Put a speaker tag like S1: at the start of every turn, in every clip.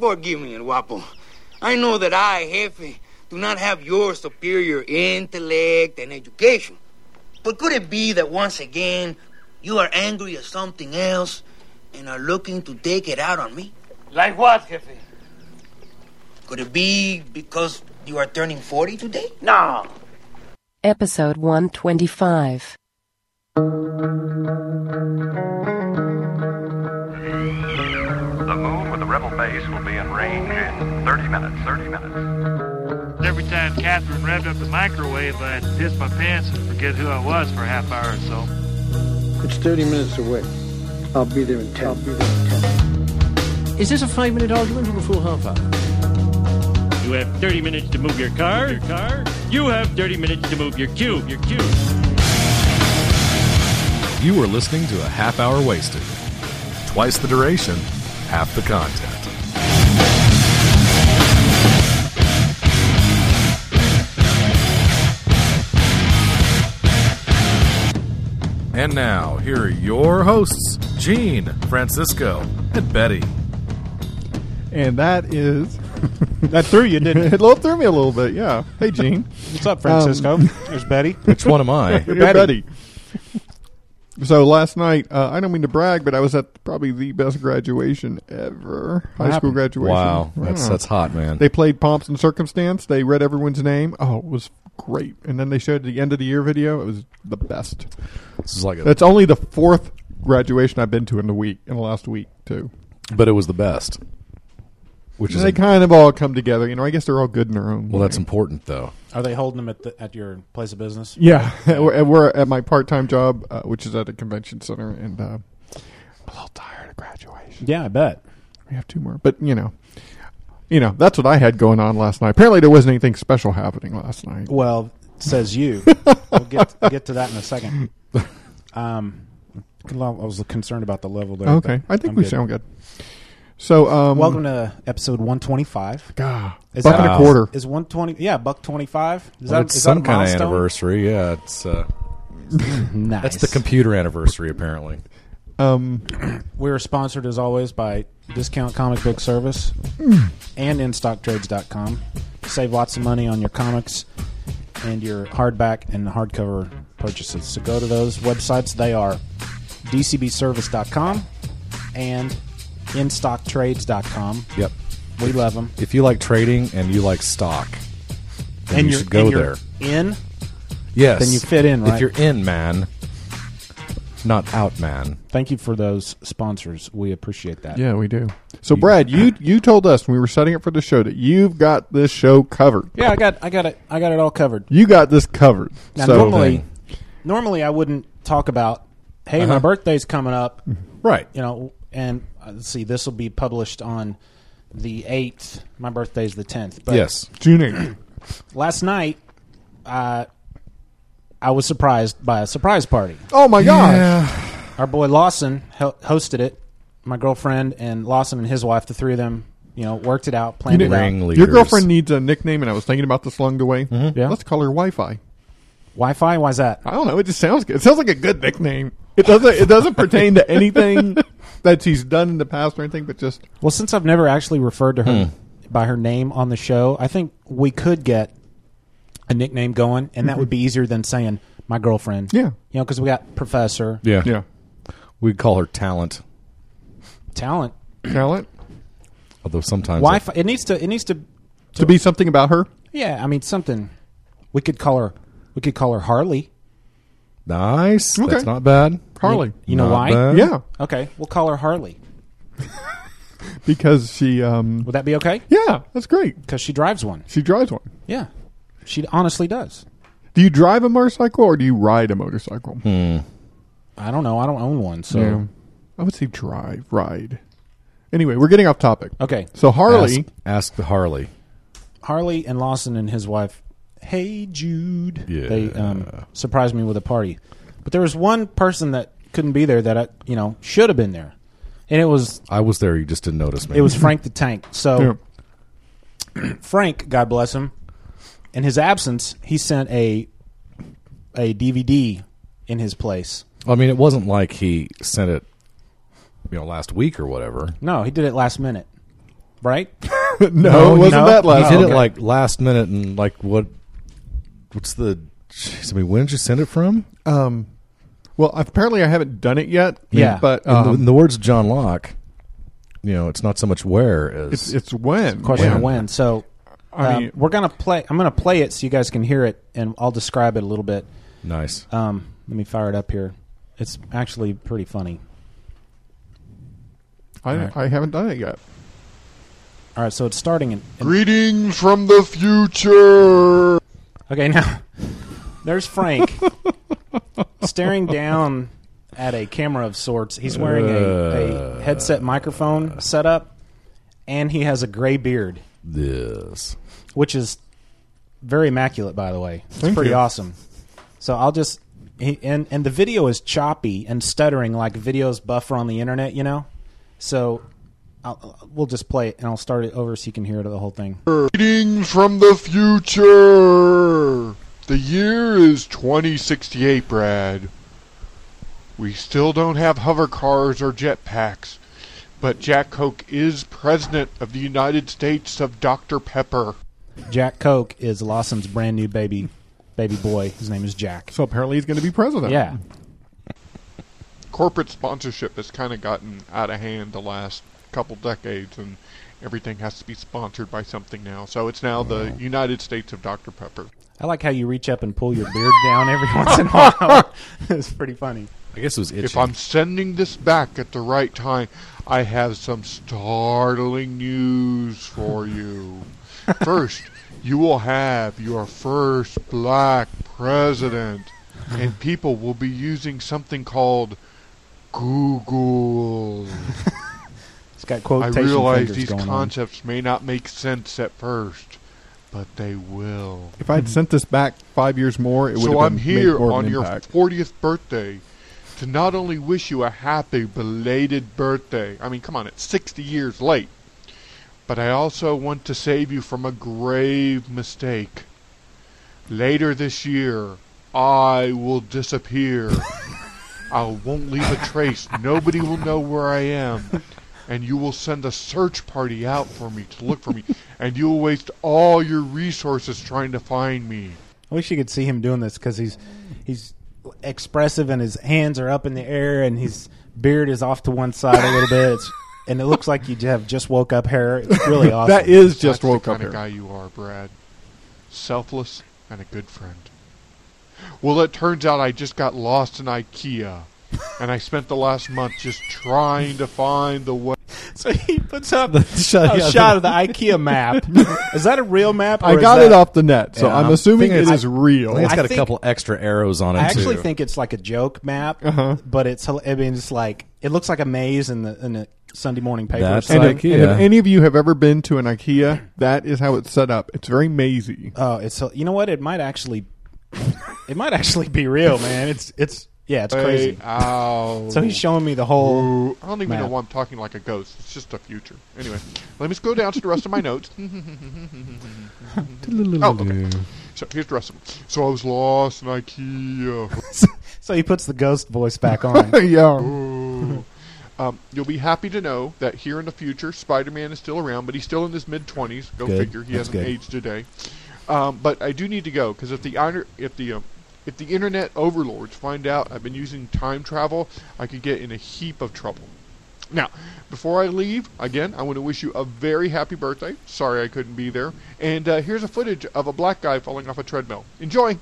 S1: Forgive me, El Guapo. I know that I, Jefe, do not have your superior intellect and education. But could it be that once again you are angry at something else and are looking to take it out on me?
S2: Like what, Jefe?
S1: Could it be because you are turning 40 today?
S2: No.
S3: Episode 125.
S4: The move with the rebel base will be in range in 30 minutes. 30 minutes.
S5: Every time Catherine revved up the microwave, I'd piss my pants and forget who I was for a half hour or so.
S6: It's 30 minutes away. I'll be there in 10. I'll be there in 10.
S7: Is this a five minute argument or a full half hour?
S8: You have 30 minutes to move your car. Your car. You have 30 minutes to move your cube. Your cube.
S9: You are listening to a half hour wasted. Twice the duration, half the content. And now, here are your hosts, Gene, Francisco, and Betty.
S10: And that is that threw you, didn't it?
S11: It little threw me a little bit, yeah. Hey, Gene.
S10: What's up, Francisco? There's Betty.
S9: Which one am I?
S11: You're Betty. So last night, uh, I don't mean to brag, but I was at probably the best graduation ever. High school
S10: happened?
S11: graduation.
S9: Wow, that's
S11: Yeah.
S9: that's hot, man.
S11: They played Pomps and Circumstance. They read everyone's name. Oh, it was great. And then they showed the end of the year video. It was the best.
S9: This is like, a,
S11: That's only the fourth graduation I've been to in the week, in the last week, too.
S9: but it was the best. Which is
S11: they
S9: im-
S11: kind of all come together. You know, I guess they're all good in their own
S9: well,
S11: way.
S9: that's important though.
S10: Are they holding them at the, at your place of business?
S11: Yeah, we're, we're at my part-time job, uh, which is at a convention center, and uh, I'm a little tired of graduation.
S10: Yeah, I bet.
S11: We have two more, but you know, you know, that's what I had going on last night. Apparently, there wasn't anything special happening last night.
S10: Well, says you. we'll get get to that in a second. Um, I was concerned about the level there.
S11: okay,
S10: but
S11: I think
S10: I'm
S11: we
S10: good.
S11: sound good. So, um,
S10: Welcome to uh, episode 125.
S11: God,
S10: Is
S11: buck
S10: that-
S11: and a quarter.
S10: Is 120? Yeah, buck 25. Is
S9: Well,
S10: that,
S9: it's
S10: is
S9: some
S10: that a
S9: kind of
S10: milestone?
S9: anniversary. Yeah, it's uh,
S10: Nice.
S9: that's the computer anniversary apparently.
S11: Um,
S10: We are sponsored as always by Discount Comic Book Service and InStockTrades.com. Save lots of money on your comics and your hardback and hardcover purchases. So go to those websites. They are DCBService.com and InStockTrades.com.
S9: Yep.
S10: We love them.
S9: If you like trading and you like stock, then you
S10: you're-
S9: should go
S10: and
S9: there.
S10: you're In?
S9: Yes.
S10: Then you fit in,
S9: If
S10: right?
S9: you're in, man, not out, man.
S10: Thank you for those sponsors. We appreciate that.
S11: yeah, we do. So, Brad, you you told us when we were setting up for the show that you've got this show covered.
S10: Yeah, I got, I got it. I got it all covered.
S11: You got this covered.
S10: Now,
S11: so,
S10: normally, normally I wouldn't talk about, hey,
S11: Uh-huh.
S10: my birthday's coming up,
S11: Mm-hmm.
S9: Right.
S10: you know, and uh, let's see, this will be published on the 8th. My birthday's the 10th. But
S9: Yes.
S11: June 8th.
S10: last night, uh, I was surprised by a surprise party.
S11: Oh my gosh!
S10: Our boy Lawson ho- hosted it. My girlfriend and Lawson and his wife, the three of them, you know, worked it out, planned it out.
S9: Ringleaders.
S11: Your girlfriend needs a nickname, and I was thinking about this along the way.
S10: Yeah.
S11: Let's call her Wi-Fi.
S10: Wi-Fi, why's that?
S11: I don't know. It just sounds good. It sounds like a good nickname. It doesn't. It doesn't pertain to anything that she's done in the past or anything, but just
S10: Well, since I've never actually referred to her
S9: Hmm.
S10: by her name on the show, I think we could get a nickname going, and that would be easier than saying my girlfriend.
S11: Mm-hmm. Yeah.
S10: you know, because we got professor
S9: Yeah.
S11: yeah.
S9: We'd call her talent,
S10: talent
S11: Talent
S9: although sometimes
S10: Wi-Fi. It needs to. It needs to.
S11: to be something about her.
S10: Yeah, I mean something. We could call her. We could call her Harley.
S9: nice.
S11: Okay.
S9: That's not bad.
S11: Harley.
S10: You know
S9: Not
S10: why?
S9: bad.
S11: Yeah,
S10: Okay, we'll call her Harley.
S11: because she. Um,
S10: Would that be okay?
S11: yeah, that's great.
S10: Because she drives one.
S11: She drives one.
S10: Yeah, she honestly does.
S11: Do you drive a motorcycle or do you ride a motorcycle?
S10: Hmm. I don't know. I don't own one, so
S11: Yeah. I would say drive, ride. Anyway, we're getting off topic.
S10: okay.
S11: So Harley.
S9: Ask, ask the Harley.
S10: Harley and Lawson and his wife, Hey Jude,
S9: Yeah.
S10: they um, surprised me with a party. But there was one person that couldn't be there that I, you know, should have been there, and it was
S9: I was there. You just didn't notice me.
S10: it was Frank the Tank.
S11: Yeah.
S10: So Frank, God bless him, in his absence, he sent a a DVD in his place.
S9: I mean, it wasn't like he sent it, you know, last week or whatever.
S10: No, he did it last minute. right?
S11: no,
S10: No,
S11: it wasn't
S10: no.
S11: that
S9: You
S11: last.
S9: Oh, did
S11: one.
S9: it like last minute and like what? What's the? Jeez, I mean, when did you send it from?
S11: Um, well, apparently I haven't done it yet.
S10: Yeah.
S11: but
S9: In, the, in
S11: um,
S9: the words of John Locke, you know, it's not so much where as
S11: it's it's when
S10: Question
S11: When?
S10: of when. So
S11: I
S10: um,
S11: mean-
S10: we're gonna play. I'm gonna play it so you guys can hear it, and I'll describe it a little bit.
S9: nice.
S10: Um, let me fire it up here. It's actually pretty funny.
S11: I, I haven't done it yet.
S10: All right, so it's starting in. in
S11: Greetings from the future.
S10: okay, now there's Frank staring down at a camera of sorts. He's wearing a, a headset microphone setup, and he has a gray beard,
S9: This.
S10: which is very immaculate, by the way. It's
S11: Thank
S10: pretty
S11: you.
S10: awesome. So I'll just he, and and the video is choppy and stuttering like videos buffer on the internet, you know. So I'll, we'll just play it, and I'll start it over so you can hear the whole thing.
S11: Greetings from the future. The year is 2068, Brad. We still don't have hover cars or jetpacks, but Jack Coke is president of the United States of Dr. Pepper.
S10: Jack Coke is Lawson's brand new baby baby boy. His name is Jack.
S11: So uh, apparently he's going to be president.
S10: Yeah.
S11: corporate sponsorship has kind of gotten out of hand the last couple decades, and everything has to be sponsored by something now. So it's now the United States of Dr. Pepper.
S10: I like how you reach up and pull your beard down every once in a while. it's pretty funny.
S9: I guess it was itchy.
S11: If I'm sending this back at the right time, I have some startling news for you. First, you will have your first black president, and people will be using something called Google.
S10: It's got
S11: I
S10: quotation
S11: realize
S10: fingers
S11: these
S10: going
S11: concepts may not make sense at first, but they will.
S12: If I had sent this back five years more, it
S11: So I'm here on your 40th birthday to not only wish you a happy belated birthday, I mean, come on, it's 60 years late, but I also want to save you from a grave mistake. Later this year, I will disappear. I won't leave a trace. Nobody will know where I am. And you will send a search party out for me to look for me. And you will waste all your resources trying to find me.
S10: on. I wish you could see him doing this because he's he's expressive and his hands are up in the air and his beard is off to one side a little bit. It's, and it looks like you have just woke up hair. It's really awesome.
S11: That is just
S12: just woke
S11: the
S12: up
S11: kind of
S12: here.
S11: guy you are, Brad. Selfless and a good friend. Well, it turns out I just got lost in IKEA, and I spent the last month just trying to find the way.
S10: so he puts up
S9: The
S10: a
S9: shot- yeah,
S10: shot
S9: the-
S10: of the IKEA map. is that a real map? or
S12: I
S10: is
S12: got it
S10: that-
S12: off the net, so
S9: Yeah,
S12: I'm
S9: I'm
S12: assuming
S9: thinking
S12: it
S9: it's-
S12: is real.
S9: I think it's
S10: I
S9: got
S10: think-
S9: a couple extra arrows on it.
S10: I actually
S9: too.
S10: think it's like a joke map,
S12: Uh-huh.
S10: but it's hel- I mean it's like it looks like a maze in the in the Sunday morning paper.
S9: That's
S10: or something.
S9: like-
S11: And if
S9: IKEA.
S11: any of you have ever been to an IKEA, that is how it's set up. It's very mazy.
S10: oh, it's you know what? It might actually it might actually be real, man. It's it's yeah, it's crazy.
S11: Ow.
S10: So he's showing me the whole.
S11: I don't even know
S10: Map.
S11: why I'm talking like a ghost. It's just a future. Anyway, let me scroll down to the rest of my notes. oh, okay. So here's the rest of them. So I was lost in IKEA.
S10: So he puts the ghost voice back on.
S12: yeah.
S11: Um, you'll be happy to know that here in the future, Spider-Man is still around, but he's still in his mid-twenties. Go
S9: Good.
S11: figure. He
S9: That's
S11: hasn't
S9: good.
S11: aged a day. Um, but I do need to go because if the iron- if the um, if the internet overlords find out I've been using time travel, I could get in a heap of trouble. Now, before I leave, again, I want to wish you a very happy birthday. Sorry I couldn't be there. And uh, here's a footage of a black guy falling off a treadmill. Enjoy.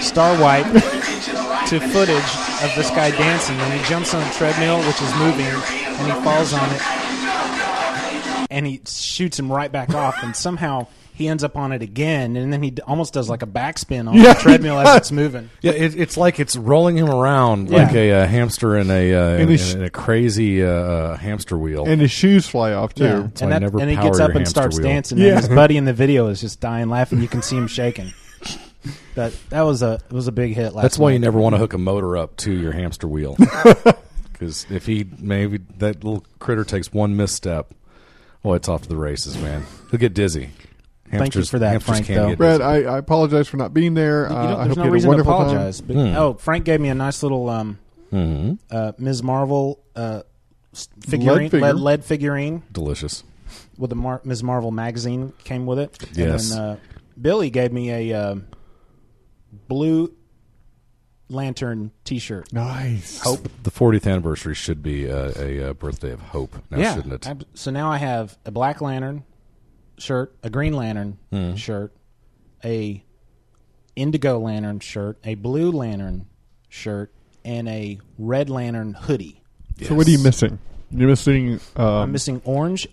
S10: Star White to footage of this guy dancing, and he jumps on a treadmill, which is moving, and he falls on it, and he shoots him right back off, and somehow he ends up on it again, and then he d- almost does like a backspin on
S12: Yeah,
S10: the treadmill
S12: he does.
S10: as it's moving.
S9: Yeah, it, it's like it's rolling him around
S10: Yeah.
S9: like a, uh hamster in a uh, in,
S12: And it's-
S9: in a crazy uh, hamster wheel.
S12: And his shoes fly off too.
S10: Yeah,
S9: why
S10: and,
S9: I
S10: that,
S9: never
S10: and he
S9: power
S10: gets
S9: your
S10: up and
S9: hamster
S10: starts
S9: wheel.
S10: dancing, and his buddy in the video is just dying laughing. You can see him shaking. But that was a it was a big hit last.
S9: That's why you
S10: night.
S9: never want to hook a motor up to your hamster wheel because if he maybe that little critter takes one misstep, oh, it's off to the races, man. He'll get dizzy.
S10: Thank you for that,
S9: hamsters
S10: Frank,
S9: can
S10: though.
S9: get
S11: Brad,
S9: dizzy.
S11: I, I apologize for not being there.
S10: You don't-
S11: Uh, I
S10: there's
S11: hope
S10: no
S11: you had a
S10: reason to
S11: wonderful time.
S10: apologize. But, Oh, Frank gave me a nice little um, uh, Ms. Marvel uh, s- figurine, lead,
S11: figure.
S10: lead figurine.
S9: delicious.
S10: with the Mar- Ms. Marvel magazine came with it.
S9: Yes.
S10: And then, uh, Billy gave me a uh, blue lantern T-shirt.
S11: Nice.
S10: Hope.
S9: The 40th anniversary should be a, a, uh birthday of hope, now
S10: yeah.
S9: shouldn't it?
S10: ab- so now I have a Black Lantern shirt, a Green Lantern
S11: Hmm.
S9: Mhm.
S10: shirt, a Indigo Lantern shirt, a Blue Lantern shirt, and a Red Lantern hoodie.
S11: So what are you missing? You're missing. Um,
S10: I'm missing orange.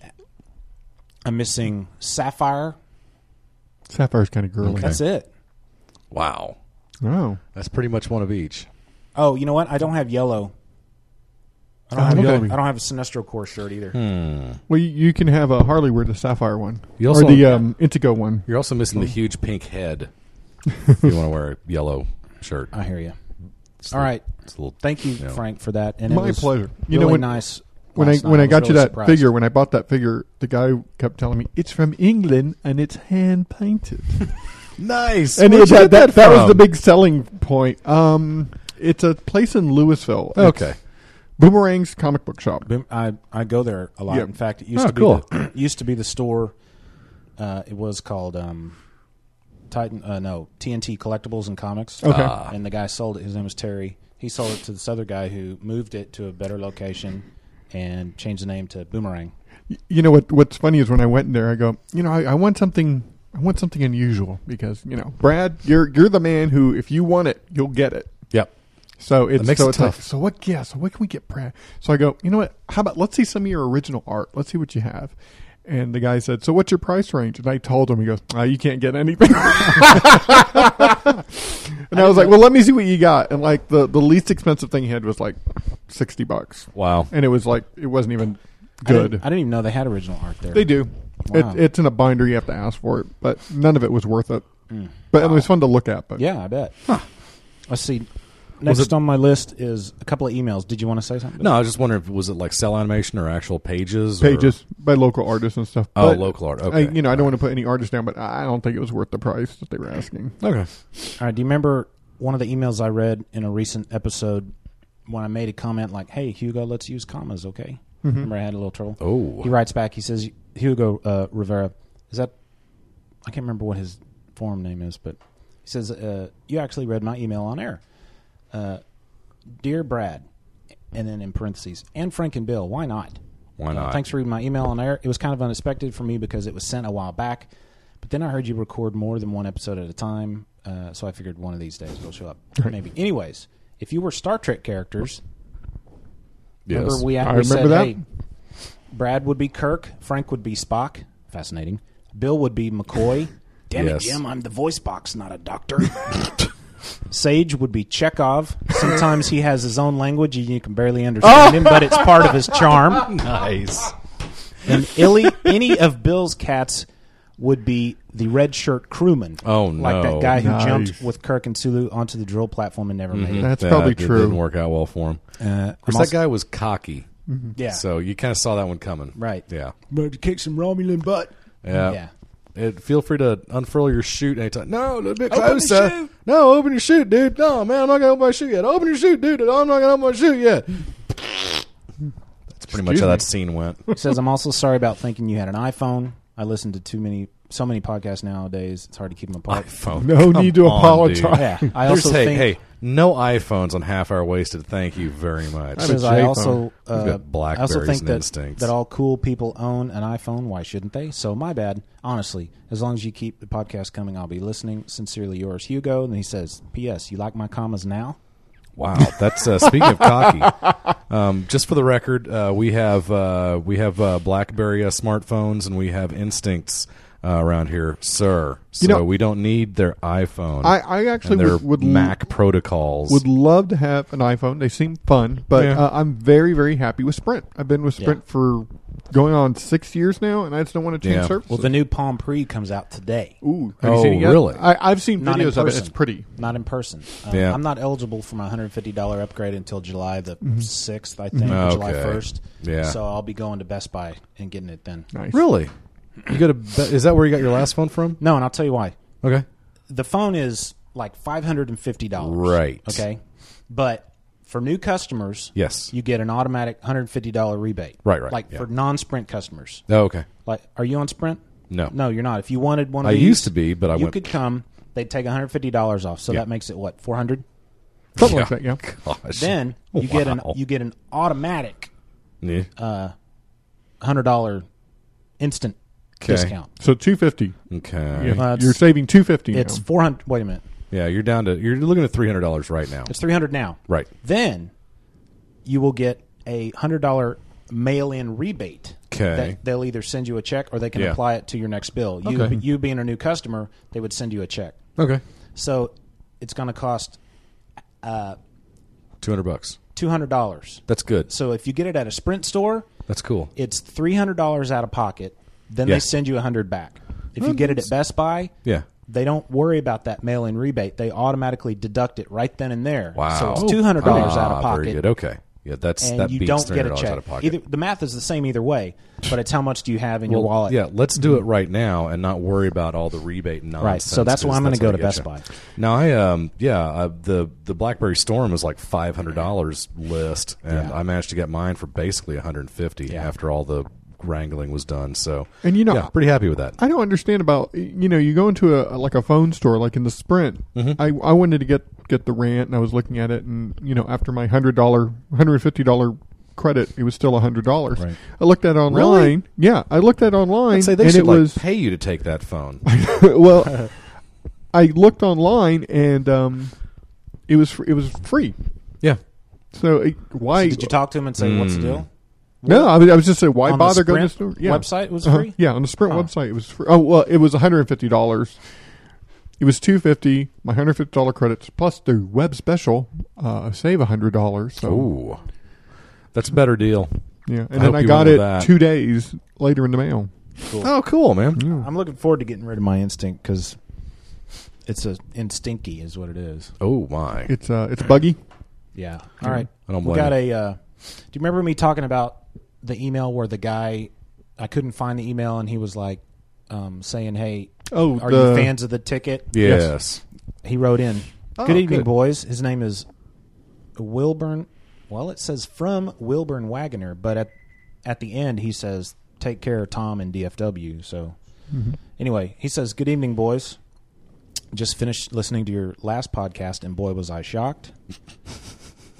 S10: I'm missing sapphire.
S11: Sapphire's kind of girly.
S10: That's it.
S9: Wow.
S11: Oh.
S9: That's pretty much one of each.
S10: Oh, you know what? I don't have yellow. I don't,
S11: Oh,
S10: have,
S11: okay.
S10: I don't have a Sinestro Corps shirt either.
S11: Hmm. Well, you, you can have a Harley wear the Sapphire one,
S9: You also-
S11: or the um, Intego one.
S9: You're also missing the huge pink head. if you want to wear a yellow shirt.
S10: I hear you.
S9: It's
S10: All
S9: the-
S10: right.
S9: it's a little-
S10: Thank you,
S9: you know.
S10: Frank, for that. And it
S11: My
S10: was
S11: pleasure. You
S10: really
S11: know, when-
S10: nice.
S11: When I
S10: last night.
S11: when I
S10: was
S11: got you
S10: really
S11: that
S10: surprised.
S11: figure, when I bought that figure, the guy kept telling me it's from England and it's hand painted.
S9: Nice.
S11: and
S9: Where'd
S11: it,
S9: you get
S11: that, that, that was
S9: from?
S11: the big selling point. Um, it's a place in Louisville. It's
S9: Okay.
S11: Boomerang's comic book shop.
S10: Boom- I I go there a lot.
S11: Yeah. Ah,
S10: In fact, it used
S9: Oh,
S10: to be
S9: cool.
S10: the, it used to be the store. Uh, it was called um, Titan. Uh, no, TNT Collectibles and Comics. Uh,
S11: Okay.
S10: and the guy sold it. His name was Terry. He sold it to this other guy who moved it to a better location and changed the name to Boomerang.
S11: You know what? What's funny is when I went there, I go, you know, I, I want something. I want something unusual because you know, Brad, you're you're the man who, if you want it, you'll get it.
S9: Yep.
S11: So it's
S9: makes
S11: so
S9: it
S11: it's like,
S9: tough.
S11: so what? Yeah. So what can we get, Brad? So I go. You know what? How about let's see some of your original art. Let's see what you have. And the guy said, "So what's your price range?" And I told him. He goes, Ah, "You can't get anything." and I was like, "Well, let me see what you got." And like the the least expensive thing he had was like sixty bucks,
S9: Wow.
S11: and it was like it wasn't even
S10: I didn't-
S11: good.
S10: I didn't, even know they had original art there.
S11: They do.
S10: Wow.
S11: It, it's in a binder. You have to ask for it, but none of it was worth it.
S9: Mm.
S11: But it was fun to look at. But
S10: Yeah, I bet. Let's see. Next
S9: it-
S10: on my list is a couple of emails. Did you want to say something?
S9: No, I was just wondering, if, was it like cell animation or actual pages? or-
S11: pages by local artists and stuff.
S9: Oh,
S11: But
S9: local art.
S11: I-
S9: Okay.
S11: you know, I don't want to put any artists down, but I don't think it was worth the price that they were asking.
S9: Okay.
S10: All right. Do you remember one of the emails I read in a recent episode when I made a comment like, "Hey Hugo, let's use commas, okay?" Remember, I had a little trouble.
S9: Oh.
S10: He writes back. He says, "Hugo uh, Rivera, is that? I can't remember what his forum name is, but he says uh, you actually read my email on air, uh, dear Brad, and then in parentheses, and Frank and Bill. Why not?
S9: Why
S10: Uh,
S9: not?
S10: thanks for reading my email on air. It was kind of unexpected for me because it was sent a while back, but then I heard you record more than one episode at a time, uh, so I figured one of these days it'll show up. Maybe. Anyways, if you were Star Trek characters,
S9: Yes.
S10: remember we, we
S11: I
S10: said,
S11: remember that.
S10: hey, Brad would be Kirk, Frank would be Spock. Fascinating. Bill would be McCoy. Damn
S9: Yes.
S10: it, Jim, I'm the voice box, not a doctor. Sage would be Chekhov. Sometimes he has his own language and you can barely understand him, but it's part of his charm.
S9: nice.
S10: And illy, any of Bill's cats would be the red shirt crewman.
S9: Oh,
S10: Like
S9: no.
S10: that guy who
S11: Nice.
S10: jumped with Kirk and Sulu onto the drill platform and never
S9: Mm-hmm.
S10: made it.
S11: That's probably
S9: it
S11: true.
S9: Didn't work out well for him.
S10: Uh,
S9: Of course,
S10: I'm also-
S9: that guy was cocky.
S10: Mm-hmm. yeah.
S9: So you kind of saw that one coming.
S10: Right.
S9: Yeah.
S10: But to kick some Romulan butt.
S9: Yeah.
S10: Yeah.
S9: It, feel free to unfurl your chute anytime. No, a little bit
S10: Open the
S9: closer.
S10: chute.
S9: No, open your chute, dude. No, man, I'm not gonna open my chute yet. Open your chute, dude. I'm not gonna open my chute yet. That's pretty much
S11: Excuse
S9: how
S11: me.
S9: that scene went.
S10: He says, I'm also sorry about thinking you had an iPhone. I listen to too many, so many podcasts nowadays. It's hard to keep them apart.
S9: iPhone.
S11: No
S9: Come
S11: need to
S9: on, dude.
S11: apologize.
S10: Yeah. I
S9: There's-
S10: also
S9: hey,
S10: think.
S9: hey, no iPhones on half hour wasted. Thank you very much.
S10: He says,
S11: a
S10: I
S11: J
S10: also,
S9: phone. We've
S10: uh,
S9: got
S10: I also
S9: Blackberries
S10: think
S9: and
S10: that,
S9: instincts.
S10: that all cool people own an iPhone. Why shouldn't they? So my bad. Honestly, as long as you keep the podcast coming, I'll be listening. Sincerely yours, Hugo. And he says, P.S. You like my commas now?
S9: Wow, that's uh, speaking of cocky. Um, just for the record, uh, we have uh, we have uh, BlackBerry uh, smartphones and we have Instincts uh, around here, sir. So
S11: You know-
S9: we don't need their iPhone.
S11: I, I actually
S9: and their
S11: would, would
S9: Mac protocols.
S11: Would love to have an iPhone. They seem fun, but
S9: Yeah.
S11: uh, I'm very, very happy with Sprint. I've been with Sprint for going on six years now, and I just don't want to change
S9: Yeah.
S11: services.
S10: Well, the new Palm Pre comes out today.
S11: Ooh, have you
S9: Oh,
S11: seen it yet?
S9: really?
S11: I, I've seen
S10: Not in
S11: videos of it.
S10: person.
S11: It's pretty.
S10: Not in person. Um,
S9: Yeah.
S10: I'm not eligible for my $150 upgrade until July the 6th, I think, or
S9: Mhm.
S10: July
S9: Mm-hmm. Okay.
S10: 1st.
S9: Yeah.
S10: So I'll be going to Best Buy and getting it then.
S11: Nice.
S9: really? You got a? be- Is that where you got your last phone from?
S10: No, and I'll tell you why.
S9: Okay.
S10: The phone is like $550.
S9: Right.
S10: Okay. But for new customers,
S9: Yes.
S10: you get an automatic $150 rebate.
S9: Right, right,
S10: Like
S9: yeah.
S10: for non-Sprint customers.
S9: Oh, okay.
S10: Like, are you on Sprint?
S9: No.
S10: no, you're not. If you wanted one, of
S9: I
S10: these,
S9: used to be, but I
S10: you
S9: went-
S10: could come. They'd take 150 dollars off, so
S9: Yeah.
S10: that makes it what 400.
S11: Something like that, yeah.
S9: Gosh.
S10: Then you get an
S9: Wow.
S10: you get an automatic
S9: Yeah.
S10: uh, hundred dollar instant
S9: Okay.
S10: discount.
S11: So two fifty.
S9: Okay.
S11: Yeah,
S10: Well, it's-
S11: you're saving two fifty.
S10: It's four hundred. Wait a minute,
S9: Yeah, you're down to you're looking at three hundred dollars right now.
S10: it's three hundred now.
S9: Right.
S10: Then you will get a hundred dollar mail in rebate.
S9: Okay.
S10: That they'll either send you a check or they can
S9: Yeah.
S10: apply it to your next bill. You
S9: Okay.
S10: you being a new customer, they would send you a check.
S9: Okay.
S10: So it's going to cost uh,
S9: Two hundred bucks.
S10: two hundred dollars.
S9: That's good.
S10: So if you get it at a Sprint store,
S9: That's cool.
S10: it's three hundred dollars out of pocket. Then
S9: Yeah.
S10: they send you a hundred back. If you get it at Best Buy,
S9: Yeah.
S10: they don't worry about that mail-in rebate. They automatically deduct it right then and there.
S9: Wow.
S10: So it's two hundred dollars out of
S9: Ah, Oh, very
S10: pocket.
S9: good. Okay. Yeah, that's
S10: and
S9: that
S10: you
S9: beats
S10: don't
S9: three
S10: get
S9: hundred
S10: a
S9: dollars
S10: check.
S9: out of pocket.
S10: Either, the math is the same either way, but it's how much do you have in your
S9: Well,
S10: wallet?
S9: Yeah, let's do it right now and not worry about all the rebate nonsense.
S10: so that's why
S9: 'cause
S10: I'm gonna
S9: that's
S10: go
S9: how
S10: to
S9: they get
S10: Best
S9: you.
S10: Buy.
S9: Now I um yeah uh, the the BlackBerry Storm is like five hundred dollars list, and
S10: Yeah.
S9: I managed to get mine for basically one hundred and fifty
S10: Yeah.
S9: after all the wrangling was done. So
S11: And you know-
S9: yeah, pretty happy with that.
S11: I don't understand about you know you go into a like a phone store like in the Sprint.
S9: Mm-hmm.
S11: I I wanted to get get the rant and I was looking at it and you know after my hundred dollar hundred fifty dollar credit it was still hundred dollars.
S9: Right.
S11: I looked at it online. Yeah, I looked at it online
S9: I'd say they
S11: and
S9: should
S11: it
S9: like
S11: was
S9: pay you to take that phone.
S11: well. I looked online and um, it was fr- it was free.
S9: yeah,
S11: So it, why
S10: Did you talk to him and say
S9: Hmm.
S10: what's the deal?
S11: No, I was, I was just saying, why
S10: On the
S11: bother going to
S10: Sprint
S11: store? Yeah.
S10: website it was
S11: Uh-huh.
S10: free?
S11: Yeah, on the Sprint
S10: Huh.
S11: website it was free. Oh well, it was one hundred and fifty dollars. It was two fifty. My hundred fifty dollar credits plus the web special uh, save hundred dollars.
S10: Oh.
S11: So
S9: Ooh, that's a better deal. I
S11: yeah, and
S9: hope
S11: then I
S9: you
S11: got
S9: went
S11: it
S9: with that.
S11: two days later in the mail.
S9: Oh, cool, man.
S10: I'm looking forward to getting rid of my instinct because it's a instinky is what it is.
S9: Oh my.
S11: It's uh, it's buggy.
S10: Yeah. All right.
S9: I don't
S10: we
S9: blame
S10: got a. Uh, do you remember me talking about the email where the guy? I couldn't find the email, and he was like um, saying, "Hey,
S11: Oh,
S10: are
S11: the-
S10: you fans of the ticket?"
S9: yes.
S10: He wrote in.
S11: Oh,
S10: good evening,
S11: good.
S10: boys. His name is Wilburn. Well, it says from Wilburn Wagoner, but at at the end he says, "Take care, Tom and DFW." So,
S11: Mm-hmm.
S10: anyway, he says, "Good evening, boys." Just finished listening to your last podcast, and boy, was I shocked.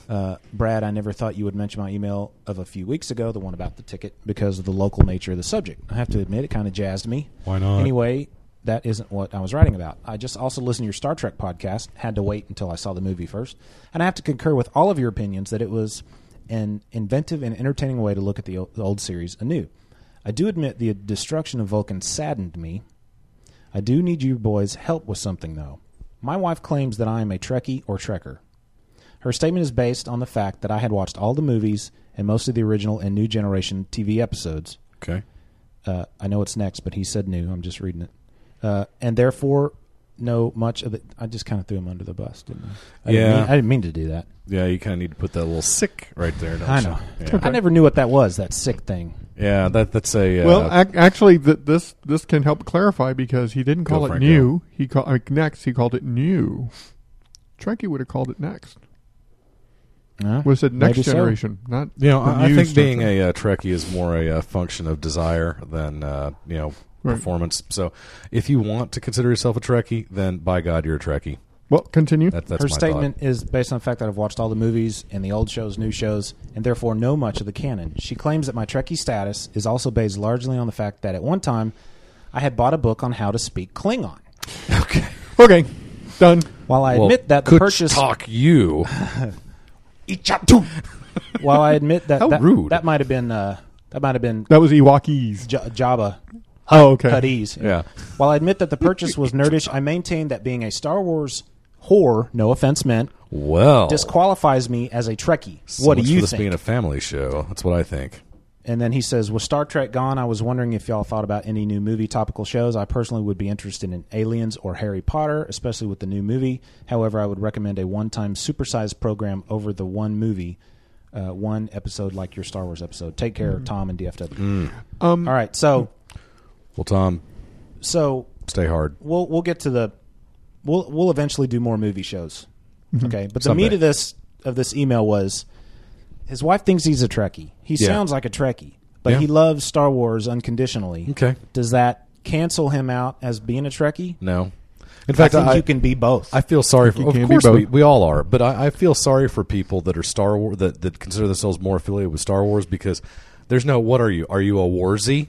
S10: Uh, Brad, I never thought you would mention my email of a few weeks ago, the one about the ticket, because of the local nature of the subject. I have to admit, it kind of jazzed me.
S9: Why not?
S10: Anyway, that isn't what I was writing about. I just also listened to your Star Trek podcast, had to wait until I saw the movie first, and I have to concur with all of your opinions that it was an inventive and entertaining way to look at the old, the old series anew. I do admit the destruction of Vulcan saddened me, I do need you boys' help with something, though. My wife claims that I am a Trekkie or Trekker. Her statement is based on the fact that I had watched all the movies and most of the original and new generation TV episodes.
S9: Okay.
S10: Uh, I know it's next, but he said new. I'm just reading it. Uh, and therefore, know much of the. I just kind of threw him under the bus, didn't I? I
S9: Yeah.
S10: Didn't mean, I didn't mean to do that.
S9: Yeah, you kind of need to put that little sick right there. Don't
S10: I
S9: you?
S10: know.
S9: Yeah,
S10: I never knew what that was, that sick thing.
S9: Yeah, that that's a uh,
S11: Well, ac- actually, th- this this can help clarify because he didn't
S9: Go,
S11: call it
S9: Franco.
S11: new. He called I mean, next. He called it new. Trekkie would have called it next.
S10: Huh?
S11: Would have said next
S10: Maybe so.
S11: generation, not
S9: You know,
S11: the
S9: I, I
S11: new
S9: think
S11: Star
S9: being
S11: Trek.
S9: a uh, Trekkie is more a, uh function of desire than uh, you know
S11: Right.
S9: performance. So, if you want to consider yourself a Trekkie, then by God, you're a Trekkie.
S11: well continue.
S9: That, that's
S10: Her
S9: my
S10: statement
S9: Thought.
S10: is based on the fact that I've watched all the movies and the old shows, new shows, and therefore know much of the canon. She claims that my Trekkie status is also based largely on the fact that at one time I had bought a book on how to speak Klingon.
S11: Okay, done.
S10: While I
S9: Well,
S10: admit that the
S9: could
S10: purchase,
S9: talk you.
S10: while I admit that
S9: How
S10: that,
S9: rude.
S10: that might have been uh, that might have been
S11: That was Ewokese.
S10: J- Jabba
S11: Oh, okay.
S10: Putties.
S9: Yeah.
S10: While I admit that the purchase was nerdish, I maintain that being a Star Wars whore, no offense meant,
S9: Well,
S10: disqualifies me as a Trekkie.
S9: so
S10: what do
S9: much
S10: you
S9: for this
S10: think?
S9: Being a family show, that's what I think.
S10: And then he says, "With Star Trek gone, I was wondering if y'all thought about any new movie topical shows. I personally would be interested in Aliens or Harry Potter, especially with the new movie. However, I would recommend a one-time supersized program over the one movie, uh, one episode like your Star Wars episode. Take care, Tom and DFW. All right, so
S9: Well, Tom,
S10: so
S9: stay hard.
S10: we'll we'll get to the we'll we'll eventually do more movie shows. Okay, but the
S9: Mm-hmm. Someday.
S10: meat of this of this email was his wife thinks he's a Trekkie. He
S9: Yeah.
S10: sounds like a Trekkie, but
S9: Yeah.
S10: he loves Star Wars unconditionally.
S9: Okay.
S10: Does that cancel him out as being a Trekkie?
S9: No. In fact,
S10: I think you can be both.
S9: I feel sorry for.
S10: You
S9: Of
S10: can be
S9: course,
S10: both.
S9: we, we all are, but I, I feel sorry for people that are Star War that that consider themselves more affiliated with Star Wars because there's no. What are you? Are you a Warzy?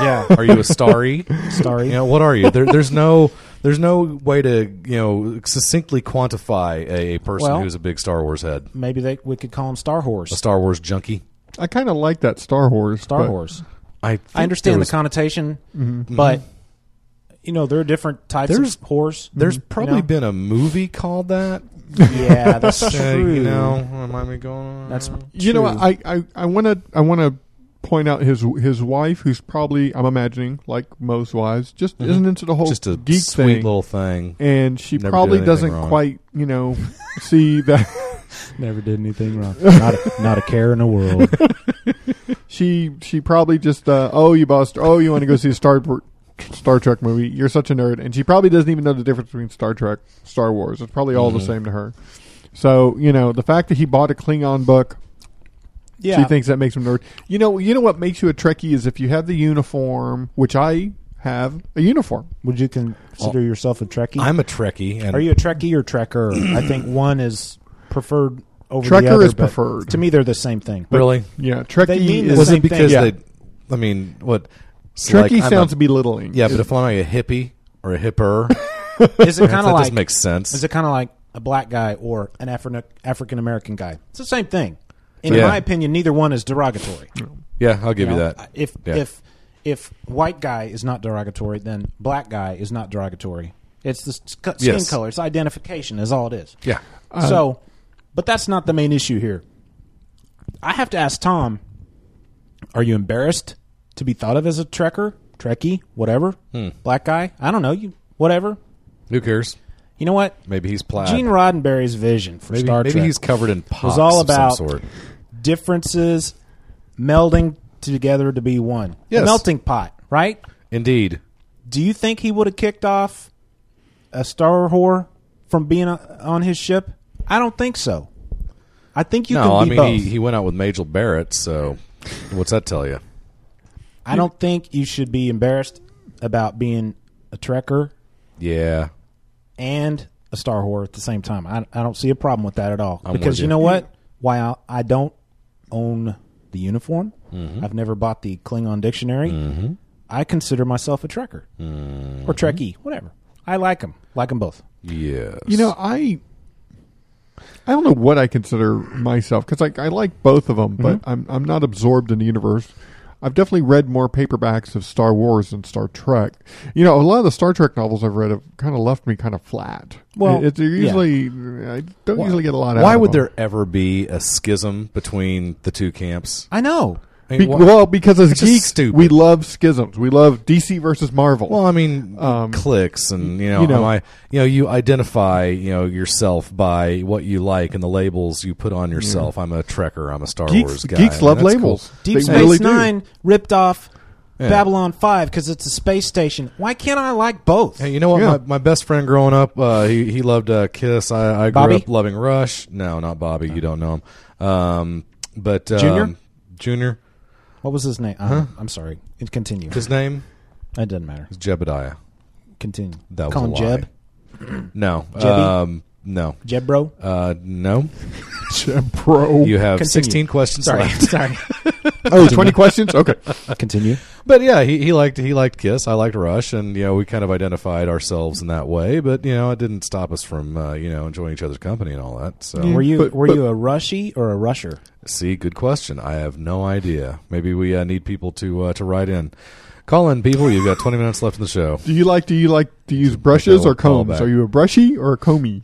S10: Yeah.
S9: Are you a Starry?
S10: Starry.
S9: You know, what are you? There, there's no. There's no way to you know succinctly quantify a, a person
S10: Well-
S9: who's a big Star Wars head,
S10: Maybe they we could call him Star Horse.
S9: a Star Wars junkie.
S11: I kind of like that Star Wars.
S10: Star
S11: but-
S10: Wars.
S9: I think
S10: I
S9: there
S10: understand
S9: was- Mm-hmm.
S10: the connotation,
S11: Mhm.
S10: but you know there are different types
S9: There's-
S10: of horse.
S9: There's
S10: mm-hmm, you
S9: probably
S10: know?
S9: been a movie called that.
S10: yeah, that's
S9: Uh,
S10: true.
S9: You know, am I going?
S10: That's
S11: You know,
S10: true.
S11: I I I want to I want to point out his his wife, who's probably I'm imagining like most wives, just
S9: Mhm.
S11: isn't into the whole
S9: just a
S11: geek
S9: sweet
S11: thing,
S9: little thing.
S11: and she
S9: Never did
S11: probably
S9: anything
S11: doesn't
S9: wrong.
S11: quite you know see that.
S10: never did anything wrong. Not a, not a care in the world.
S11: she she probably just uh, oh you bought Star- oh you want to go see a Star Star Trek movie you're such a nerd and she probably doesn't even know the difference between Star Trek Star Wars it's probably all
S9: Mhm.
S11: the same to her so you know the fact that he bought a Klingon book
S10: Yeah.
S11: she thinks that makes him nerd you know you know what makes you a Trekkie is if you have the uniform which I have a uniform
S10: Would you consider yourself a Trekkie?
S9: I'm a Trekkie, and
S10: Are you a Trekkie or Trekker? I think one is preferred over the
S11: Trekker
S10: other.
S11: is
S10: but
S11: preferred.
S10: To me, they're the same thing.
S9: really?
S11: yeah Trekkie
S10: They mean the
S11: is,
S9: Was
S10: same
S9: it because
S10: thing.
S11: Yeah.
S9: they? I mean, what? it's like
S11: Trekkie
S9: I'm
S11: sounds
S9: a,
S11: belittling
S9: yeah, but if I'm a hippie or a hipper,
S10: Is it
S9: that
S10: kind of like
S9: doesn't make sense.
S10: Is it kind of like a black guy or an Afri- African American guy? It's the same thing. And
S9: Yeah.
S10: in my opinion, neither one is derogatory.
S9: yeah, I'll give you,
S10: You know,
S9: that.
S10: If
S9: Yeah.
S10: if if white guy is not derogatory, then black guy is not derogatory. It's the sc- skin
S9: Yes.
S10: color. It's identification. Is all it is.
S9: yeah,
S10: so, but that's not the main issue here. I have to ask Tom: Are you embarrassed to be thought of as a trekker, trekkie, whatever,
S9: Hmm.
S10: black guy? I don't know you. Whatever.
S9: who cares?
S10: You know what?
S9: Maybe he's plaid.
S10: Gene Roddenberry's vision for
S9: maybe
S10: Star
S9: maybe
S10: Trek
S9: he's covered in pops
S10: was all
S9: of some
S10: about
S9: sort.
S10: differences melding together to be one.
S9: Yes.
S10: A melting pot, right?
S9: Indeed,
S10: Do you think he would have kicked off a star whore from being o- on his ship? I don't think so. I think you
S9: no.
S10: can
S9: I
S10: be
S9: mean,
S10: both.
S9: he, he went out with Majel Barrett, so what's that tell you?
S10: I don't think you should be embarrassed about being a trekker
S9: Yeah,
S10: and a star whore at the same time. I, I don't see a problem with that at all.
S9: I'm
S10: because
S9: with
S10: you.
S9: you.
S10: know what? While I don't own the uniform,
S9: Mm-hmm.
S10: I've never bought the Klingon dictionary. I consider myself a trekker
S9: Mm-hmm.
S10: or trekkie, whatever. I like them, like them both.
S9: yes.
S11: You know, I I don't know what I consider myself because like I like both of them, but
S9: Mm-hmm.
S11: I'm I'm not absorbed in the universe. I've definitely read more paperbacks of Star Wars than Star Trek. You know, a lot of the Star Trek novels I've read have kind of left me kind of flat.
S10: Well,
S11: It- it's they're
S10: yeah.
S11: usually I don't usually get a lot out.
S9: Why
S11: of
S9: would
S11: them.
S9: there ever be a schism between the two camps?
S10: I know.
S9: I mean,
S11: Be-
S9: why-
S11: well, because as
S9: It's just
S11: geeks,
S9: stupid.
S11: we love schisms. We love DC versus Marvel.
S9: Well, I mean,
S11: Um,
S9: clicks, and you know,
S11: you know-
S9: am I, you know, you identify, you know, yourself by what you like and the labels you put on yourself. I'm a Trekker. I'm a Star Wars
S11: geeks,
S9: guy.
S11: geeks
S9: and
S11: love
S9: that's cool.
S11: labels.
S10: Deep
S11: They
S10: Space
S11: really do.
S10: Nine ripped off
S9: Yeah.
S10: Babylon Five because it's a space station. Why can't I like both?
S9: Hey, you know what? My,
S11: Yeah.
S9: my best friend growing up, uh, he he loved uh, Kiss. I, I grew
S10: Bobby?
S9: up loving Rush. No, not Bobby. You don't know him. Um, but um,
S10: Junior?
S9: Junior,
S10: What was his name? Uh, I'm sorry. It- Continue.
S9: his name
S10: It doesn't matter.
S9: is Jebediah.
S10: Continue.
S9: That
S10: Call
S9: was a
S10: him
S9: lie.
S10: Jeb.
S9: No,
S10: Jebby?
S9: um, no,
S10: Jeb, bro.
S9: uh, no.
S11: bro.
S9: You have
S10: Continue.
S9: 16 questions
S10: Sorry,
S9: left.
S10: sorry.
S11: Oh, 20 questions? Okay.
S10: Continue.
S9: But yeah, he, he liked he liked Kiss. I liked Rush, and you know we kind of identified ourselves in that way. But you know it didn't stop us from uh, you know enjoying each other's company and all that. So
S10: Were you
S11: But-
S10: were
S11: but-
S10: you a rushy or a rusher?
S9: see, good question. I have no idea. Maybe we uh, need people to uh, to write in. Call in, people. You've got twenty minutes left in the show.
S11: Do you like do you like to use brushes
S9: little
S11: or combs?
S9: callback.
S11: Are you a brushy or a combie?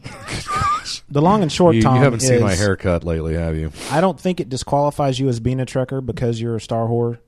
S10: The long and short,
S9: You, you
S10: Tom,
S9: haven't seen my
S10: is
S9: haircut lately, have you?
S10: I don't think it disqualifies you as being a trekker because you're a star whore,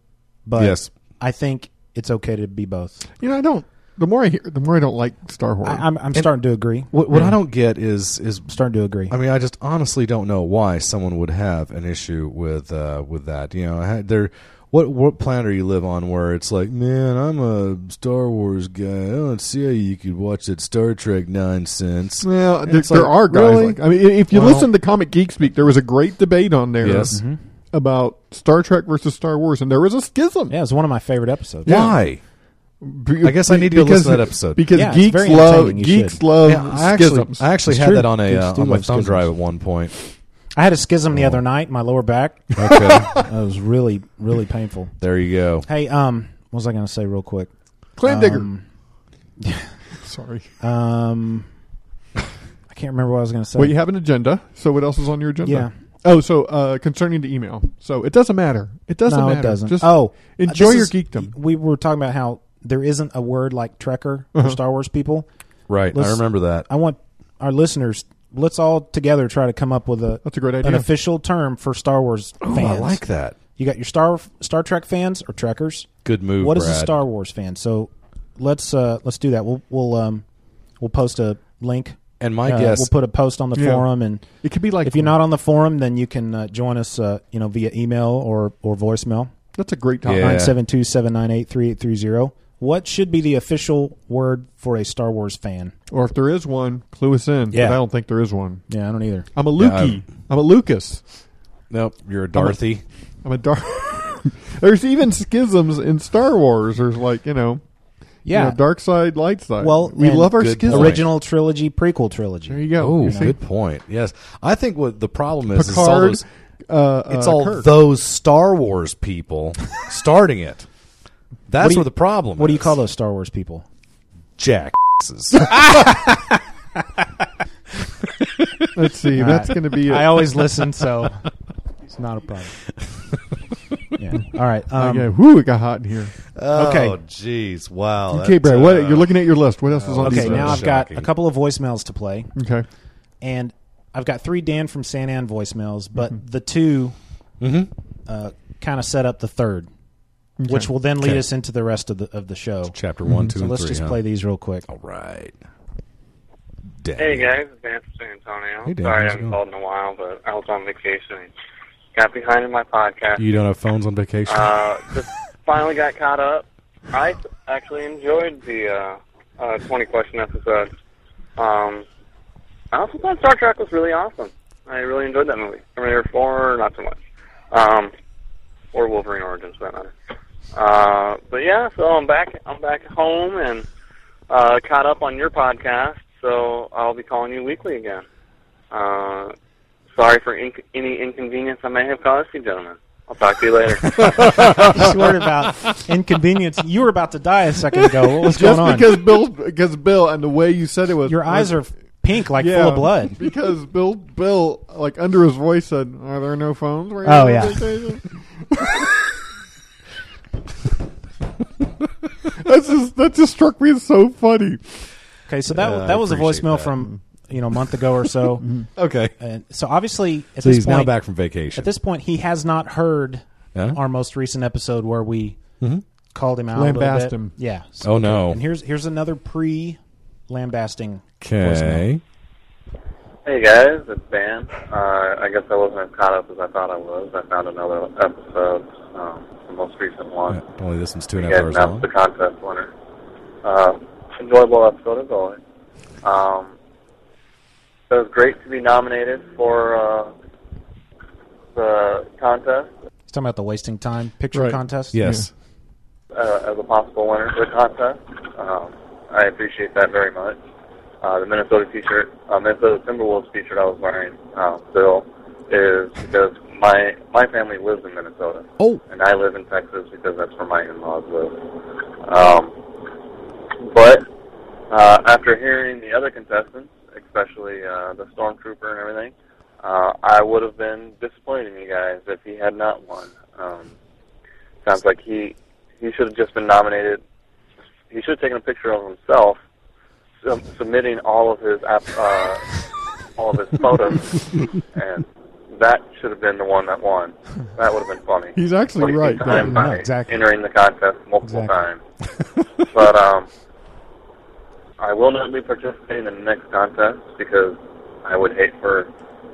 S10: but
S9: Yes.
S10: I think it's okay to be both.
S11: You know, I don't. The more I hear, the more I don't like Star Wars.
S10: I, I'm I'm starting to agree.
S9: What what I don't get is is
S10: starting to agree.
S9: I mean, I just honestly don't know why someone would have an issue with uh, with that. You know, I had- there. What what planet are you live on where it's like, man, I'm a Star Wars guy. I don't see how you could watch that Star Trek nonsense.
S11: Well,
S9: And
S11: there,
S9: it's like,
S11: there are guys.
S9: really?
S11: Like, I mean, i- if you
S9: Well-
S11: listen to Comic Geek Speak, there was a great debate on there
S9: Yes. Mhm.
S11: about Star Trek versus Star Wars, and there was a schism.
S10: Yeah, it's one of my favorite episodes.
S11: Yeah.
S9: Why?
S11: Be-
S9: I guess I need to go
S11: because-
S9: listen to that episode.
S11: because
S10: Yeah, it's
S11: geeks
S10: very
S11: love
S10: entertaining. You
S11: geeks
S10: should.
S11: love
S9: Yeah, I actually,
S11: schisms.
S9: I actually
S10: It's
S9: had
S10: true.
S9: that on a
S10: Geeks
S9: uh,
S10: do
S9: on my
S10: love
S9: thumb
S10: schisms.
S9: drive at one point.
S10: I had a schism the other night, my lower back.
S9: Okay,
S10: that was really, really painful.
S9: there you go.
S10: Hey, um, what was I going to say real quick?
S11: Clam digger.
S10: Um,
S11: Sorry.
S10: um, I can't remember what I was going to say.
S11: Well, you have an agenda. So what else is on your agenda?
S10: uh, Yeah.
S11: Oh, so uh, concerning the email. So it doesn't matter. It doesn't
S10: no,
S11: matter.
S10: it doesn't.
S11: Just
S10: oh,
S11: enjoy
S10: this
S11: your
S10: is-
S11: geekdom.
S10: We were talking about how there isn't a word like trekker
S11: Uh-huh.
S10: for Star Wars people.
S9: Right, I
S10: Let's-
S9: remember that.
S10: I want our listeners. Let's all together try to come up with a
S11: That's a great idea.
S10: an official term for Star Wars fans.
S9: Ooh, Oh, I like that.
S10: You got your Star Star Trek fans or trekkers.
S9: Good move.
S10: What is
S9: Brad.
S10: a Star Wars fan? So let's uh, let's do that. We'll we'll um, we'll post a link.
S9: And my
S10: Uh,
S9: guess,
S10: we'll put a post on the
S11: Yeah.
S10: forum, and
S11: It could be like
S10: if you're not on the forum, then you can uh, join us, uh, you know, via email or or voicemail
S11: That's a great topic.
S9: Yeah.
S10: nine seven two seven nine eight three eight three zero. What should be the official word for a Star Wars fan?
S11: Or if there is one, clue us in.
S10: Yeah.
S11: But I don't think there is one.
S10: Yeah, I don't either.
S11: I'm a Lukey. I'm a Lucas.
S9: nope, you're a Dorothy.
S11: I'm a dark. There's even schisms in Star Wars. There's like you know, you know, dark side, light side.
S10: Well,
S11: we
S10: and
S11: love our
S9: good
S11: schisms.
S9: point.
S10: original trilogy, prequel trilogy.
S11: There you go.
S9: Oh,
S11: You see?
S9: good point. Yes, I think what the problem is is all
S11: Picard,
S9: those,
S11: uh, uh,
S9: it's all
S11: Kirk.
S9: those Star Wars people starting it. That's
S10: What do you-
S9: where the problem.
S10: What do you
S9: is.
S10: call those Star Wars people?
S9: Jack.
S11: Let's see. That's going to be.
S10: I
S11: It.
S10: always listen, so it's not a problem. yeah. All right. Um,
S11: Okay. Whoo, it got hot in here.
S10: Okay.
S9: Oh, jeez. Wow.
S11: Okay,
S9: that,
S11: Brad. What
S9: uh,
S11: you're looking at your list? What else is on?
S10: Okay.
S9: This
S11: these
S9: is
S10: Now
S11: lists?
S10: I've got
S9: shocking.
S10: a couple of voicemails to play,
S11: Okay.
S10: and I've got three Dan from San Ann voicemails, but
S11: Mm-hmm.
S10: the 2
S9: Mm-hmm.
S10: uh, kind of set up the third, which will then lead
S9: Okay.
S10: us into the rest of the of the show.
S9: Chapter one, two,
S10: So
S9: and
S10: let's
S9: three.
S10: just
S9: huh?
S10: play these real quick.
S9: All right. Dang.
S13: Hey guys, it's Dan from San Antonio.
S9: Hey, Dan,
S13: Sorry I
S9: how's it
S13: haven't called
S9: going?
S13: in a while, but I was on vacation and got behind in my podcast.
S9: You don't have phones on vacation.
S13: Uh, just finally got caught up. I actually enjoyed the uh, uh, 20 question episode. Um, I also thought Star Trek was really awesome. I really enjoyed that movie. Terminator 4, not so much. Um, or Wolverine Origins, for that matter. Uh, but yeah, so I'm back. I'm back home and uh, caught up on your podcast. So I'll be calling you weekly again. Uh, sorry for inc- any inconvenience I may have caused you, gentlemen. I'll talk to you later.
S10: He's worried about inconvenience. You were about to die a second ago. What was going
S11: Just
S10: on?
S11: because Bill, because Bill, and the way you said it was
S10: Your eyes are pink, like
S11: Yeah,
S10: full of blood.
S11: because Bill, Bill, like under his voice said, "Are there no phones?" where you're
S10: Oh,
S11: on
S10: yeah.
S11: vacation?" that's just that just struck me as so funny.
S10: Okay, so that
S9: Yeah, I
S10: that was a
S9: appreciate
S10: voicemail
S9: that. Mm-hmm.
S10: from you know a month ago or so.
S9: okay.
S10: and so obviously, at
S9: So
S10: this
S9: he's
S10: point,
S9: now back from vacation.
S10: at this point, he has not heard
S9: Huh? Mm-hmm.
S10: our most recent episode where we called him out. a little
S11: Lambast
S10: bit.
S11: him.
S10: yeah. So,
S9: oh no.
S10: and here's here's another pre lambasting.
S9: Okay.
S13: Hey guys, it's Dan. Uh, I guess I wasn't as caught up as I thought I was. I found another episode, um, the most recent one.
S9: Yeah, Uh, only this one's two and
S13: You
S9: a half
S13: guys
S9: hours
S13: announced
S9: long.
S13: the contest winner. Uh, enjoyable episode as always. Um, it was great to be nominated for uh, the contest
S10: He's talking about the wasting time picture
S11: Right.
S10: contest.
S9: Yes.
S13: uh, as a possible winner for the contest. Um, I appreciate that very much. Uh, the Minnesota T-shirt, uh, Minnesota Timberwolves T-shirt I was wearing uh, still is because my my family lives in Minnesota.
S9: Oh.
S13: And I live in Texas because that's where my in-laws live. Um, but uh, after hearing the other contestants, especially uh, the stormtrooper and everything, uh, I would have been disappointed in you guys if he had not won. Um, sounds like he he should have just been nominated. He should have taken a picture of himself sub- submitting all of his app, uh, all of his photos, and that should have been the one that won. That would have been funny.
S11: He's actually
S13: Wasting
S11: right,
S13: Time
S11: yeah,
S13: by
S10: exactly.
S13: Entering the contest multiple
S10: Exactly.
S13: times, but
S11: uh,
S13: um, I will not be participating in the next contest because I would hate for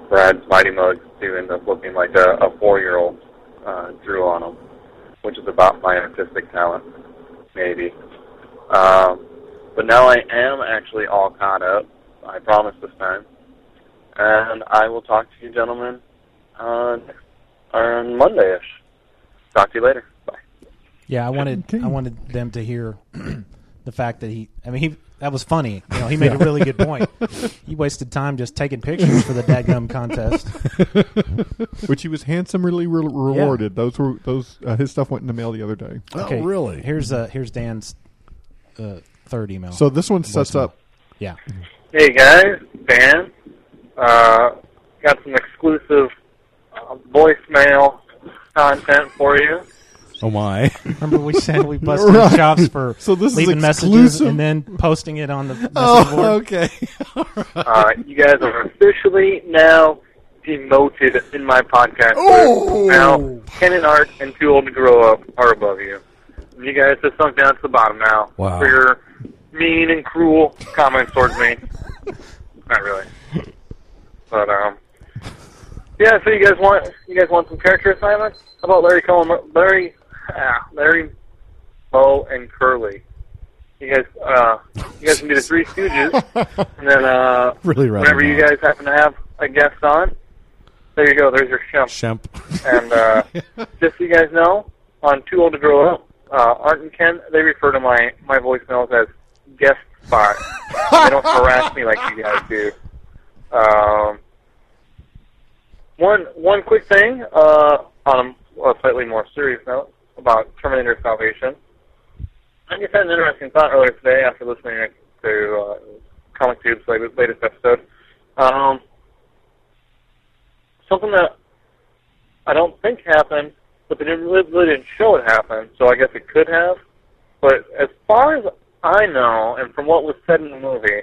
S13: Brad's Mighty Mugs to end up looking like a, a four-year-old uh, drew on him.
S11: which is about my artistic talent, maybe. Um, but now I am actually all caught up. I promise this time, and I will talk to you gentlemen uh, on on Monday-ish. Talk to you later.
S10: Yeah, I wanted I wanted them to hear the fact that he. I mean, he that was funny. You know, he made a
S14: Yeah.
S10: really good point. He wasted time just taking pictures for the dadgum contest.
S15: Which he was handsomely re- rewarded. Those were those. Uh, his stuff went in the mail the other day.
S10: really? Here's uh here's Dan's uh, third email.
S15: So this one sets up.
S10: Yeah.
S11: Hey guys, Dan. Uh, got some exclusive uh, voicemail content for you.
S9: Oh my!
S10: Remember we said we busted
S15: Right.
S10: jobs for
S15: So this is
S10: leaving messages
S15: exclusive?
S10: and then posting it on the message
S15: Oh,
S10: board.
S15: okay.
S11: Uh, you guys are officially now demoted in my podcast.
S15: Oh!
S11: group. Now, Ken and Art and Too Old to Grow Up are above you. You guys have sunk down to the bottom now
S9: Wow.
S11: for your mean and cruel comments towards me. Not really, but um, yeah. So you guys want you guys want some character assignments? How about Larry Cohen, Larry, ah, Larry, Bo, and Curly? You guys, uh, you guys can do the Three Stooges, and then uh,
S9: Really rather
S11: whenever you
S9: not.
S11: guys happen to have a guest on, there you go. There's your shemp.
S9: Shemp.
S11: And uh, just so you guys know, on Too Old to Grow Up, uh, Art and Ken they refer to my my voicemails as guest spot. they don't harass me like you guys do. Um, one one quick thing uh, on a, a slightly more serious note about Terminator Salvation. I just had an interesting thought earlier today after listening to uh, Comic Tube's latest, latest episode. Um, something that I don't think happened, but they didn't really, really didn't show it happen, so I guess it could have. But as far as I know, and from what was said in the movie,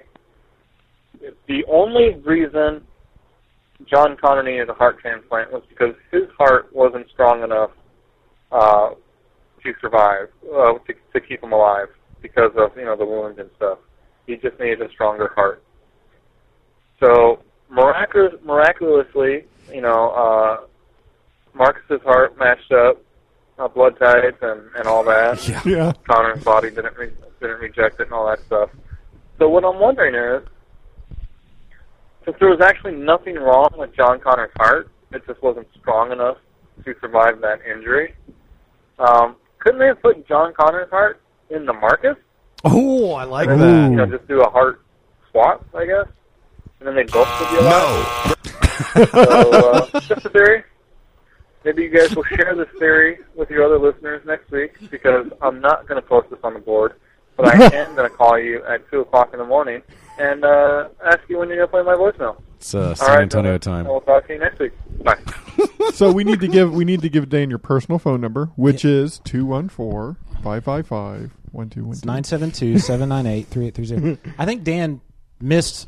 S11: the only reason John Connor needed a heart transplant was because his heart wasn't strong enough uh, to survive, uh, to, to keep him alive because of you know the wounds and stuff. He just needed a stronger heart. So miraculous, miraculously, you know, uh, Marcus's heart matched up, uh, blood type and, and all that.
S15: Yeah. Yeah.
S11: Connor's body didn't re- didn't reject it and all that stuff. So what I'm wondering is, since there was actually nothing wrong with John Connor's heart, it just wasn't strong enough to survive that injury. Um, couldn't they have put John Connor's heart in the Marcus?
S9: Oh, I like
S11: and
S9: that.
S11: Then, you know, just do a heart swap, I guess, and then they both would be alive. No. so uh, just a theory. Maybe you guys will share this theory with your other listeners next week because I'm not going to post this on the board, but I am going to call you at two o'clock in the morning and uh, ask you when you're going to play my voicemail.
S9: It's uh,
S11: All
S9: San
S11: right,
S9: Antonio
S11: brother.
S9: time.
S11: We'll talk to you next week. Bye.
S15: so we need to give we need to give Dane your personal phone number, which is 214-555-1212.
S10: It's 972-798-3830. I think Dan missed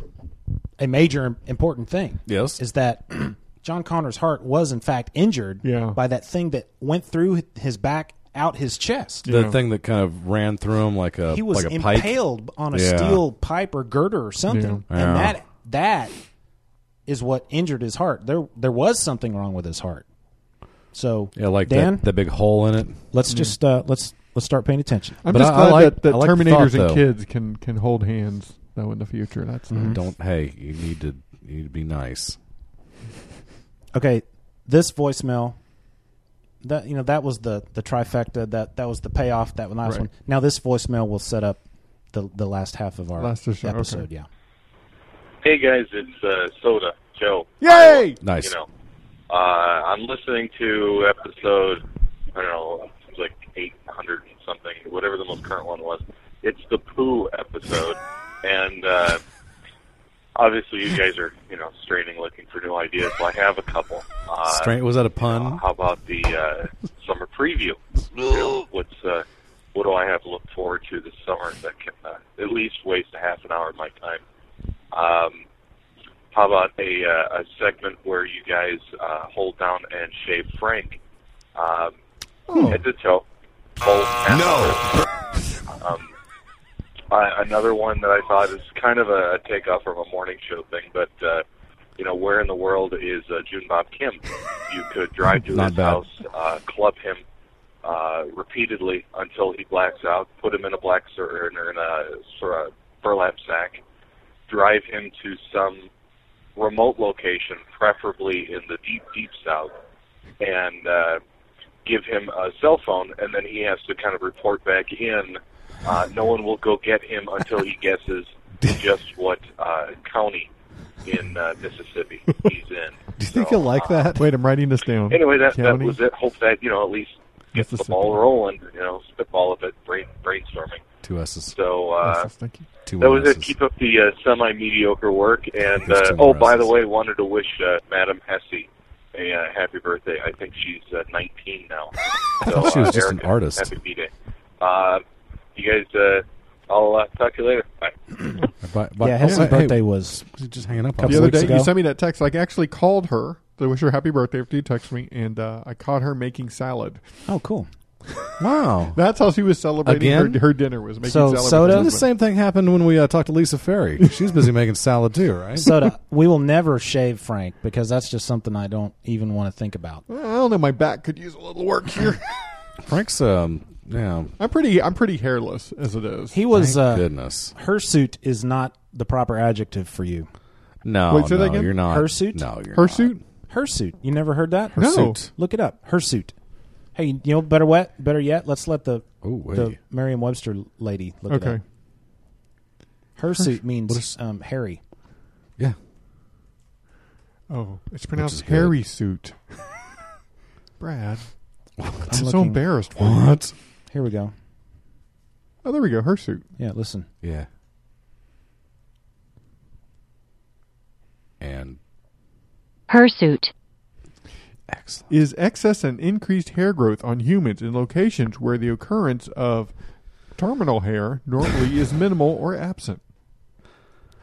S10: a major important thing.
S9: Yes.
S10: Is that John Connor's heart was in fact injured by that thing that went through his back out his chest.
S9: The thing that kind of ran through him like a
S10: he was
S9: like a pipe.
S10: impaled on a
S9: Yeah.
S10: steel pipe or girder or something,
S9: Yeah.
S10: and
S9: Yeah.
S10: that that is what injured his heart. There there was something wrong with his heart. So
S9: Yeah, like
S10: Dan,
S9: that, that big hole in it.
S10: let's just uh, let's let's start paying attention.
S15: I'm
S9: But
S15: just
S9: I- I
S15: glad
S9: like-
S15: that, that
S9: I like the
S15: Terminators
S9: thought,
S15: and
S9: though. Mm-hmm.
S15: kids can can hold hands though in the future. That's nice.
S9: Don't. Hey, you need to. You need to be nice.
S10: okay this voicemail that you know that was the the trifecta that that was the payoff that last
S15: Right.
S10: one now this voicemail will set up the the last half of our
S15: Last issue, okay.
S10: episode yeah
S4: Hey guys, it's uh, Soda Joe.
S15: Yay!
S9: Nice.
S4: You know, uh, I'm listening to episode I don't know, it's like 800 and something, whatever the most current one was. It's the poo episode, and uh, obviously you guys are you know straining looking for new ideas. Well, I have a couple. Uh,
S9: Straight. Was that a pun?
S4: how about the uh, summer preview? You know, what's uh, what do I have to look forward to this summer that can uh, at least waste a half an hour of my time? Um, how about a, uh, a segment where you guys uh, hold down and shave Frank um, head to toe? uh, No. Um, uh, another one that I thought is kind of a takeoff from a morning show thing, but uh, you know, where in the world is uh, June Bob Kim? You could drive to
S9: Not
S4: his
S9: bad.
S4: house, uh, club him, uh, repeatedly until he blacks out. Put him in a black sur- or in a, sur- a burlap sack. Drive him to some remote location, preferably in the deep, deep south, and uh, give him a cell phone, and then he has to kind of report back in. Uh, no one will go get him until he guesses just what uh, county in uh, Mississippi he's in.
S16: Do you think he'll like that?
S11: Wait, I'm writing this down.
S4: Anyway, that, that
S11: County,
S4: was it. Hope that, you know, at least get the
S11: Mississippi.
S4: ball rolling, you know, spitball a bit, brain, brainstorming.
S9: Two S's.
S4: So uh,
S9: S's, thank you. Two
S4: that was it.
S9: S's.
S4: Keep up the uh, semi-mediocre work. And
S9: There's
S4: uh,
S9: two
S4: oh,
S9: more
S4: by the
S9: S's.
S4: way, wanted to wish uh, Madam Hesse a uh, happy birthday. I think she's uh, 19 now. uh,
S9: I thought she was just an
S4: Erica,
S9: artist.
S4: Happy birthday. Uh, you guys, uh, I'll uh, talk to you later. Bye.
S9: But,
S10: yeah, his birthday was
S9: just hanging up.
S10: a couple
S11: the other
S10: weeks
S11: day
S10: ago.
S11: you sent me that text. Like, I actually called her to wish her happy birthday after you texted me, and uh, I caught her making salad.
S10: Oh, cool!
S9: Wow,
S11: that's how she was celebrating her,
S9: Again?
S11: her dinner was making salad. with her
S9: The
S11: husband.
S9: same thing happened when we uh, talked to Lisa Ferry. She's busy making salad too, right?
S10: Soda, we will never shave Frank because that's just something I don't even want to think about.
S11: I don't know. My back could use a little work here.
S9: Frank's um, yeah.
S11: I'm pretty. I'm pretty hairless as it is.
S10: He was uh,
S11: Thank
S9: goodness.
S10: Hirsute is not the proper adjective for you.
S9: No, Wait, say that no, again? you're not.
S10: Hirsute.
S9: No, you're
S11: Hirsute.
S10: Hirsute. You never heard that?
S11: No. Hirsute.
S10: Look it up. Hirsute. Hey, you know better wet. Better yet, let's let the
S9: wait.
S10: the Merriam-Webster lady look it
S11: Okay.
S10: up. Hirsute means um, hairy.
S11: Oh, it's
S10: is
S11: pronounced
S10: good.
S11: hairy suit. Brad,
S10: I'm
S11: I'm so
S10: looking-
S11: embarrassed. for you.
S9: What?
S10: Here we go.
S11: Oh, there we go. Her suit.
S10: Yeah, listen.
S9: Yeah. And
S3: Hirsute.
S11: Is excess and increased hair growth on humans in locations where the occurrence of terminal hair normally is minimal or absent?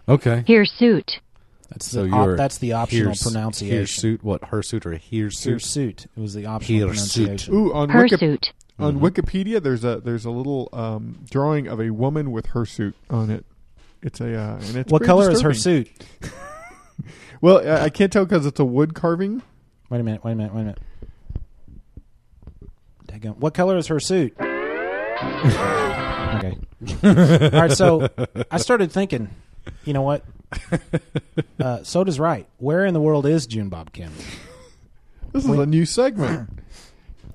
S9: okay.
S3: Hirsute.
S10: That's
S9: so
S10: the
S9: you
S10: op-
S9: were
S10: that's the optional
S9: here's-
S10: pronunciation.
S9: Hirsuit, what hirsute or hirsuit?
S10: Hirsute. It was the optional pronunciation.
S11: Ooh, on,
S10: Her
S11: Wiki-
S10: suit.
S11: on Wikipedia, there's a there's a little um, drawing of a woman with her suit on it. It's a uh, and it's
S10: What
S11: pretty
S10: color is her
S11: disturbing. well, I, I can't tell because it's a wood carving.
S10: Wait a minute. Wait a minute. Wait a minute. Daggone. What color is her suit? okay. All right. So I started thinking. You know what? Uh, Soda's right. Where in the world is June Bob Kim?
S11: This is a new segment.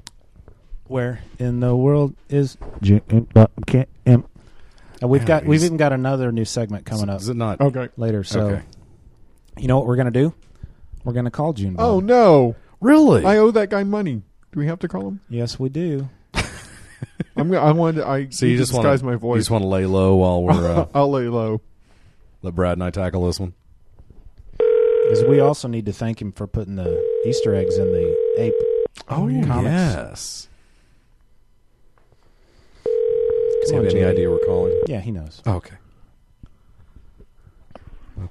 S10: Where in the world is June Bob Kim? Uh, we've got we've even got another new segment coming up.
S9: Is it not?
S11: Okay.
S10: Later. So
S9: Okay.
S10: you know what we're gonna do? We're gonna call June. Bob.
S11: Oh no!
S9: Really?
S11: I owe that guy money. Do we have to call him?
S10: Yes, we do.
S11: I'm. gonna- I wanted. I.
S9: So you
S11: need to
S9: just want
S11: disguise
S9: to
S11: my voice.
S9: You just want to lay low while we're uh,
S11: I'll lay low.
S9: let Brad and I tackle this one.
S10: Because we also need to thank him for putting the Easter eggs in the ape.
S9: Oh,
S10: comics.
S9: yes. Does he
S10: Come
S9: have
S10: on,
S9: any
S10: Jimmy.
S9: idea we're calling?
S10: Yeah, he knows.
S9: Okay.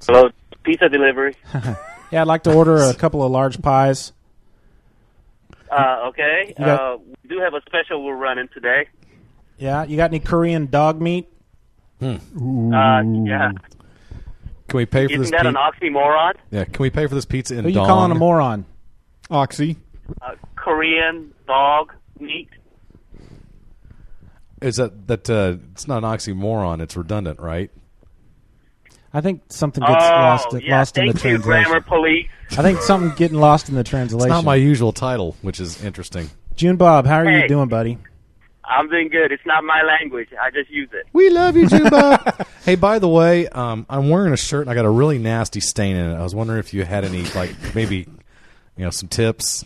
S5: Hello, pizza delivery.
S10: Yeah, I'd like to order a couple of large pies.
S5: Uh, okay.
S10: You got-
S5: Uh, we do have a special we're running today.
S10: Yeah, you got any Korean dog meat?
S5: Uh,
S10: Mm.
S5: yeah.
S9: Can we pay for this?
S5: Isn't that
S9: pi-
S5: an oxymoron?
S9: yeah. Can we pay for this pizza in
S10: Who you
S9: dong?
S10: calling a moron?
S11: Oxy.
S5: Uh, Korean dog meat.
S9: Is that that? Uh, it's not an oxymoron. It's redundant, right?
S10: I think something gets
S5: oh,
S9: uh,
S10: lost
S5: yeah.
S10: lost in
S5: Thank
S10: the
S5: you,
S10: translation.
S5: grammar police.
S10: I think something getting lost in the
S9: It's
S10: translation.
S9: not my usual title, which is interesting.
S10: June Bob, how are
S5: Hey.
S10: you doing, buddy?
S5: I'm doing good. It's not my language. I just use it.
S9: We love you, June Bob. hey, by the way, um, I'm wearing a shirt and I got a really nasty stain in it. I was wondering if you had any, like maybe, you know, some tips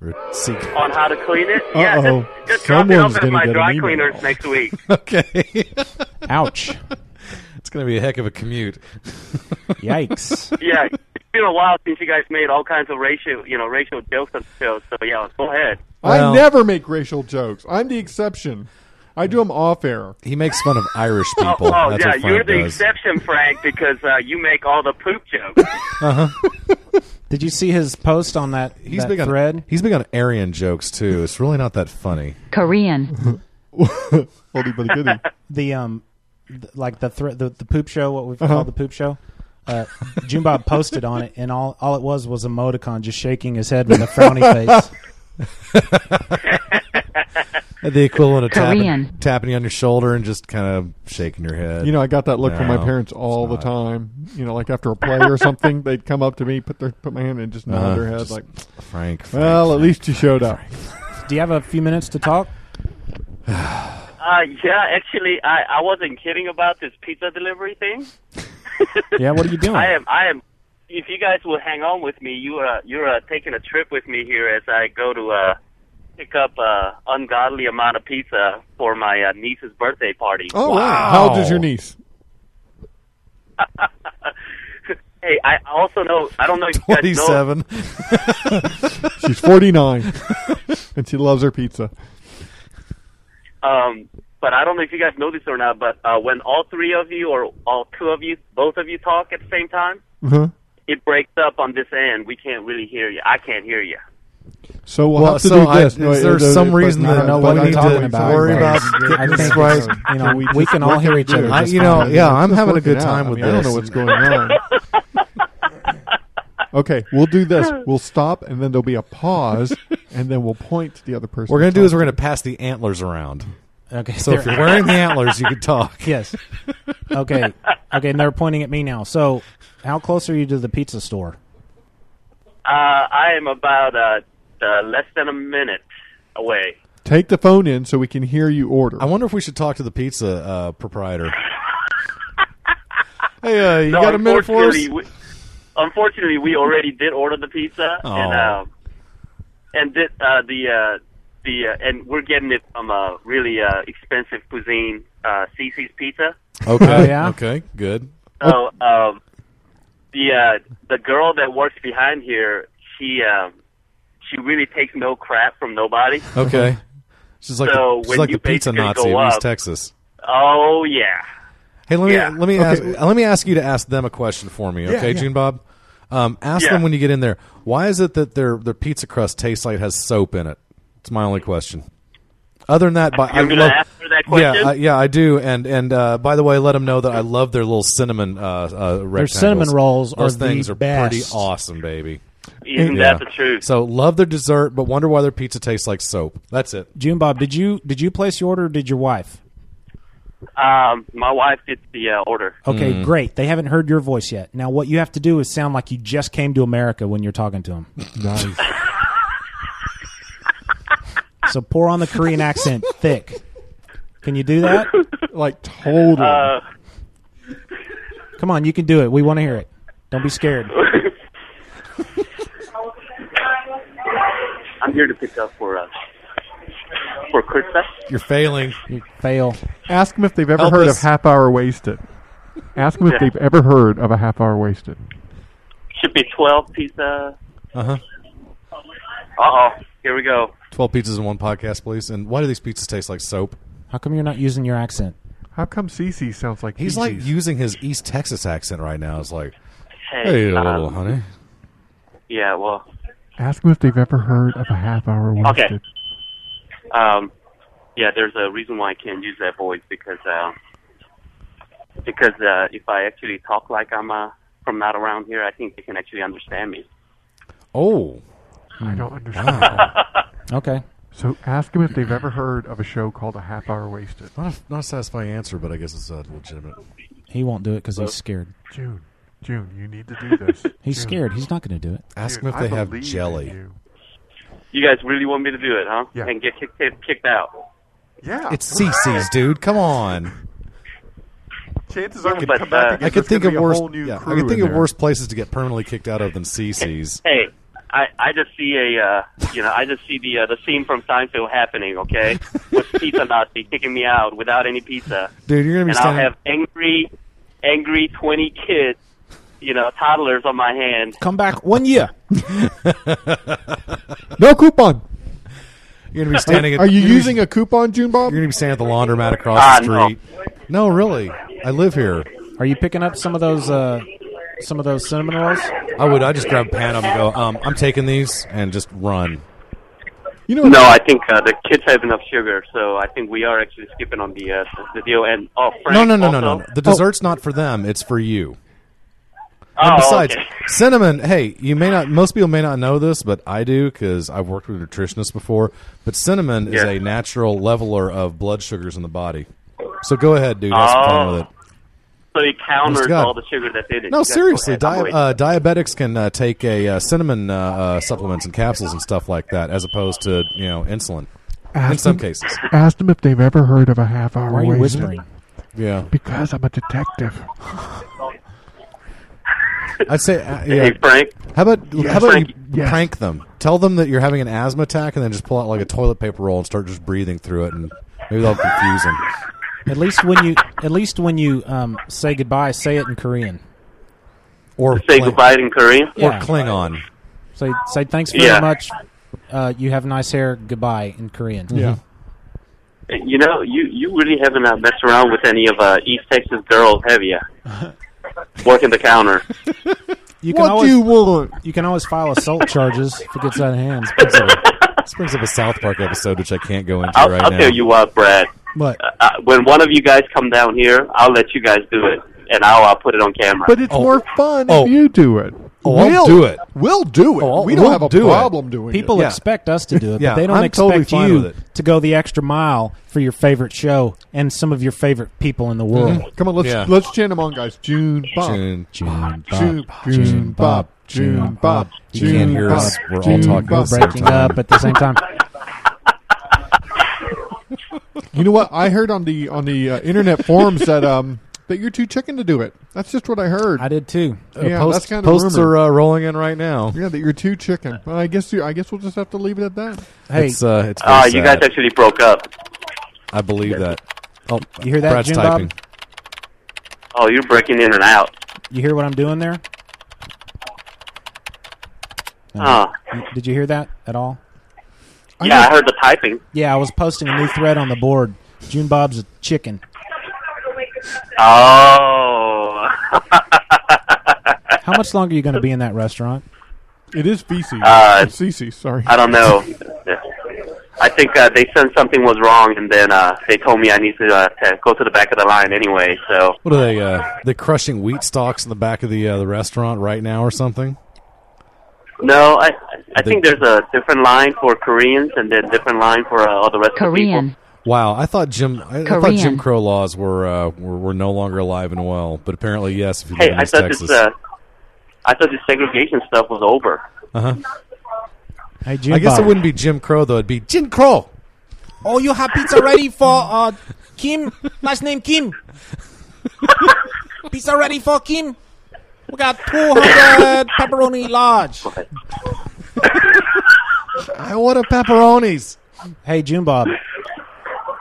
S9: or seek.
S5: On how to clean it? Yeah,
S9: Uh-oh.
S5: just, just drop it
S9: Someone's
S5: off at
S9: gonna
S5: my
S9: get an
S5: dry
S9: email.
S5: cleaners next week.
S9: Okay.
S10: Ouch.
S9: It's going to be a heck of a commute.
S10: Yikes.
S5: yeah, it's been a while since you guys made all kinds of racial, you know, racial jokes on the show. So yeah, go ahead.
S11: I never make racial jokes. I'm the exception. I do them off air.
S9: He makes fun of Irish people.
S5: Oh, oh,
S9: That's
S5: yeah,
S9: what Frank
S5: you're the
S9: does.
S5: exception, Frank, because uh, you make all the poop jokes.
S9: Uh-huh.
S10: Did you see his post on that,
S9: He's
S10: that
S9: big on
S10: thread?
S9: He's big on Aryan jokes too. It's really not that funny.
S3: Korean.
S10: the um, th- like the, thre the the poop show, what we've
S11: Uh-huh.
S10: called the poop show. Uh, June Bob posted on it, and all all it was was emoticon just shaking his head with a frowny face.
S9: the equivalent of tapping,
S3: Korean.
S9: tapping you on your shoulder and just kind of shaking your head.
S11: You know, I got that look from my
S9: No,
S11: parents
S9: it's
S11: all the
S9: not.
S11: time. You know, like after a play or something, they'd come up to me, put their put my hand, in and just nod
S9: Uh,
S11: their head,
S9: just,
S11: like
S9: "Frank, Frank,
S11: Well, at
S9: Frank,
S11: least you showed up.
S10: Do you have a few minutes to talk?
S5: Uh, yeah, actually, I, I wasn't kidding about this pizza delivery thing.
S10: Yeah, what are you doing?
S5: I am. I am. If you guys will hang on with me, you are you're uh, taking a trip with me here as I go to uh, pick up uh, ungodly amount of pizza for my uh, niece's birthday party.
S11: "Oh, wow. How old is your niece?
S5: Hey, I also know. I don't know. If you guys know-
S9: Twenty-seven.
S11: She's forty nine, and she loves her pizza."
S5: Um, but I don't know if you guys know this or not, but uh, when all three of you or all two of you, both of you talk at the same time,
S11: Uh-huh.
S5: it breaks up on this end. We can't really hear you. I can't hear you.
S11: So we'll,
S9: Well,
S11: have to
S9: so
S11: do
S9: I-
S11: this.
S9: is there
S11: it- it-
S9: some
S11: but
S9: reason
S11: not-
S9: that
S11: but
S9: we
S11: not
S9: need to
S11: talking about
S9: worry
S11: it.
S9: about
S11: I
S9: Jesus
S11: think
S9: Christ?
S11: so.
S10: You know, we can all hear each other
S9: I-
S10: just
S9: you know,
S10: fine.
S9: yeah, I'm
S11: Just
S9: having a
S11: working
S9: good time
S11: out.
S9: with
S11: I mean, I don't know
S9: this.
S11: what's going on. Okay, we'll do this. We'll stop, and then there'll be a pause, and then we'll point to the other person.
S9: We're gonna do is we're
S11: talking.
S9: gonna pass the antlers around.
S10: Okay.
S9: So if you're wearing the antlers, you can talk.
S10: Yes. Okay. Okay, and they're pointing at me now. So, how close are you to the pizza store?
S5: Uh, I am about uh, uh, less than a minute away.
S11: Take the phone in so we can hear you order.
S9: I wonder if we should talk to the pizza uh, proprietor. hey, uh, you
S5: No,
S9: got a minute for us?
S5: unfortunately, We, unfortunately, we already did order the pizza,
S9: Oh.
S5: and um, and did, uh, the uh, the uh, and we're getting it from a really uh, expensive cuisine, uh, Cece's Pizza.
S9: Okay.
S10: Oh, yeah?
S9: Okay. Good.
S5: So
S9: Oh.
S5: um, the uh, the girl that works behind here, she um, she really takes no crap from nobody.
S9: Okay. She's like
S5: So
S9: the, she's
S5: when
S9: like the
S5: you
S9: pizza
S5: basically
S9: Nazi
S5: go
S9: of East
S5: up-
S9: Texas.
S5: Oh yeah.
S9: Hey, let me
S5: Yeah.
S9: let me
S5: Okay.
S9: ask uh, let me ask you to ask them a question for me,
S5: Yeah,
S9: okay,
S5: yeah.
S9: June Bob? Um, ask
S5: Yeah.
S9: them when you get in there. Why is it that their their pizza crust tastes like it has soap in it? It's my only question. Other than that, by,
S5: You're
S9: I
S5: gonna
S9: love,
S5: ask her that question?
S9: yeah, I, yeah, I do. And and uh, by the way, let them know that I love their little cinnamon uh, uh, rectangles.
S10: cinnamon rolls are
S9: Those
S10: the
S9: things are pretty
S10: best.
S9: awesome, baby.
S5: Isn't that the truth?
S9: So love their dessert, but wonder why their pizza tastes like soap. That's it.
S10: June Bob, did you did you place your order or did your wife?
S5: Um, my wife did the uh, order.
S10: Okay, great. They haven't heard your voice yet. Now what you have to do is sound like you just came to America when you're talking to them.
S11: Nice.
S10: so pour on the Korean accent thick. Can you do that?
S11: Like totally.
S5: Uh,
S10: Come on, you can do it. We want to hear it. Don't be scared.
S5: I'm here to pick up for uh, for Krista.
S9: You're failing.
S10: You fail.
S11: Ask them if they've ever
S10: Help
S11: heard
S10: us.
S11: of half hour wasted. Ask them if
S5: Yeah.
S11: they've ever heard of a half hour wasted.
S5: Should be twelve pizza.
S9: Uh huh.
S5: Uh oh, here we go.
S9: Twelve pizzas in one podcast, please. And why do these pizzas taste like soap?
S10: How come you're not using your accent?
S11: How come CC sounds like
S9: He's like
S11: Gigi's?
S9: using his East Texas accent right now. It's like,
S5: Hey,
S9: hey, uh, oh.
S5: um,
S9: little honey.
S5: Yeah, well,
S11: Ask them if they've ever heard of a half hour wasted.
S5: okay. Um, yeah, there's a reason why I can't use that voice because uh, because uh, if I actually talk like I'm uh, from not around here, I think they can actually understand me.
S9: Oh.
S11: I don't understand.
S10: Okay.
S11: So ask them if they've ever heard of a show called A Half Hour Wasted.
S9: Not a, not a satisfying answer, but I guess it's uh, legitimate.
S10: He won't do it because he's scared.
S11: June, June, you need to do this.
S10: He's
S11: June.
S10: scared. He's not going to do it.
S9: Ask
S11: Dude,
S9: him if they
S11: I
S9: have
S11: believe in
S9: jelly.
S11: you.
S5: You guys really want me to do it, huh?
S11: Yeah.
S5: And get kicked kicked out.
S11: Yeah,
S9: It's CC's, dude. Come on.
S11: chances
S5: are we But, come back uh, again,
S9: I could think of worse.
S11: worse.
S9: yeah, I could think of worse places to get permanently kicked out of than CC's.
S5: Hey, I, I just see a uh, you know I just see the uh, the scene from Seinfeld happening. Okay, with pizza Nazi kicking me out without any pizza.
S9: Dude, you're gonna be
S5: and
S9: standing-
S5: I'll have angry, angry twenty kids, you know, toddlers on my hand.
S10: Come back one year.
S11: No coupon.
S9: You're gonna be standing. At,
S11: Are you
S9: you're gonna be-
S11: using a coupon, June Bob?
S9: You're gonna be standing at the laundromat across
S5: Ah,
S9: the
S5: no.
S9: street. No. really. I live here.
S10: Are you picking up some of those uh, some of those cinnamon rolls?
S9: I would. I just grab a pan of 'em and go. Um, I'm taking these and just run.
S11: You know,
S5: No, I think uh, the kids have enough sugar, so I think we are actually skipping on the uh, the deal. And oh, Frank,
S9: no, no, no, no,
S5: also-
S9: no. The dessert's not for them. It's for you. and
S4: Oh,
S9: besides,
S4: okay.
S9: cinnamon. Hey, you may not. Most people may not know this, but I do because I've worked with nutritionists before. But cinnamon is
S4: Yeah.
S9: a natural leveler of blood sugars in the body. So go ahead, dude. Have some fun
S5: Oh.
S9: with it.
S5: So it
S9: Honest
S5: counters
S9: to God.
S5: all the sugar that's in it.
S9: No,
S5: You guys go
S9: seriously,
S5: ahead. I'm
S9: di-
S5: waiting.
S9: uh, diabetics can uh, take a uh, cinnamon uh, uh, supplements and capsules and stuff like that, as opposed to you know insulin. in
S17: Ask
S9: some
S17: them-
S9: cases,
S17: Ask them if they've ever heard of a half hour.
S9: Why are you
S17: ways in.
S9: whispering? Yeah.
S17: Because I'm a detective.
S9: I'd say, uh,
S17: Hey,
S9: yeah.
S17: Frank?
S9: How about
S17: Yes.
S9: how about
S17: Frank,
S9: you
S17: yes.
S9: prank them? Tell them that you're having an asthma attack, and then just pull out like a toilet paper roll and start just breathing through it, and maybe that'll confuse them.
S10: At least when you at least when you um, say goodbye, say it in Korean.
S9: Or
S5: Say goodbye in Korean.
S10: Yeah.
S9: Klingon.
S10: Say say thanks very
S5: Yeah.
S10: much. Uh, you have nice hair. Goodbye in Korean.
S9: Yeah.
S5: You know, you you really haven't uh, messed around with any of uh, East Texas girls, have you? Working the counter.
S10: You
S17: What do you
S10: want? You can always file assault charges if it gets out of hand.
S9: This brings up a South Park episode, which I can't go into
S5: I'll,
S9: right
S5: I'll
S9: now.
S5: tell you what, Brad.
S10: What?
S5: Uh, uh, when one of you guys come down here, I'll let you guys do it, and I'll, I'll put it on camera.
S17: But it's more fun if you do it.
S9: Oh, I'll do it.
S17: We'll do it.
S9: Oh, I'll-
S17: we don't
S9: we'll
S17: have a
S9: do it.
S17: problem doing it.
S10: People
S9: Yeah.
S10: expect us to do it,
S9: Yeah,
S10: but they don't
S9: I'm
S10: expect
S9: totally fine with
S10: you
S9: it.
S10: to go the extra mile for your favorite show and some of your favorite people in the world.
S9: Mm-hmm.
S17: Come on, let's
S10: Yeah.
S17: let's chant them on, guys. June Bob.
S9: June, June,
S17: June, June Bob. June Bob.
S9: You can't
S17: June
S9: hear
S17: Bob.
S9: us. We're all
S17: June
S9: talking
S17: Bob.
S9: at the same
S10: Breaking time. up at the same time.
S17: you know what? I heard on the on the uh, internet forums that um that you're too chicken to do it. That's just what I heard. I
S10: did too.
S9: Uh,
S17: yeah,
S9: posts-
S17: that's kind of
S9: posts
S17: rumor.
S9: are uh, rolling in right now.
S17: Yeah, that you're too chicken. Well, I guess you. I guess we'll just have to leave it at that.
S10: Hey.
S9: It's, uh, it's very
S5: Ah, you guys
S9: sad.
S5: actually broke up.
S9: I believe that. Oh,
S10: You hear that,
S9: Brad's
S10: Jim Bob?
S9: typing.
S5: Oh, you're breaking in and out.
S10: You hear what I'm doing there?
S5: Ah.
S10: Did you hear that at all?
S5: Yeah, I heard the typing.
S10: Yeah, I was posting a new thread on the board. June Bob's a chicken.
S5: Oh.
S10: How much longer are you going to be in that restaurant?
S17: It is BC.
S5: Uh,
S17: It's CC. Sorry.
S5: I don't know. I think uh, they said something was wrong, and then uh, they told me I need to, uh, to go to the back of the line anyway. So
S9: What are they? Uh, they crushing wheat stalks in the back of the uh, the restaurant right now, or something?
S5: no, I I think there's a different line for Koreans, and then different line for uh, all the rest of the people.
S9: Wow, I thought Jim. I, I thought
S5: Korean.
S9: Jim Crow laws were, uh, were were no longer alive and well, but apparently yes. If you
S5: Hey,
S9: live in
S5: I
S9: East
S5: thought
S9: Texas.
S5: this uh, I thought this segregation stuff was over.
S9: uh-huh.
S10: Hey, Jim
S9: I guess
S10: Bob.
S9: it wouldn't be Jim Crow though. It'd be Jim Crow.
S10: Oh, you have pizza ready for uh, Kim? Last name Kim. pizza ready for Kim. We got 200 pepperoni large.
S9: I want a pepperonis.
S10: Hey, June Bob.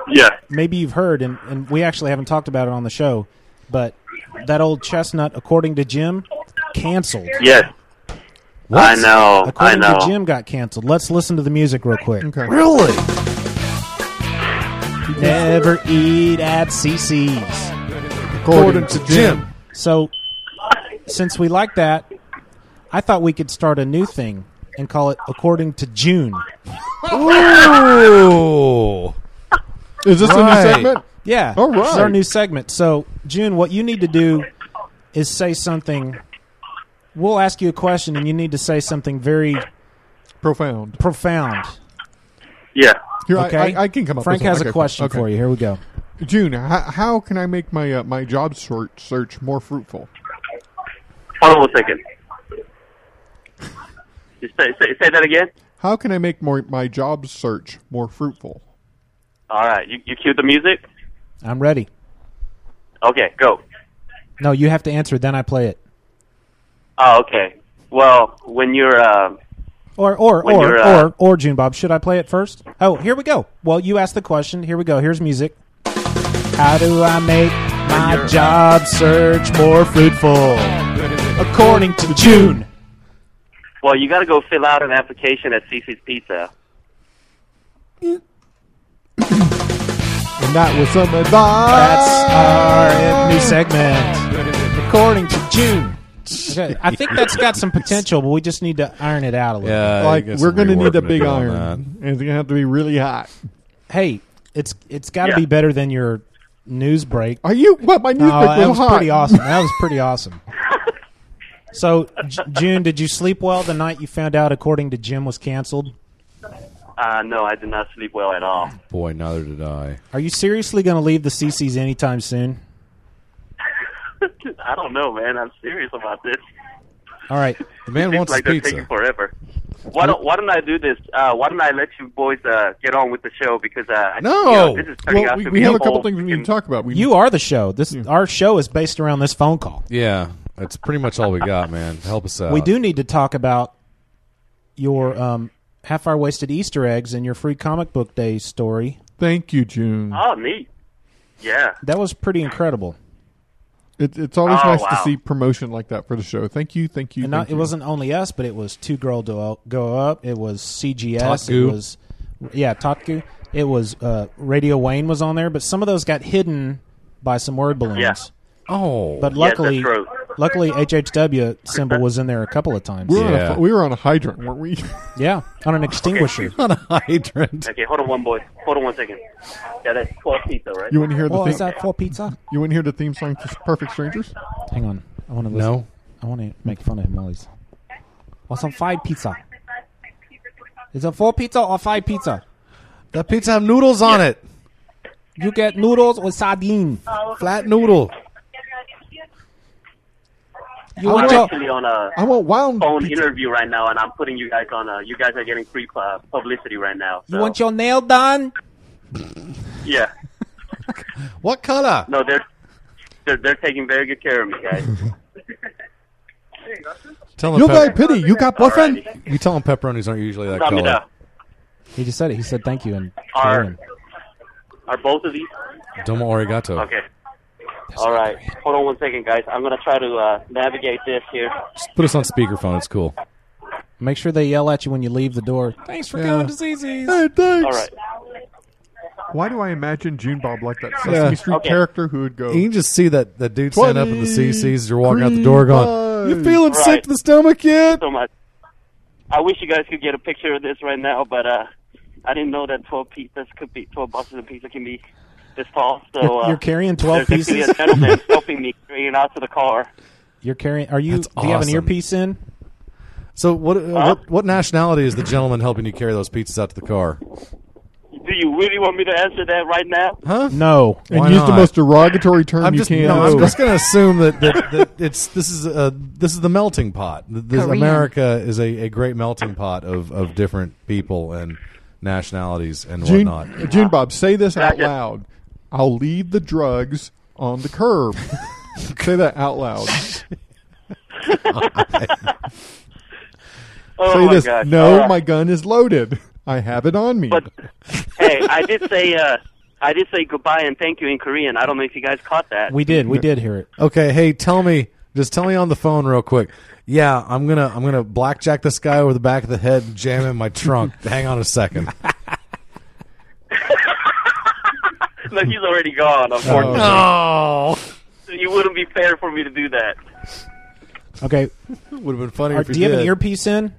S5: Yeah.
S10: Maybe you've heard, and, and we actually haven't talked about it on the show, but that old chestnut, according to Jim, canceled.
S5: Yes. I know.
S10: According
S5: I know.
S10: to Jim, got canceled. Let's listen to the music real quick. Okay.
S9: Really?
S10: Never eat at CC's.
S17: According to Jim.
S10: So, since we like that, I thought we could start a new thing and call it According to June.
S9: Ooh.
S17: Is this a new
S10: Right.
S17: segment?
S10: Yeah.
S17: All right.
S10: This is our new segment. So, June, what you need to do is say something. We'll ask you a question, and you need to say something very
S17: profound.
S10: Profound.
S5: Yeah.
S17: Here, I-
S10: okay.
S17: I, I can come up.
S10: Frank
S17: with something.
S10: has
S17: Okay,
S10: a question
S17: okay.
S10: for you. Here we go.
S17: June, how, how can I make my uh, my job search search more fruitful?
S5: Hold on a second. Just say, say, say that again.
S17: How can I make more my job search more fruitful?
S5: All right, you you cue the music.
S10: I'm ready.
S5: Okay, go.
S10: No, you have to answer. Then I play it.
S5: Oh, okay. Well, when you're uh,
S10: Or or
S5: When
S10: or
S5: you're, uh,
S10: or or June Bob, should I play it first? Oh, here we go. Well, you asked the question. Here we go. Here's music. How do I make my
S5: uh,
S10: job search more fruitful?
S5: Oh,
S10: According to June.
S5: well, you got to go fill out an application at CC's Pizza.
S17: And that was some advice.
S10: That's our new segment. According to June. Okay, I think that's got some potential, but we just need to iron it out a little. bit.
S17: like we're going to need a big iron, and it's going to have to be really hot.
S10: Hey, it's it's got to
S17: Yeah.
S10: be better than your news break.
S17: Are Oh, you? What my news
S10: No,
S17: break
S10: that
S17: was
S10: was
S17: hot.
S10: pretty awesome. That was pretty awesome. So, J- June, did you sleep well the night you found out According to Jim was canceled?
S5: Uh, no, I did not sleep well at all.
S9: Boy, neither did I.
S10: Are you seriously going to leave the CCs anytime soon?
S5: I don't know, man. I'm serious about this.
S10: All right.
S9: The
S5: It seems like they're taking forever. Why don't Why don't I do this? Uh, why don't I let you boys uh, get on with the show because uh, I-
S10: No!
S5: you know, this is turning
S10: Well,
S5: out
S10: we-
S5: to
S10: we
S5: be
S10: have a
S5: whole-
S10: couple
S17: things we need to talk about.
S10: you are the show. This our show is based around this phone call.
S9: Yeah, that's pretty much all we got, man. Help us out.
S10: We do need to talk about your um, half hour wasted Easter eggs and your free comic book day story.
S17: Thank you, June.
S5: Oh, neat. Yeah.
S10: That was pretty incredible.
S17: It, it's always
S10: Oh,
S17: nice to
S10: wow.
S17: see promotion like that for the show. Thank you, thank you.
S10: And not,
S17: thank
S10: it
S17: you.
S10: wasn't only us, but it was Two Girl Do- Go Up. It was CGS.
S17: Tatgu.
S10: It was yeah, Tatku. It was uh, Radio Wayne was on there, but some of those got hidden by some word balloons.
S9: Oh,
S10: But luckily, luckily HHW symbol was in there a couple of times.
S17: We were, on, a, fu- we were on a hydrant, weren't we?
S10: yeah, on an extinguisher.
S9: on a hydrant.
S5: Okay, hold on one boy. Hold on one second. Yeah, that's twelve feet though, right?
S17: You want to hear the theme?
S10: for pizza?
S17: You want to hear the theme song to Perfect Strangers?
S10: Hang on, I want to listen.
S17: No.
S10: I want to make fun of him while he's. Want some fried pizza? Is it four pizza or fried pizza?
S9: The pizza have noodles on it.
S10: You get noodles with sardine.
S9: Flat noodle.
S10: You
S5: I'm
S10: want your-
S5: actually on a
S17: I want wild
S10: Oh,
S5: phone interview right now, and I'm putting you guys on. A, you guys are getting free uh, publicity right now.
S10: You want your nail done?
S5: Yeah.
S9: What color?
S5: No, they're they're, they're taking very good care of me, guys.
S9: Tell
S17: You
S9: him
S17: got pity. You got boyfriend.
S9: You tell him pepperonis aren't usually that
S5: Stop it
S9: color.
S5: up.
S10: He just said it. He said thank you and
S5: Are are both of these?
S9: Domo arigato.
S5: Okay. All right. Hold on one second, guys. I'm gonna try to uh, navigate this here.
S9: Just put us on speakerphone. It's cool.
S10: Make sure they yell at you when you leave the door.
S9: Thanks
S10: for
S17: coming
S10: coming
S17: to
S10: to ZZ's.
S17: Hey, thanks.
S10: All right.
S17: Why do I imagine June Bob like that Sesame Street character who would go?
S9: You can just see that, that dude stand up in the CCs as you're walking out
S17: Twenty
S9: the door going,
S17: cream
S9: You feeling
S5: pies.
S9: sick to the stomach yet?
S5: So much. I wish you guys could get a picture of this right now, but uh, I didn't know that 12 pizzas could be 12 boxes of pizza can be this tall. So
S10: You're-
S5: uh,
S10: you're carrying 12
S5: there's actually
S10: pieces?
S5: a gentleman helping me carrying out to the car.
S10: You're carrying. Are you?
S9: That's
S10: do you have an
S9: awesome.
S10: earpiece in?
S9: So what, uh, what what nationality is the gentleman helping you carry those pizzas out to the car?
S5: Do you really want me to answer that right now?
S9: Huh?
S10: No.
S17: And
S9: Why
S17: use the
S9: not?
S17: most derogatory term
S9: I'm
S17: you
S9: just,
S17: can.
S9: no, I'm just going to assume that, that, that it's this is uh, this is the melting pot. Th- This,
S17: Korean.
S9: America is a, a great melting pot of, of different people and nationalities and
S17: June,
S9: whatnot.
S17: June Bob, say this out
S9: Gotcha.
S17: loud. I'll leave the drugs on the curb. say that out loud.
S5: Oh
S17: say
S5: my
S17: this.
S5: gosh.
S17: No,
S5: Uh,
S17: my gun is loaded. I have it on me.
S5: But hey, I did say uh, I did say goodbye and thank you in Korean. I don't know if you guys caught that.
S10: We did. We did hear it.
S9: Okay, hey, tell me, just tell me on the phone real quick. Yeah, I'm gonna I'm gonna blackjack this guy over the back of the head and jam him in my trunk. Hang on a second.
S5: Look, he's already gone.
S17: Oh,
S10: Oh,
S5: Unfortunately,
S9: No.
S5: you wouldn't be fair for me to do that.
S10: Okay.
S9: Would have been funny
S10: Are,
S9: if you
S10: do you have an
S9: did.
S10: earpiece in?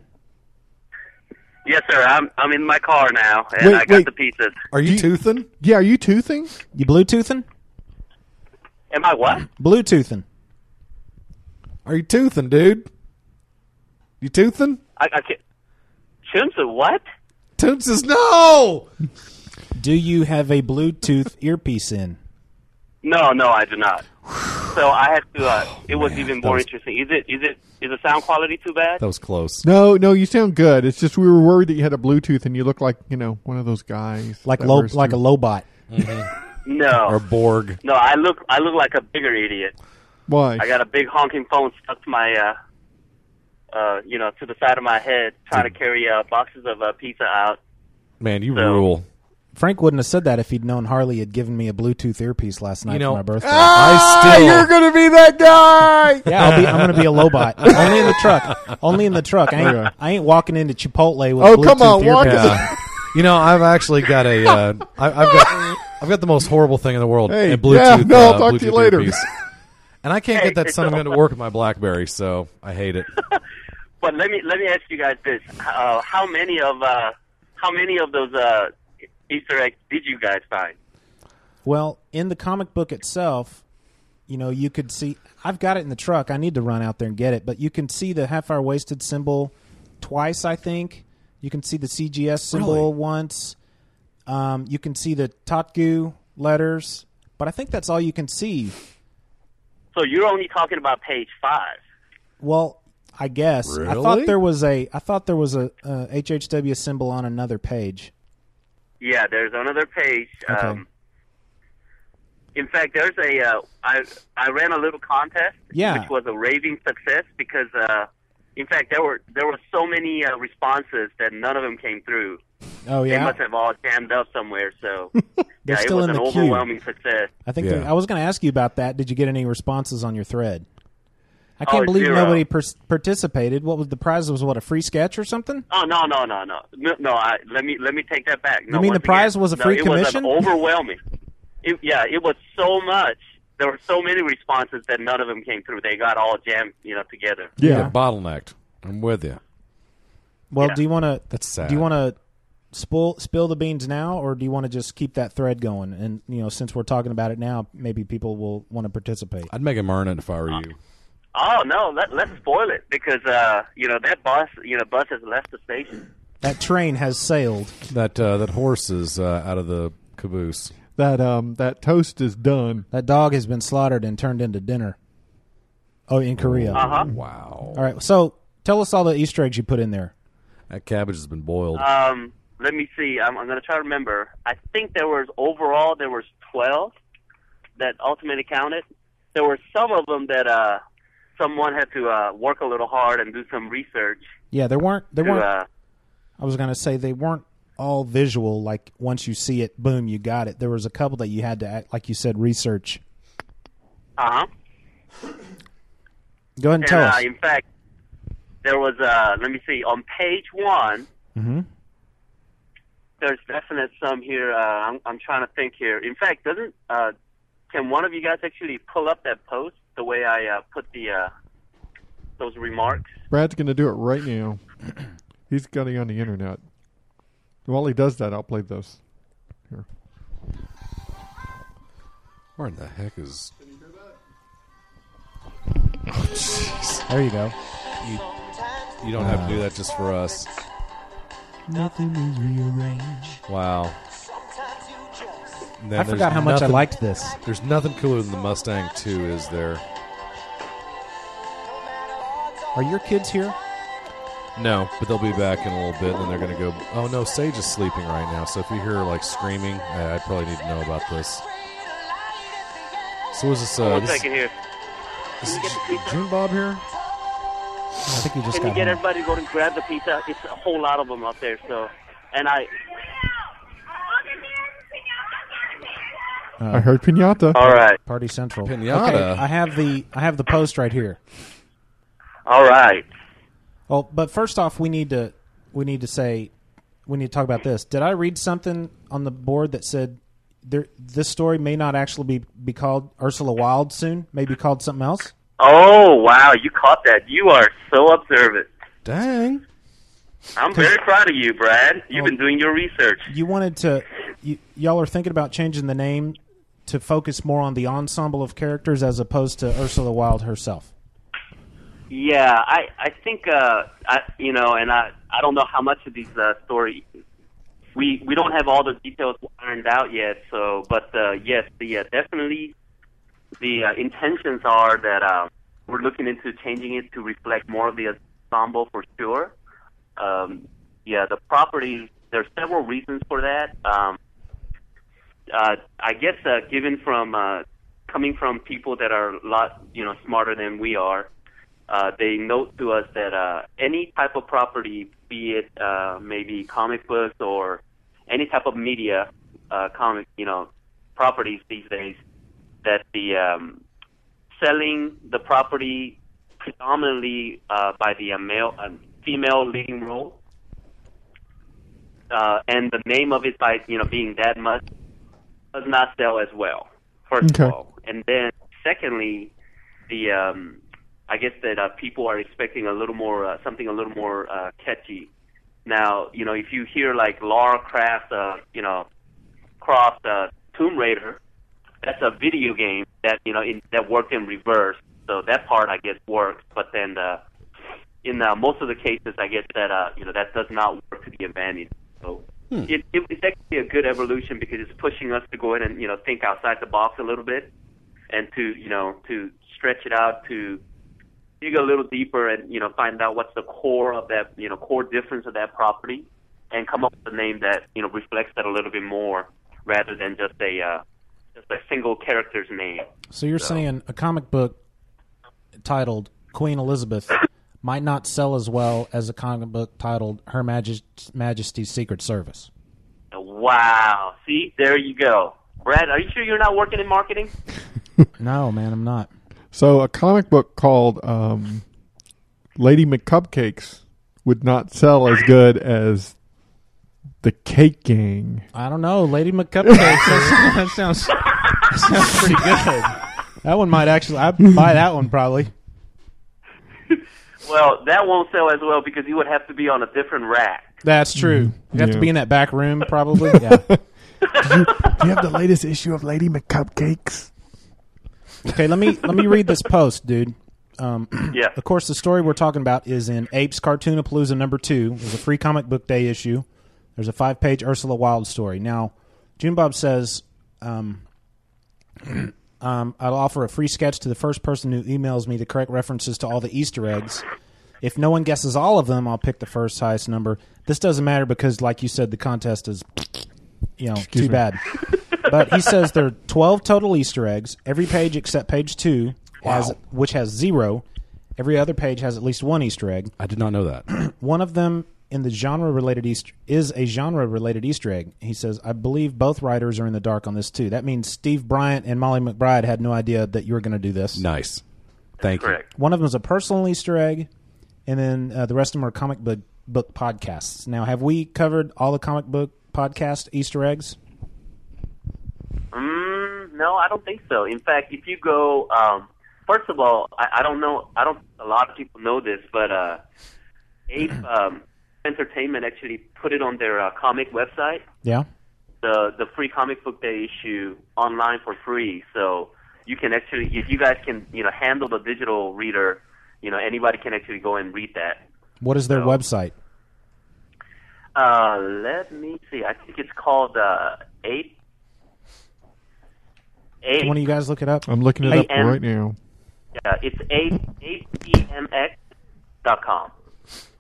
S5: Yes, sir. I'm I'm in my car now, and
S17: Wait,
S5: I got
S17: wait.
S5: the pizzas.
S9: Are you toothing?
S17: Yeah, are you toothing?
S10: You Bluetoothing?
S5: Am I what?
S10: Bluetoothing.
S9: Are you toothing, dude? You toothing?
S5: I, I can't. Chimsa, what?
S9: Toots says no.
S10: Do you have a Bluetooth earpiece in?
S5: No, no, I do not. So I had to. Uh, it was even more
S10: was-
S5: interesting. Is it? Is it? Is the sound quality too bad?
S9: That was close.
S17: No, no, you sound good. It's just we were worried that you had a Bluetooth and you look like you know one of those guys,
S10: Like
S17: that
S10: low,
S17: wears
S10: like a
S17: too-
S10: Lobot.
S5: No.
S9: Or Borg.
S5: No, I look. I look like a bigger idiot.
S17: Why?
S5: I got a big honking phone stuck to my. Uh, uh, you know, to the side of my head, trying to carry uh, boxes of uh, pizza out.
S9: Man, you rule.
S10: Frank wouldn't have said that if he'd known Harley had given me a Bluetooth earpiece last night
S9: know-
S10: for my birthday.
S9: I still- you're
S17: gonna be that guy.
S10: Yeah, I'll be, I'm going to be a Lobot. Only in the truck. Only in the truck. I
S9: Okay.
S10: ain't, I ain't walking into Chipotle with
S17: Oh,
S10: a Bluetooth
S17: come on, walk
S10: earpiece.
S9: Yeah. you know, I've actually got a uh, I, I've got I've got the most horrible thing in the world.
S17: Hey,
S9: a Bluetooth.
S17: yeah, no, I'll
S9: uh,
S17: talk to you
S9: Bluetooth
S17: later.
S9: earpiece. And I can't get that son of a gun to work with my BlackBerry, so I hate it.
S5: But let me let me ask you guys this: uh, How many of uh, how many of those uh, Easter eggs did you guys find?
S10: Well, in the comic book itself, you know, you could see. I've got it in the truck. I need to run out there and get it, but you can see the half hour wasted symbol twice. I think you can see the CGS symbol
S18: Really?
S10: once. Um, you can see the Totgu letters, but I think that's all you can see.
S5: So you're only talking about page five.
S10: Well, I guess I thought
S5: Really?
S10: there was a I thought there was a, uh HHW symbol on another page.
S5: Yeah, there's another page.
S10: Okay.
S5: Um, in fact, there's a uh, I I ran a little contest,
S10: Yeah.
S5: which was a raving success because, uh, in fact, there were there were so many uh, responses that none of them came through.
S10: Oh yeah,
S5: They must have all jammed up somewhere. So
S10: They're
S5: yeah,
S10: still
S5: it was
S10: in
S5: an
S10: the queue.
S5: overwhelming success.
S10: I think
S5: Yeah.
S10: there- I was going to ask you about that. Did you get any responses on your thread? I can't
S5: Oh,
S10: believe
S5: zero.
S10: nobody per- participated. What was the prize? Was what a free sketch or something?
S5: Oh no no no no no! no I, let me let me take that back. No,
S10: You mean the
S5: once
S10: prize
S5: again,
S10: was a
S5: no,
S10: free
S5: it
S10: commission?
S5: Was an overwhelming. It, yeah, it was so much. There were so many responses that none of them came through. They got all jammed, you know, together.
S9: Yeah, bottlenecked. I'm with you.
S10: Well, do you want to?
S9: That's sad.
S10: Do you want to spill spill the beans now, or do you want to just keep that thread going? And you know, since we're talking about it now, maybe people will want to participate.
S9: I'd make him earn it if I were you.
S5: Oh no, let let's spoil it because uh, you know that bus, you know, bus has left the station.
S10: That train has sailed.
S9: That uh, that horse is uh, out of the caboose.
S17: That um that toast is done.
S10: That dog has been slaughtered and turned into dinner. Oh, in Korea.
S5: Uh-huh.
S9: Wow.
S10: All right. So tell us all the Easter eggs you put in there.
S9: That cabbage has been boiled.
S5: Um, let me see. I'm, I'm going to try to remember. I think there was overall there was twelve that ultimately counted. There were some of them that uh, someone had to uh, work a little hard and do some research.
S10: Yeah, there weren't. There
S5: to,
S10: weren't.
S5: uh,
S10: I was gonna say they weren't all visual. Like once you see it, boom, you got it. There was a couple that you had to, act, like you said, research.
S5: Uh huh.
S10: Go ahead and
S5: And
S10: tell
S5: uh,
S10: us.
S5: in fact, there was. Uh, let me see. On page one,
S10: Mm-hmm.
S5: there's definite some here. Uh, I'm, I'm trying to think here. In fact, doesn't uh, can one of you guys actually pull up that post the way I uh, put the uh, those remarks?
S17: Brad's going to do it right now. He's got it on the internet. While he does that, I'll play this. Here.
S9: Where in the heck is?
S10: There you go.
S9: You, Oh, you don't have to do that just for us.
S7: Nothing is rearranged.
S9: Wow. And then
S10: I forgot
S9: there's
S10: how much I
S9: nothing-
S10: liked this.
S9: There's nothing cooler than the Mustang 2, is there?
S10: Are your kids here?
S9: No, but they'll be back in a little bit, and then they're going to go. Oh no, Sage is sleeping right now. So if you hear her, like screaming, uh, I probably need to know about this. So is this? Uh,
S5: One
S9: this
S5: second here.
S9: Is June Bob here?
S10: I think he just
S5: Can you
S10: got.
S5: get
S10: home.
S5: everybody to go and grab the pizza? It's a whole lot of them up there. So, and I
S10: Uh,
S17: I heard pinata.
S5: All right.
S10: Party Central.
S9: Pinata.
S10: Okay, I have the I have the post right here.
S5: All right.
S10: Well, but first off, we need to we need to say we need to talk about this. Did I read something on the board that said there, this story may not actually be, be called Ursula Wilde soon? May be called something else.
S5: oh wow, you caught that. You are so observant.
S9: Dang.
S5: I'm very proud of you, Brad. You've been doing your research.
S10: You wanted to you, y'all are thinking about changing the name to focus more on the ensemble of characters as opposed to Ursula Wilde herself.
S5: Yeah, I I think uh I you know, and I I don't know how much of these uh, story we we don't have all the details ironed out yet. So, but uh, yes, the uh, definitely the uh, intentions are that uh, we're looking into changing it to reflect more of the ensemble for sure. Um, yeah, the property. There's several reasons for that. Um, uh, I guess uh, given from uh, coming from people that are a lot you know smarter than we are, uh, they note to us that uh, any type of property, be it uh, maybe comic books or any type of media, uh, comic you know properties these days, that the um, selling the property predominantly uh, by the uh, male uh, female leading role. Uh, and the name of it by you know being that much does not sell as well. First
S17: Okay.
S5: of all, and then secondly, the um, I guess that uh, people are expecting a little more uh, something a little more uh, catchy. Now you know if you hear like Lara Croft, uh, you know, Croft uh, Tomb Raider, that's a video game that you know in, that worked in reverse. So that part I guess works, but then the in uh, most of the cases I guess that uh, you know that does not work to the advantage. So
S19: Hmm.
S5: it, it, it's actually a good evolution because it's pushing us to go in and you know think outside the box a little bit and to you know to stretch it out to dig a little deeper and you know find out what's the core of that you know core difference of that property and come up with a name that you know reflects that a little bit more rather than just a uh, just a single character's name.
S10: So you're saying a comic book titled Queen Elizabeth might not sell as well as a comic book titled Her Majest- Majesty's Secret Service.
S5: Wow! See, there you go, Brad. Are you sure you're not working in marketing?
S10: No, man, I'm not.
S11: So a comic book called um, Lady McCupcakes would not sell as good as the Cake Gang.
S10: I don't know. Lady McCupcakes. that, sounds, that sounds pretty good. That one might actually. I'd buy that one probably.
S5: Well, that won't sell as well because you would have to be on a different rack.
S10: That's true. You have
S11: Yeah.
S10: to be in that back room probably. Yeah.
S11: do, you, do you have the latest issue of Lady McCupcakes?
S10: Okay, let me let me read this post, dude. Um,
S5: yeah.
S10: Of course, the story we're talking about is in Apes Cartoonapalooza number two. There's a free comic book day issue. There's a five page Ursula Wilde story. Now, June Bob says, um, um, I'll offer a free sketch to the first person who emails me the correct references to all the Easter eggs. If no one guesses all of them, I'll pick the first highest number. This doesn't matter because, like you said, the contest is, you know,
S11: Excuse
S10: too
S11: me.
S10: bad. But he says there are 12 total Easter eggs. Every page except page two, has, which has zero. Every other page has at least one Easter egg.
S9: I did not know that.
S10: one of them in the genre related Easter is a genre related Easter egg. He says, I believe both writers are in the dark on this too. That means Steve Bryant and Molly McBride had no idea that you were going to do this.
S9: Nice. Thank you.
S10: One of them is a personal Easter egg, and then uh, the rest of them are comic book, book podcasts. Now, have we covered all the comic book podcast Easter eggs?
S5: Mm, no, I don't think so. In fact, if you go, um, first of all, I, I don't know. I don't. A lot of people know this, but uh, Ape um, Entertainment actually put it on their uh, comic website.
S10: Yeah.
S5: The the free comic book day issue online for free, so you can actually, if you guys can, you know, handle the digital reader, you know, anybody can actually go and read that.
S10: What is their website?
S5: Uh, let me see. I think it's called uh, Ape. Ape.
S10: One of you guys look it up.
S11: I'm looking it up
S5: AM.
S11: right now.
S5: Yeah, Uh, it's apemx dot com.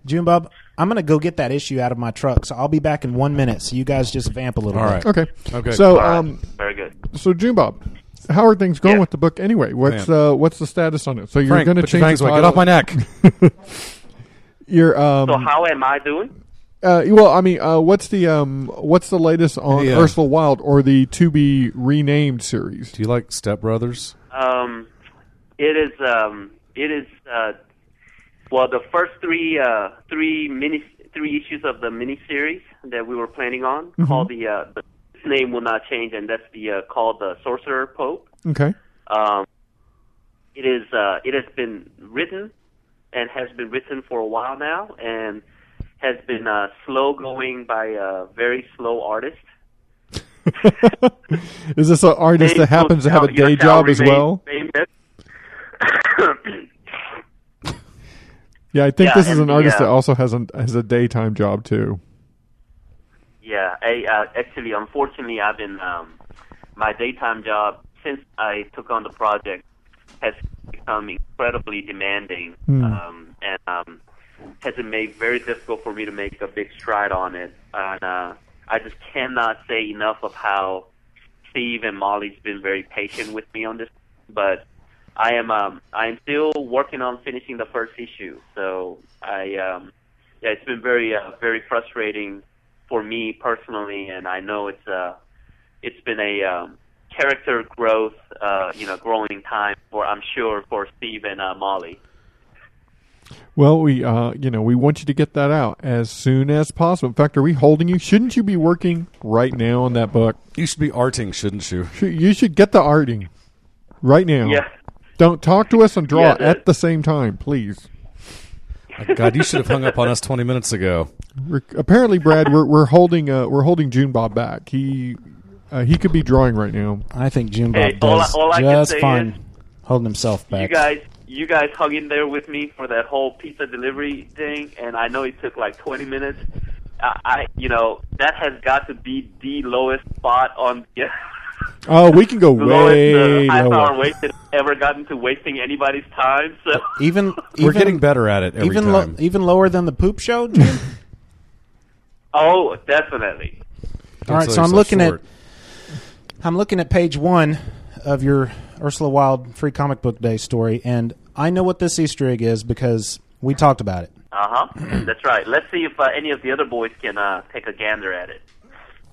S10: June Bob, I'm going to go get that issue out of my truck, so I'll be back in one minute. So you guys just vamp a little
S9: All
S10: bit.
S9: right.
S11: Okay. So, um,
S5: very good.
S11: So, June Bob, how are things going with the book anyway? What's
S9: Man.
S11: uh, what's the status on it? So you're
S9: Frank,
S11: going to
S9: put your things
S11: change the
S9: away. Get
S11: title-
S9: off my neck.
S11: you're um.
S5: so how am I doing?
S11: uh, well, I mean, uh, what's the um, what's the latest on
S9: Yeah.
S11: Ursula Wilde or the to be renamed series?
S9: Do you like Step Brothers?
S5: Um, it is um, it is uh, well the first three uh, three mini three issues of the miniseries that we were planning on
S11: Mhm.
S5: called the, uh, the its name will not change and that's the uh, called the Sorcerer Pope.
S11: Okay.
S5: Um, it is uh, it has been written and has been written for a while now, and has been uh, slow going by a very slow artist.
S11: Is this an artist that happens to have a
S5: You know,
S11: day
S5: shall
S11: job as
S5: remain
S11: well?
S5: famous.
S11: Yeah, I think
S5: Yeah,
S11: this is an
S5: and the,
S11: artist
S5: uh,
S11: that also has a has a daytime job too.
S5: Yeah, I, uh, actually, unfortunately, I've been um, my daytime job since I took on the project has become incredibly demanding,
S11: Hmm.
S5: um, and um, has been made very difficult for me to make a big stride on it. And uh, I just cannot say enough of how Steve and Molly's been very patient with me on this. But I am um, I am still working on finishing the first issue, so I um, yeah, it's been very uh, very frustrating for me personally, and I know it's uh, it's been a um, character growth, uh, you know, growing time for I'm sure for Steve and uh, Molly.
S11: Well, we uh, you know, we want you to get that out as soon as possible. In fact, are we holding you? Shouldn't you be working right now on that book?
S9: You should be arting, shouldn't you?
S11: Sh- You should get the arting right now.
S9: Yeah.
S11: Don't talk to us and draw
S9: Yeah, the-
S11: at the same time, please.
S9: God, you should have hung up on us 20 minutes ago.
S11: We're, apparently, Brad, we're we're holding uh, we're holding June Bob back. He
S17: Uh, he could be drawing right now.
S10: I think Jim
S5: Hey,
S10: Bob
S5: all I-
S10: does
S5: all I can
S10: just
S5: say
S10: fine
S5: is-
S10: holding himself
S5: You
S10: back.
S5: guys, you guys hung in there with me for that whole pizza delivery thing, and I know it took like 20 minutes. I, I you know, that has got to be the lowest spot on the
S17: Oh, we can go
S5: the lowest
S17: way
S5: uh, half hour
S17: lower.
S5: wasted ever gotten to wasting anybody's time. So
S10: Even,
S9: We're
S10: even-
S9: getting better at it every
S10: even
S9: time.
S10: even lower than the poop show. Jim?
S5: oh, definitely.
S10: All right, so I'm looking at I'm looking at page one of your Ursula Wilde Free Comic Book Day story, and I know what this Easter egg is because we talked about it.
S5: Uh huh. That's right. Let's see if uh, any of the other boys can uh, take a gander at it.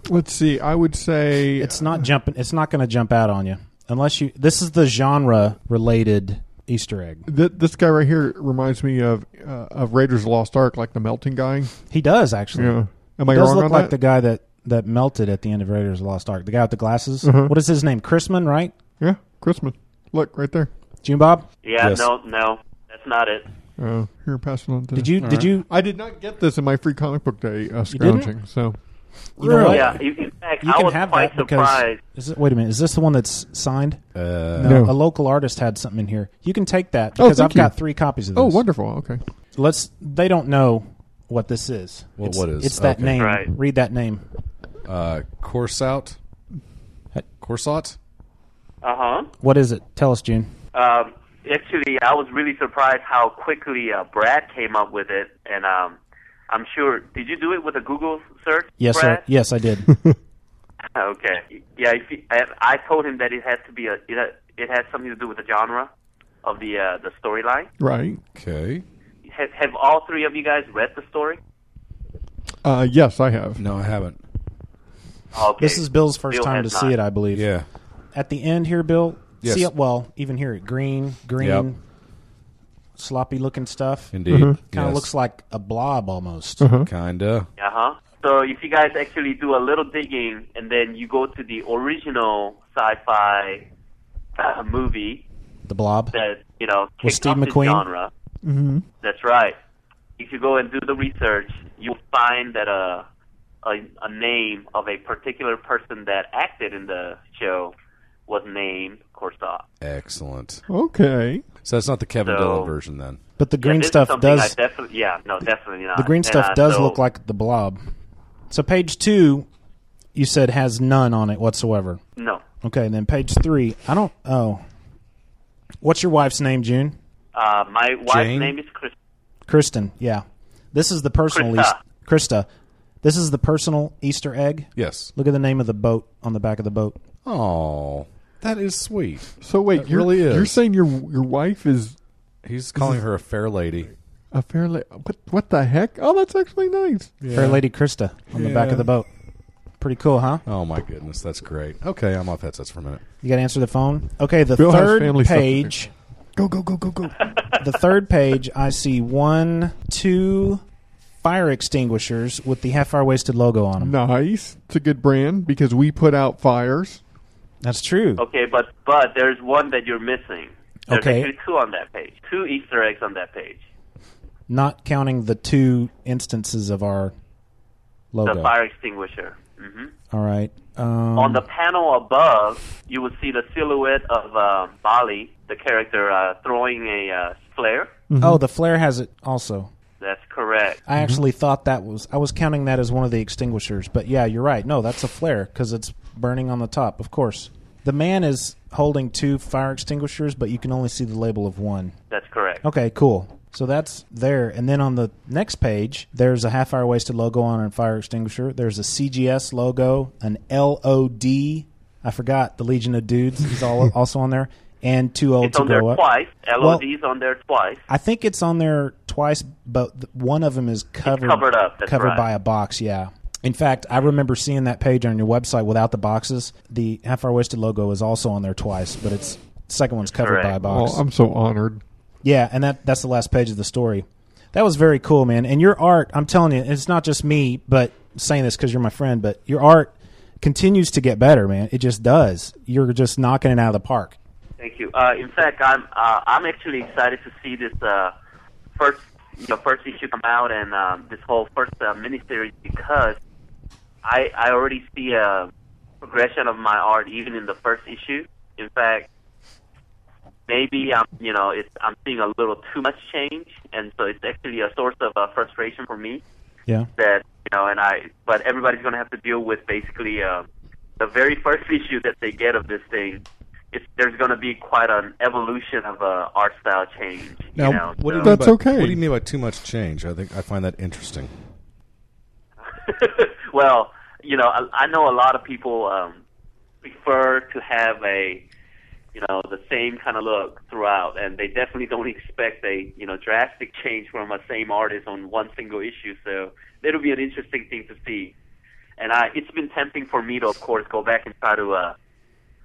S17: Let's see. I would say
S10: it's not jumping. It's not going to jump out on you unless you. This is the genre related Easter egg.
S17: Th- this guy right here reminds me of uh, of Raiders of the Lost Ark, like the melting guy.
S10: He does actually.
S17: Yeah. Am I
S10: does
S17: wrong
S10: look
S17: on
S10: like
S17: that?
S10: the guy that that melted at the end of Raiders of the Lost Ark? The guy with the glasses.
S17: Uh-huh.
S10: What is his name? Chrisman, right?
S17: Yeah, Chrisman. Look right there.
S10: June Bob.
S5: Yeah.
S17: Yes.
S5: No. No. That's not it.
S17: Oh, here, pass it on. To
S10: Did you- did you-
S17: I did not get this in my free comic book day uh,
S10: didn't?
S17: scrounging. So
S10: You know what?
S5: Yeah. In fact,
S10: Oh. You
S5: I
S10: can
S5: was
S10: have
S5: quite
S10: that because
S5: surprised.
S10: is it, wait a minute, is this the one that's signed? Uh,
S17: No.
S10: A local artist had something in here. You can take that
S17: Oh,
S10: because
S17: thank
S10: I've got
S17: you.
S10: three copies of this.
S17: Oh, wonderful. Okay.
S10: Let's. They don't know what this is.
S9: Well,
S10: it's,
S9: what is-
S10: It's that
S9: okay.
S10: name.
S9: Right.
S10: Read that name.
S9: Uh, Corsout. Corsot?
S5: Uh huh.
S10: What is it? Tell us, June.
S5: Um, actually, I was really surprised how quickly uh, Brad came up with it, and um, I'm sure. Did you do it with a Google search?
S10: Yes,
S5: Brad?
S10: sir. Yes, I did.
S5: Okay. Yeah, if he, I, I told him that it has to be a. It, ha- it has something to do with the genre of the uh, the storyline.
S17: Right.
S9: Okay.
S5: Have, have all three of you guys read the story?
S17: Uh, yes, I have.
S9: No, I haven't.
S5: Okay.
S10: This is Bill's first
S5: Bill
S10: time to
S5: has
S10: see
S5: not.
S10: it, I believe.
S9: Yeah.
S10: At the end here, Bill.
S9: Yes.
S10: See it well. Even here, green, green,
S9: Yep.
S10: sloppy looking stuff.
S9: Indeed. Mhm.
S10: Kind of
S9: Yes.
S10: Mm-hmm.
S9: Uh-huh.
S10: looks like Mm-hmm. a blob almost.
S9: Kinda.
S5: Uh huh. So if you guys actually do a little digging and then you go to the original sci-fi uh, movie
S10: The blob.
S5: that you know
S10: With
S5: kicked
S10: Steve
S5: off this
S10: McQueen?
S5: genre.
S10: Mm-hmm.
S5: That's right. If you go and do the research, you'll find that a, a a name of a particular person that acted in the show was named Korsaw.
S9: Excellent.
S17: Okay.
S9: So that's not the Kevin
S5: So-
S9: Dillon version then.
S10: But the
S5: Yeah,
S10: green
S5: this is
S10: stuff
S5: something
S10: does.
S5: I definitely, yeah, no, definitely not.
S10: The green
S5: And,
S10: stuff
S5: uh,
S10: does
S5: so-
S10: look like the blob. So page two, you said has none on it whatsoever.
S5: No.
S10: Okay, then page three. I don't. Oh, what's your wife's name, June?
S5: Uh, my wife's
S10: Jane?
S5: name is Chris.
S10: Kristen. Yeah, this is the personal.
S5: Krista.
S10: Eas- Krista. This is the personal Easter egg.
S9: Yes.
S10: Look at the name of the boat on the back of the boat.
S9: Oh, that is sweet.
S17: So wait,
S9: That
S17: you're,
S9: really is.
S17: you're saying your your wife is
S9: He's calling her a fair lady.
S17: a fair la- what what the heck? Oh, that's actually nice.
S10: Fair Lady Krista on the back
S9: Yeah.
S10: of the boat. Pretty cool, huh?
S9: Oh my goodness, that's great. Okay, I'm off headsets for a minute.
S10: You got to answer the phone. Okay, the
S9: Bill has family
S10: third
S9: stuff to do.
S10: page. Go go go go go. the third page, I see one, two fire extinguishers with the half-hour wasted logo on them.
S17: Nice. It's a good brand because we put out fires.
S10: That's true.
S5: Okay, but but there's one that you're missing. There's
S10: Okay.
S5: actually two on that page. Two Easter eggs on that page.
S10: Not counting the two instances of our logo.
S5: The fire extinguisher. hmm
S10: All right. Um,
S5: on the panel above, you will see the silhouette of uh, Bali, the character uh, throwing a uh, flare.
S9: Mm-hmm.
S10: Oh, the flare has it also.
S5: That's correct.
S10: I actually thought that was I was counting that as one of the extinguishers, but yeah, you're right. No, that's a flare because it's burning on the top. Of course, the man is holding two fire extinguishers, but you can only see the label of one.
S5: That's correct.
S10: Okay, cool. So that's there, and then on the next page, there's a half hour wasted logo on a fire extinguisher. There's a CGS logo, an LOD. I forgot the Legion of Dudes is all, also on there, and too old
S5: It's
S10: to
S5: on there
S10: grow up.
S5: twice.
S10: Well,
S5: LOD's on there twice.
S10: I think it's on there twice, but th- one of them is covered
S5: covered up, that's
S10: covered
S5: right.
S10: by a box. Yeah. In fact, I remember seeing that page on your website without the boxes. The half hour wasted logo is also on there twice, but it's second one's covered by a box.
S11: um,
S17: Oh, I'm so honored.
S10: yeah, and that that's the last page of the story. That was very cool, man. And your art, I'm telling you, it's not just me, but saying this because you're my friend, but your art continues to get better, man. It just does. You're just knocking it out of the park.
S5: Thank you. Uh, in fact, I'm uh, I'm actually excited to see this uh, first you know first issue come out and um, this whole first uh, miniseries because I I already see a progression of my art even in the first issue. In fact, maybe I'm you know it's I'm seeing a little too much change, and so it's actually a source of uh, frustration for me.
S10: Yeah.
S5: That you know, and I but everybody's going to have to deal with basically uh, the very first issue that they get of this thing. It's, there's going to be quite an evolution of uh, art style change.
S9: Now,
S5: you know,
S9: what do you
S5: so-
S9: mean by, What do you mean by too much change? I think I find that interesting.
S5: well, you know, I, I know a lot of people um, prefer to have a, you know, the same kind of look throughout, and they definitely don't expect a, you know, drastic change from a same artist on one single issue. So it'll be an interesting thing to see. And I, it's been tempting for me to, of course, go back and try to uh,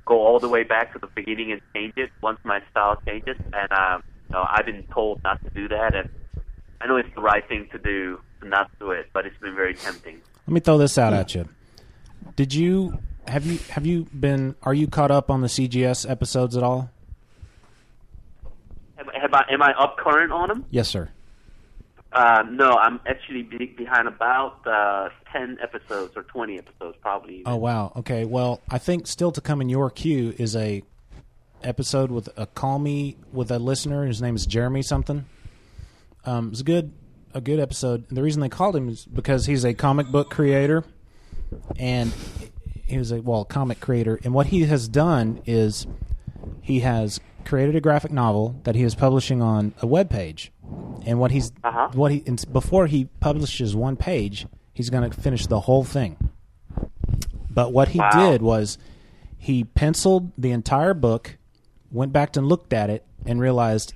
S5: go all the way back to the beginning and change it once my style changes. And um, you know, I've been told not to do that, and I know it's the right thing to do to not do it, but it's been very tempting.
S10: Let me throw this out at you. Did you have you have you been are you caught up on the CGS episodes at all?
S5: Am, am I, am I up current on them?
S10: Yes, sir.
S5: Uh, no, I'm actually be- behind about uh, 10 episodes or 20 episodes, probably.
S10: Oh wow. Okay. Well, I think still to come in your queue is a episode with a call me with a listener whose name is Jeremy something. Um, it's a good a good episode. And the reason they called him is because he's a comic book creator, and he was a well comic creator. And what he has done is he has created a graphic novel that he is publishing on a web page. And what he's what he and before he publishes one page, he's going to finish the whole thing. But what he did was he penciled the entire book, went back and looked at it, and realized,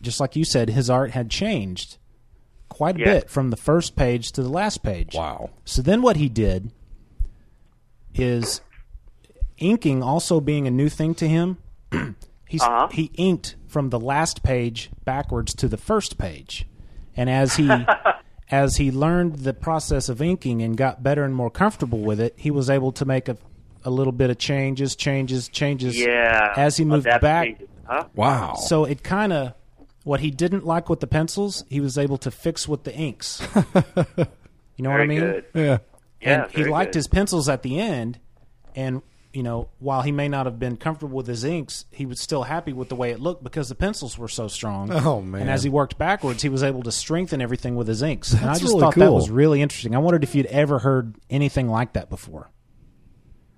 S10: just like you said, his art had changed quite a
S7: Yeah.
S10: bit from the first page to the last page. Wow. So then what he did is inking also being a new thing to him. He's, He inked from the last page backwards to the first page, and as he as he learned the process of inking and got better and more comfortable with it, he was able to make a a little bit of changes, changes, changes.
S5: Yeah,
S10: as he moved
S5: adapt
S10: back.
S5: changes, huh?
S10: So it kind of what he didn't like with the pencils, he was able to fix with the inks. you know what I
S5: Very
S10: mean?
S5: good. Yeah. Yeah,
S10: And he
S5: very
S10: liked
S5: good.
S10: his pencils at the end, and you know, while he may not have been comfortable with his inks, he was still happy with the way it looked because the pencils were so strong.
S9: Oh, man.
S10: And as he worked backwards, he was able to strengthen everything with his inks. and I
S9: That's
S10: just
S9: really
S10: thought that
S9: cool.
S10: was really interesting. I wondered if you'd ever heard anything like that before.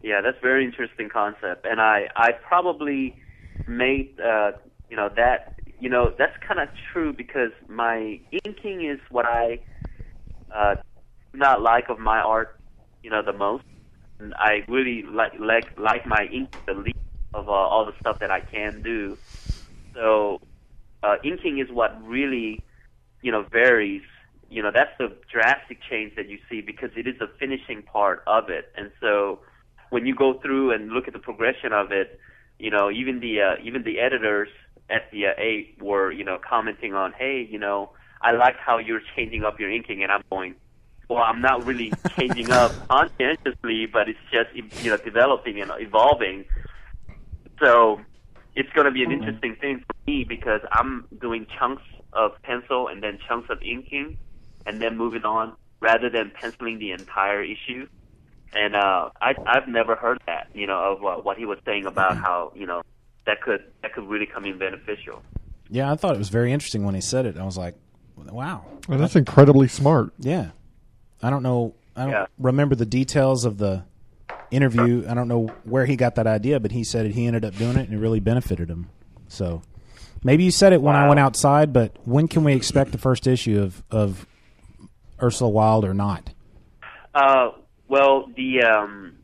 S5: Yeah, that's a very interesting concept, and I I probably made uh, you know that you know that's kind of true because my inking is what I uh, do not like of my art, you know, the most. And I really like like like my ink the least of uh, all the stuff that I can do. So uh, inking is what really you know varies. You know, that's the drastic change that you see because it is the finishing part of it, and so when you go through and look at the progression of it, you know, even the uh, even the editors at the uh, eight were you know commenting on, hey, you know, I like how you're changing up your inking, and I'm going, well, I'm not really changing up conscientiously, but it's just you know developing and evolving. So it's going to be an interesting thing for me because I'm doing chunks of pencil and then chunks of inking, and then moving on rather than penciling the entire issue and uh, I I've never heard that you know of uh, what he was saying about how you know that could that could really come in beneficial.
S10: Yeah, I thought it was very interesting when he said it. I was like, wow.
S17: Well, that's incredibly smart.
S10: Yeah. I don't know. I don't remember the details of the interview. I don't know where he got that idea, but he said it, he ended up doing it and it really benefited him. So maybe you said it when I went outside, but when can we expect the first issue of, of Ursula Wilde or not?
S5: Uh, well, the um,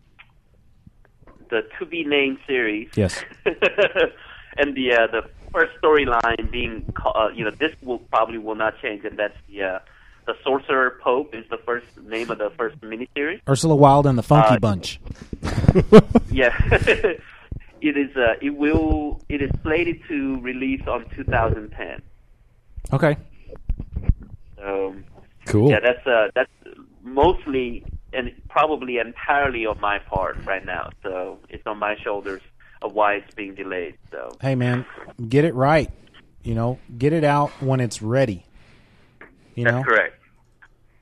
S5: the to be named series,
S10: Yes.
S5: and the uh, the first storyline being ca- uh, you know this will probably will not change, and that's the uh, the sorcerer pope is the first name of the first miniseries.
S10: Ursula Wilde and the Funky
S5: Uh,
S10: Bunch.
S5: yeah. it is. Uh, it will. It is slated to release on 2010.
S10: Okay.
S5: So
S9: Cool.
S5: Yeah, that's uh, that's mostly and probably entirely on my part right now. So it's on my shoulders of why it's being delayed. So
S10: Hey, man, get it right. You know, get it out when it's ready. You
S5: that's
S10: know?
S5: correct.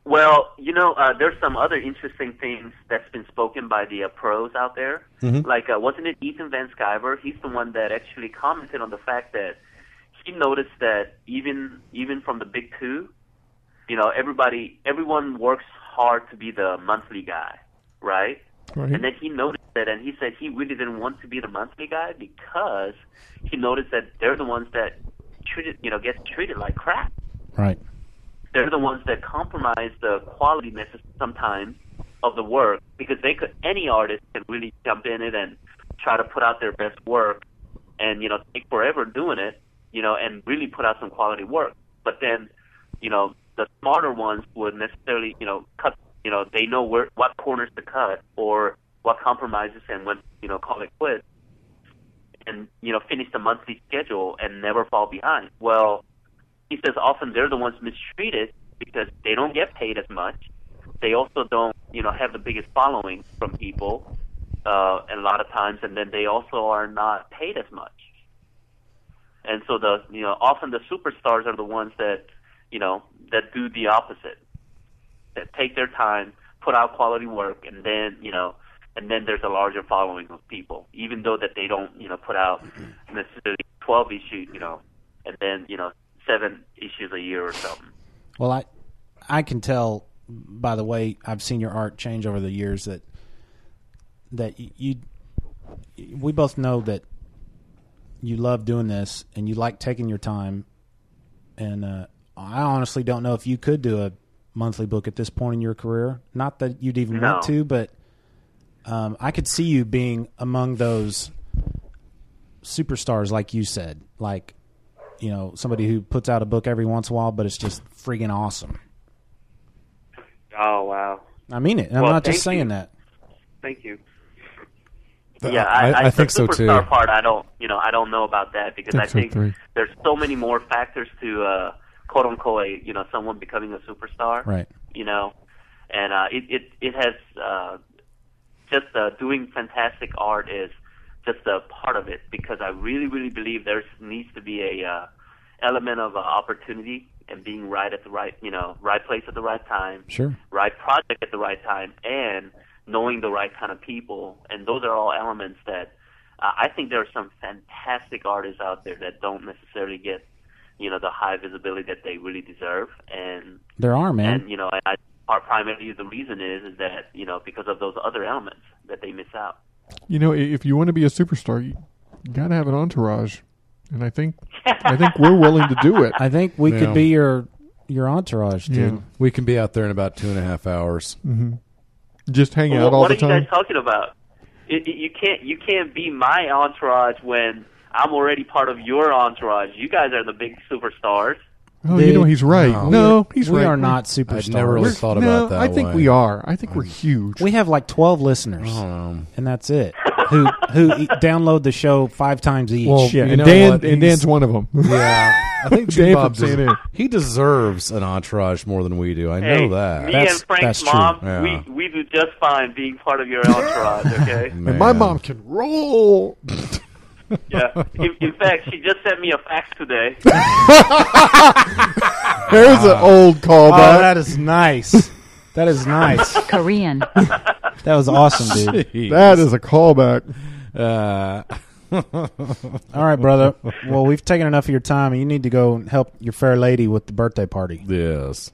S5: Well, you know, uh, there's some other interesting things that's been spoken by the uh, pros out there.
S18: Mhm.
S5: Like, uh, wasn't it Ethan Van Sciver? He's the one that actually commented on the fact that he noticed that even even from the big two, you know, everybody everyone works hard to be the monthly guy, right?
S17: Right.
S5: And then he noticed that, and he said he really didn't want to be the monthly guy because he noticed that they're the ones that treated, you know, get treated like crap
S10: Right.
S5: they're the ones that compromise the quality necess- sometimes of the work because they could any artist can really jump in it and try to put out their best work and you know take forever doing it you know and really put out some quality work but then you know the smarter ones would necessarily you know cut you know they know where what corners to cut or what compromises and when you know call it quits and you know finish the monthly schedule and never fall behind well he says often they're the ones mistreated because they don't get paid as much. They also don't, you know, have the biggest following from people uh, a lot of times, and then they also are not paid as much. And so the, you know, often the superstars are the ones that, you know, that do the opposite, that take their time, put out quality work, and then, you know, and then there's a larger following of people, even though that they don't, you know, put out necessarily 12 issues, you know, and then, you know, seven issues a year or something.
S10: Well, I I can tell by the way I've seen your art change over the years that that y- you, you we both know that you love doing this and you like taking your time and uh, I honestly don't know if you could do a monthly book at this point in your career. Not that you'd even
S5: No.
S10: want to, but um, I could see you being among those superstars, like you said, like you know somebody who puts out a book every once in a while, but it's just friggin' awesome.
S5: Oh wow!
S10: I mean it. And I'm
S5: Well,
S10: not just
S5: thank
S10: saying
S5: you.
S10: that.
S5: Thank you.
S9: Th-
S5: yeah,
S9: I-
S5: I,
S9: I
S5: the
S9: think so, too.
S5: superstar Part I don't, you know, I don't know about that because
S9: Think
S5: I
S9: so,
S5: think
S9: three.
S5: there's so many more factors to uh, quote unquote, a, you know, someone becoming a superstar.
S10: Right.
S5: You know, and uh, it it it has uh, just uh, doing fantastic art is just a part of it because I really really believe there needs to be a uh, element of uh, opportunity and being right at the right you know right place at the right time
S10: Sure.
S5: right project at the right time and knowing the right kind of people and those are all elements that uh, I think there are some fantastic artists out there that don't necessarily get you know the high visibility that they really deserve and
S10: There are, man.
S5: and you know I, I part primarily the reason is is that you know because of those other elements that they miss out
S17: You know, i- if you want to be a superstar, you got to have an entourage, and I think I think we're willing to do it.
S10: I think we could be your your entourage, dude.
S17: Yeah.
S9: We can be out there in about two and a half hours.
S17: Mm-hmm. Just hang
S5: Well, what are you guys talking about? It, it- you can't you can't be my entourage when I'm already part of your entourage. You guys are the big superstars.
S17: Oh, you know
S10: Dude,
S17: he's right. No,
S10: we are-
S17: Oh, he's
S10: we
S17: right.
S10: are not
S17: We're-
S10: superstars.
S9: I'd never really
S10: We're-
S9: thought
S17: no,
S9: about that.
S17: I think
S9: way.
S17: we are. I think we're huge.
S10: We have like twelve listeners,
S17: Oh.
S9: Um,
S10: and that's it. Who who e- download the show five times each?
S17: Well, Yeah, you and know Dan- what? and He's- Dan's one of 'em.
S9: Yeah, I think J
S17: Dan
S9: Bob
S17: from
S9: des-
S17: CNN.
S9: he deserves an entourage more than we do. I know
S5: Hey,
S9: that.
S5: Me and Frank's mom, we we do just fine being part of your entourage. Okay.
S9: Man.
S17: And my mom can roll.
S5: yeah. In, in fact, she just sent me a fax today.
S17: There's
S9: Ah.
S17: an old
S10: Oh,
S17: callback.
S10: that is nice. that is nice.
S3: Korean.
S10: That was awesome, dude.
S17: That is a callback.
S9: Uh,
S10: All right, brother. Well, we've taken enough of your time, and you need to go and help your fair lady with the birthday party.
S9: Yes.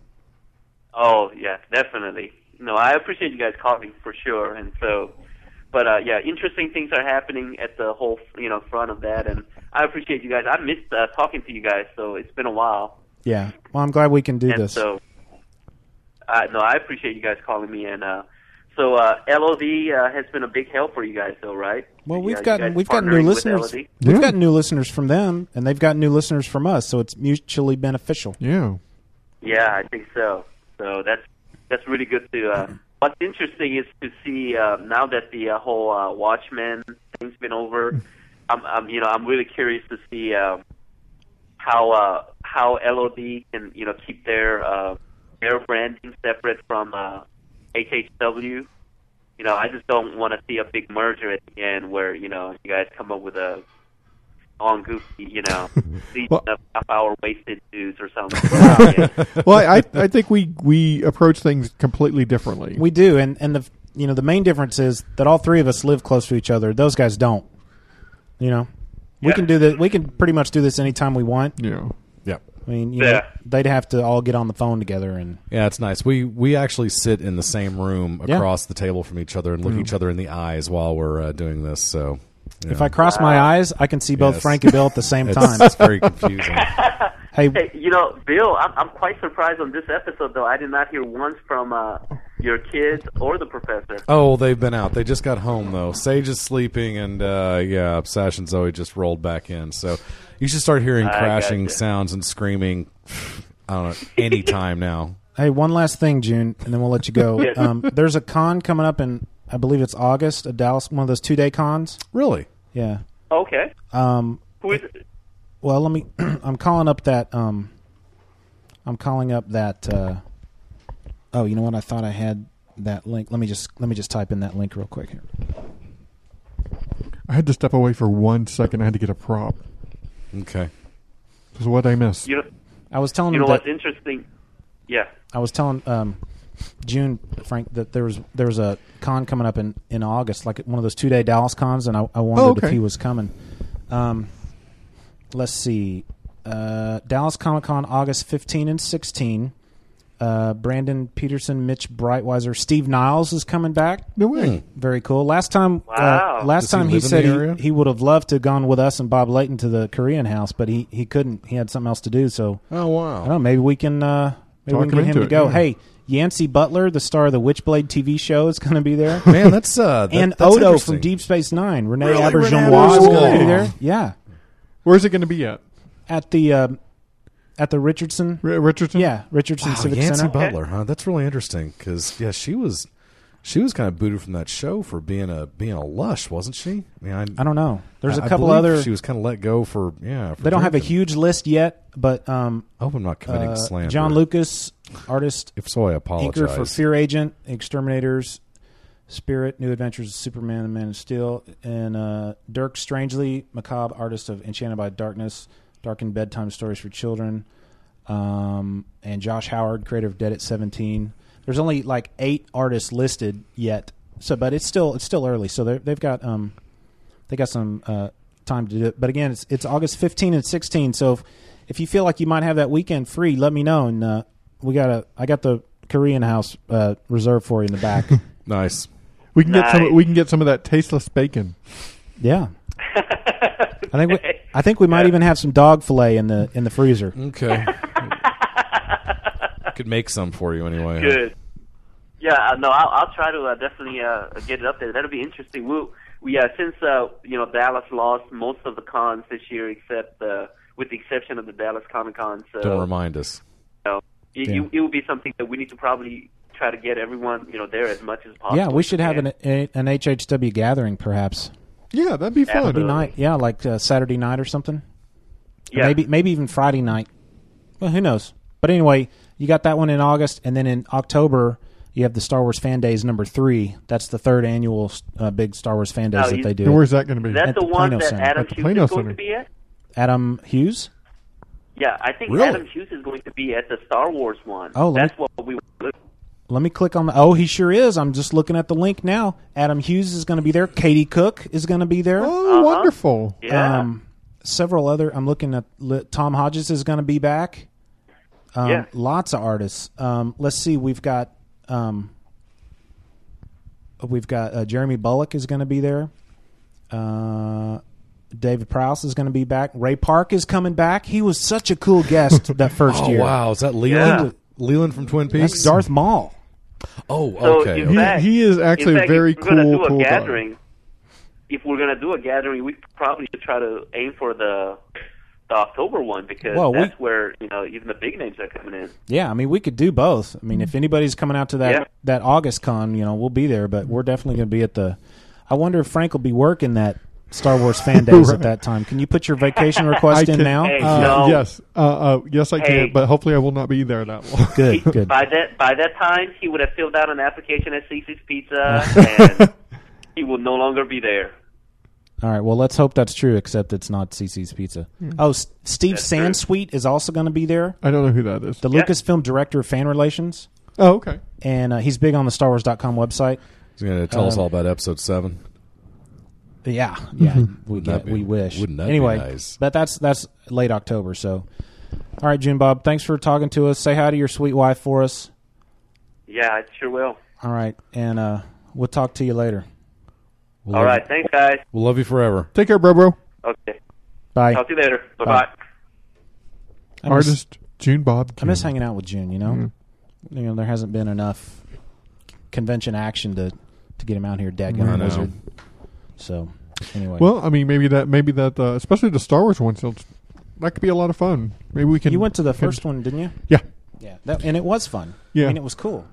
S5: Oh yeah, definitely. No, I appreciate you guys calling for sure. And so, but uh, yeah, interesting things are happening at the whole you know front of that, and I appreciate you guys. I missed uh, talking to you guys, so it's been a while.
S10: Yeah. Well, I'm glad we can do
S5: and
S10: this.
S5: so, uh, no, I appreciate you guys calling me. And uh, so, uh, LOD uh, has been a big help for you guys, though, right?
S10: Well,
S5: You
S10: we've
S5: guys- you
S10: gotten
S5: guys
S10: we've gotten
S5: partnering
S10: new
S5: with E
S10: listeners.
S5: LOD?
S10: We've gotten new listeners from them, and they've gotten new listeners from us. So it's mutually beneficial.
S17: Yeah.
S5: Yeah, I think so. So that's that's really good to. Uh, what's interesting is to see uh, now that the uh, whole uh, Watchmen thing's been over. I'm, I'm, you know, I'm really curious to see um, how uh, how LOD can you know keep their uh, their branding separate from uh, HHW. You know, I just don't want to see a big merger at the end where you know you guys come up with a on goofy, you know, these
S17: Well-
S5: half hour wasted dudes or something. Yeah.
S17: well, I, I think we, we approach things completely differently.
S10: We do, and and the you know the main difference is that all three of us live close to each other. Those guys don't. You know, we can do this. We can pretty much do this anytime we want.
S17: Yeah.
S9: Yep.
S10: I mean, you know,
S9: Yeah.
S10: they'd have to all get on the phone together and
S9: Yeah, it's nice. We we actually sit in the same room
S10: Yeah.
S9: across the table from each other and look
S10: Mm.
S9: each other in the eyes while we're uh, doing this. So you
S10: If
S9: know.
S10: I cross my eyes, I can see both
S9: Yes.
S10: Frank and Bill at the same
S9: It's-
S10: time.
S9: It's very confusing.
S10: Hey,
S5: you know, Bill, I'm, I'm quite surprised on this episode, though. I did not hear once from uh, your kids or the professor.
S9: Oh, they've been out. They just got home though. Sage is sleeping, and uh, yeah, Sash and Zoe just rolled back in. So you should start hearing
S10: I
S9: crashing sounds and screaming. I don't know any time now.
S10: Hey, one last thing, June, and then we'll let you go.
S9: Yes.
S10: um, there's a con coming up in, I believe it's August, a Dallas, one of those two day cons.
S9: Really?
S10: Yeah.
S5: Okay.
S10: Um,
S5: Who is it?
S10: well, let me. I'm calling up that. Um, I'm calling up that. Uh, oh, you know what? I thought I had that link. Let me just let me just type in that link real quick here.
S17: I had to step away for one second. I had to get a prop.
S9: Okay.
S17: This is what I missed.
S5: You know,
S10: I was telling
S5: you
S10: him
S5: know
S10: that-
S5: what's interesting. Yeah.
S10: I was telling um, June Frank that there was there was a con coming up in, in August, like one of those two day Dallas cons, and I, I wondered
S7: Oh, okay.
S10: if he was coming. Um, let's see, uh, Dallas Comic Con August fifteen and sixteen. Uh, Brandon Peterson, Mitch Brightweiser, Steve Niles is coming back.
S17: No way!
S5: Hmm.
S10: Very cool. Last time, uh,
S17: Wow.
S10: last
S17: Does he
S10: time he,
S17: live in
S10: said
S17: the
S10: he,
S17: area?
S10: he would have loved to have gone with us and Bob Layton to the Korean house, but he, he couldn't. He had something else to do. So
S9: oh wow, I
S10: don't know. Maybe we can uh, maybe we
S9: Talk
S10: can get
S9: him
S10: him
S9: into
S10: to
S9: it,
S10: go.
S9: yeah.
S10: Hey, Yancey Butler, the star of the Witchblade TV show, is going to be there.
S9: Man, that's, uh, that-
S10: and
S9: that's
S10: Odo
S9: interesting.
S10: from Deep Space Nine, Renee
S17: Really?
S10: Auberjonois
S17: Renee
S10: is going to be
S17: Auberjonois?
S10: there. Yeah,
S17: where's it going to be at?
S10: At the um, at the Richardson
S17: Richardson.
S10: Yeah, Richardson
S9: Wow,
S10: Civic
S9: Yancy
S10: Center.
S9: Oh, Butler, huh? That's really interesting because yeah, she was she was kind of booted from that show for being a being a lush, wasn't she? I, mean, I,
S10: I don't know. There's
S9: a
S10: a couple other-
S9: She was kind of let go for yeah. For
S10: They don't have a
S9: drinking.
S10: huge list yet, but um,
S9: I hope I'm not committing
S10: uh,
S9: slander.
S10: John Lucas, artist,
S9: If so, I
S10: anchor for
S9: apologize.
S10: Fear Agent, Exterminators, Spirit, New Adventures of Superman, and Man of Steel, and uh, Dirk Strangely, macabre artist of Enchanted by Darkness, Darkened Bedtime Stories for Children, um, and Josh Howard, creator of Dead at Seventeen. There's only like eight artists listed yet, so but it's still it's still early, so they're- they've got um, they got some uh, time to do it. But again, it's it's August 15 and 16. So if, if you feel like you might have that weekend free, let me know. And uh, we got a I got the Korean house uh, reserved for you in the back.
S9: nice.
S17: We can get some. We can get some of that tasteless bacon.
S10: Yeah. I think we, I think we might even have some dog fillet in the in the freezer.
S9: Okay. Could make some for you anyway. huh?
S5: Good. Yeah, uh, no, I'll, I'll try to uh, definitely uh, get it up there. That'll be interesting. We, we uh, since uh, you know Dallas lost most of the cons this year, except uh, with the exception of the Dallas Comic Con. So
S9: Don't remind us.
S5: you know, it,
S10: Yeah.
S5: it, it would be something that we need to probably try to get everyone you know there as much as possible.
S10: Yeah, we should have an a, an HHW gathering perhaps.
S17: Yeah, that'd be
S5: fun.
S10: That'd be
S5: Absolutely.
S10: night. Yeah, like uh, Saturday night or something. Or
S5: Yeah.
S10: Maybe maybe even Friday night. Well, who knows? But anyway, you got that one in August, and then in October you have the Star Wars Fan Days number three. That's the third annual uh, big Star Wars Fan Days
S5: Now,
S10: that
S5: Oh, you-
S10: they do.
S17: And where's that gonna be? Is that
S10: At
S5: the one
S10: Plano
S5: that
S10: Center.
S5: Adam At the Hughes is Plano going Center. to be at?
S10: Adam Hughes.
S5: Yeah, I think
S10: Really?
S5: Adam Hughes is going to be at the Star Wars one.
S10: Oh, let me-
S5: that's what we.
S10: Let me click on the. Oh, he sure is. I'm just looking at the link now. Adam Hughes is going to be there. Katie Cook is going to be there.
S5: uh-huh.
S17: Oh, wonderful!
S5: Yeah.
S10: Um, several other. I'm looking at li- Tom Hodges is going to be back. Um,
S5: Yeah.
S10: Lots of artists. Um, let's see. We've got. Um, we've got uh, Jeremy Bullock is going to be there. Uh, David Prowse is going to be back. Ray Park is coming back. He was such a cool guest that first
S9: oh
S10: year.
S9: wow, is that Leland? Leland from Twin Peaks.
S10: That's Darth Maul.
S9: Oh,
S5: So
S9: okay.
S5: in
S9: okay.
S5: fact, in fact, if we're gonna do a
S17: guy.
S5: gathering, If we're gonna do a gathering, we probably should try to aim for the the October one because
S10: Well, we-
S5: that's where you know even the big names are coming in.
S10: Yeah, I mean we could do both. I mean if anybody's coming out to that
S5: Yeah.
S10: that August con, you know, we'll be there, but we're definitely going to be at the I wonder if Frank will be working that Star Wars fan days at that time. Can you put your vacation request
S17: I
S10: in
S17: can-
S10: now?
S17: uh, Yes, uh, uh, yes, I
S5: Hey.
S17: can. But hopefully, I will not be there that long.
S10: Good, good.
S5: By that by that time, he would have filled out an application at Cece's Pizza, and he will no longer be there.
S10: All right. Well, let's hope that's true. Except it's not CC's Pizza.
S11: Hmm.
S10: Oh, S- Steve
S11: That's
S10: Sansweet is also going to be there.
S11: I don't know who that is.
S10: The
S11: Yeah.
S10: Lucasfilm director of fan relations.
S11: Oh, okay.
S10: And uh, he's big on the Star Wars.com website.
S9: He's going to tell us
S10: Um,
S9: all about episode seven.
S10: Yeah, yeah. we,
S9: Wouldn't that
S10: get-
S9: be-
S10: we wish.
S9: wouldn't that be
S10: anyway,
S9: nice?
S10: but that's that's late October. So, all right, June Bob, thanks for talking to us. Say hi to your sweet wife for us.
S5: Yeah, I sure will.
S10: All right, and uh, we'll talk to you later.
S5: All right, thanks, guys.
S9: We'll love you forever.
S11: Take care, bro, bro.
S5: Okay.
S10: Bye.
S5: Talk to you later. Bye bye.
S10: I miss-
S11: Artist June Bob.
S10: I miss hanging out with June. You know,
S11: Mm-hmm.
S10: you know, there hasn't been enough convention action to to get him out here,
S11: I
S10: dadgum
S11: know.
S10: wizard. So, anyway,
S11: Well, I mean, maybe that, maybe that, uh, especially the Star Wars one, so it's- that could be a lot of fun. Maybe we can.
S10: you went to the
S11: can-
S10: first one, didn't you?
S11: Yeah.
S10: yeah, that, and it was fun.
S11: Yeah.
S10: and it was cool.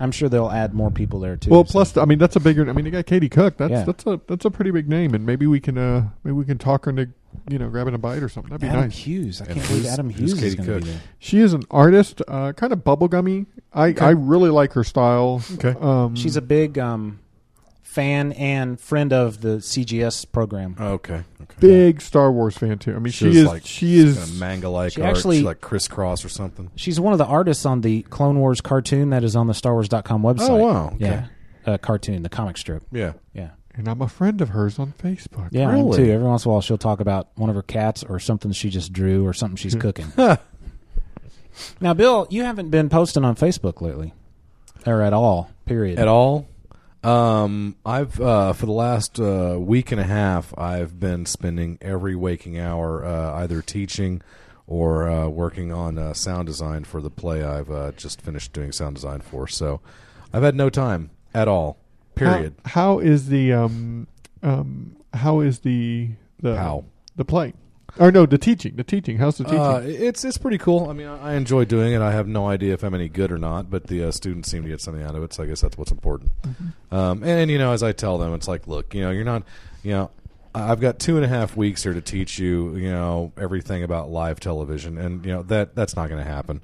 S10: I'm sure they'll add more people there too.
S11: Well,
S10: so-
S11: plus, I mean, that's a bigger. I mean, they got Katie Cook. That's
S10: Yeah.
S11: that's a that's a pretty big name, and maybe we can uh maybe we can talk her into you know grabbing a bite or something. That'd be
S10: Adam
S11: nice.
S10: Hughes. I
S9: And
S10: can't believe
S9: who's-
S10: Adam
S9: who's
S10: Hughes is
S9: Katie
S10: going to
S9: Cook?
S10: be there.
S11: She is an artist, uh, kind of bubblegummy. I
S10: Okay.
S11: I really like her style.
S10: Okay.
S11: um,
S10: She's a big um, fan and friend of the CGS program.
S9: Okay.
S11: big Star Wars fan too. I mean, she, is she is
S9: manga like
S10: She
S9: art.
S10: actually-
S9: Actually, like crisscross or something.
S10: She's one of the artists on the Clone Wars cartoon that is on the StarWars.com website.
S9: Oh, wow. Okay.
S10: Yeah. Uh, cartoon, the comic strip.
S9: Yeah.
S10: Yeah.
S11: and I'm a friend of hers on Facebook.
S10: Yeah, I am
S11: really.
S10: too. Every once in a while, she'll talk about one of her cats or something she just drew or something she's cooking. now, Bill, you haven't been posting on Facebook lately, or at all. Period.
S9: At all? Um, I've uh, for the last uh, week and a half, I've been spending every waking hour uh, either teaching or uh, working on uh, sound design for the play I've uh, just finished doing sound design for. So I've had no time at all. Period.
S11: How, how is the um um how is the the
S9: How?
S11: the play? Or no, the teaching. The teaching. How's the teaching?
S9: Uh, it's it's pretty cool. I mean, I I enjoy doing it. I have no idea if I'm any good or not, but the uh, students seem to get something out of it, so I guess that's what's important. Um, and you know, as I tell them, it's like, look, you know, you're not, you know, I- I've got two and a half weeks here to teach you, you know, everything about live television, and you know that that's not going to happen.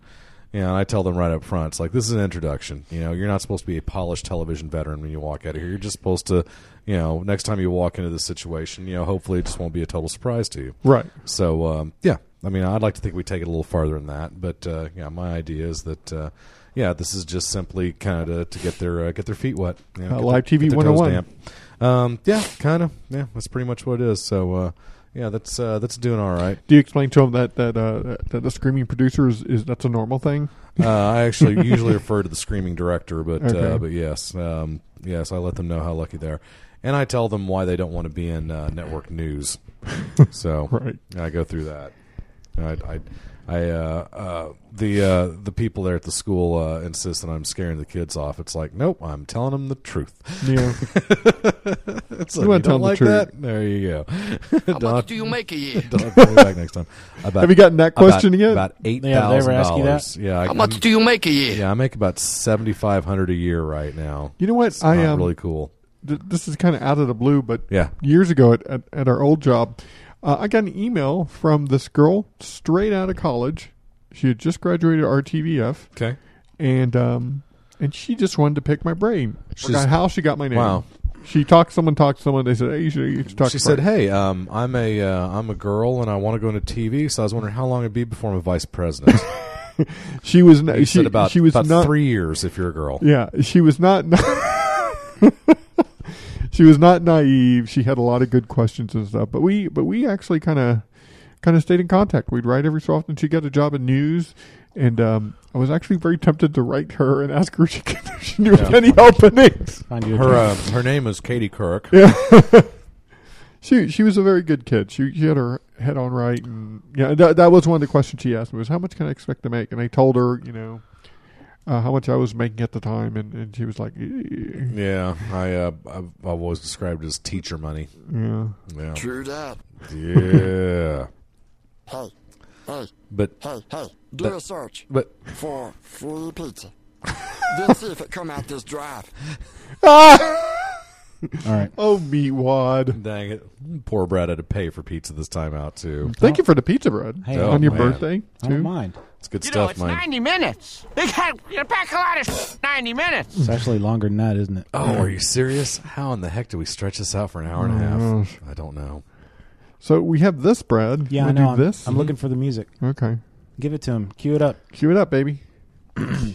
S9: You know, and I tell them right up front, it's like this is an introduction. You know, you're not supposed to be a polished television veteran when you walk out of here. You're just supposed to, you know, next time you walk into this situation, you know, hopefully it just won't be a total surprise to you.
S11: Right.
S9: So um, yeah, I mean, I'd like to think we take it a little farther than that, but uh, yeah, my idea is that uh, yeah, this is just simply kind of to, to get their uh, get their feet wet. You
S11: Uh,
S9: get
S11: live
S9: their-
S11: TV
S9: get their toes
S11: 101.
S9: damp. Um, yeah, kind of. Yeah, that's pretty much what it is. So uh, yeah, that's uh, that's doing all right.
S11: Do you explain to them that that uh, that the screaming producer is, is that's a normal thing?
S9: Uh, I actually usually refer to the screaming director, but
S11: Okay.
S9: uh, but yes, um, yes, I let them know how lucky they are, and I tell them why they don't want to be in uh, network news. So
S11: Right.
S9: I go through that. I I, I uh, uh, the uh, the people there at the school uh, insist that I'm scaring the kids off. It's like nope, I'm telling them the truth.
S11: Yeah.
S9: it's
S11: You
S9: like, you, don't
S11: wanna tell 'em the
S9: like
S11: truth.
S9: that? There you go. How
S1: much do you make a year?
S9: Don't bring me back next time. About,
S11: Have you gotten that question
S9: about,
S11: yet?
S9: About eight
S11: Yeah, they were
S9: thousand
S11: asking
S9: dollars.
S11: that.
S9: Yeah.
S11: How much do you make a year?
S9: Yeah, I make about seventy five hundred a year right now.
S11: You know what?
S9: It's
S11: I
S9: not
S11: um,
S9: really cool.
S11: Th- this is kind of out of the blue, but
S9: Yeah.
S11: years ago at, at, at our old job, uh, I got an email from this girl straight out of college. She had just graduated RTVF.
S9: Okay.
S11: and um, and she just wanted to pick my brain.
S9: She's-
S11: Forgot how she got my name.
S9: Wow.
S11: She talked. Someone talked. to Someone. They said, "Hey, you should, you should talk."
S9: She
S11: to
S9: said,
S11: Frank."
S9: "Hey, um, I'm a uh, I'm a girl and I want to go into TV. So I was wondering how long it'd be before I'm a vice president."
S11: She was. n-
S9: You
S11: she,
S9: said about
S11: she was
S9: about
S11: not,
S9: three years if you're a girl.
S11: Yeah, she was not. she was not naive. She had a lot of good questions and stuff. But we, but we actually kind of, kind of stayed in contact. We'd write every so often. She got a job in news, and um, I was actually very tempted to write her and ask her if she, could, if she knew of
S9: Yeah.
S11: any openings.
S9: Her uh, her name is Katie Kirk.
S11: Yeah. she she was a very good kid. She she had her head on right, and yeah, that that was one of the questions she asked me was how much can I expect to make, and I told her you know uh, how much I was making at the time, and, and she was like, "Eh."
S9: Yeah, I uh, I've, I've always described it as teacher money.
S11: Yeah.
S9: yeah.
S1: True that.
S9: Yeah.
S1: Hey, hey,
S9: But
S1: hey, hey, do
S9: but-
S1: a search
S9: but-
S1: for free pizza. then see if it come out this drive.
S10: All right.
S11: Oh, meat wad.
S9: Dang it! Poor Brad had to pay for pizza this time out too.
S11: Thank you for the pizza bread
S10: Hey,
S9: Oh,
S11: on your
S9: man.
S11: birthday
S10: I
S11: too.
S10: don't mind.
S9: It's good
S1: you
S9: stuff,
S1: know, it's
S9: Mike.
S1: 90 minutes. They got a pack a lot of 90 minutes.
S10: It's actually longer than that, isn't it?
S9: Oh, are you serious? How in the heck do we stretch this out for an hour and a half? I don't know.
S11: So we have this, Brad.
S10: Yeah, I
S11: Wanna
S10: know.
S11: Do
S10: I'm,
S11: this.
S10: I'm looking for the music.
S11: Okay.
S10: Give it to him. Cue it up.
S11: Cue it up, baby.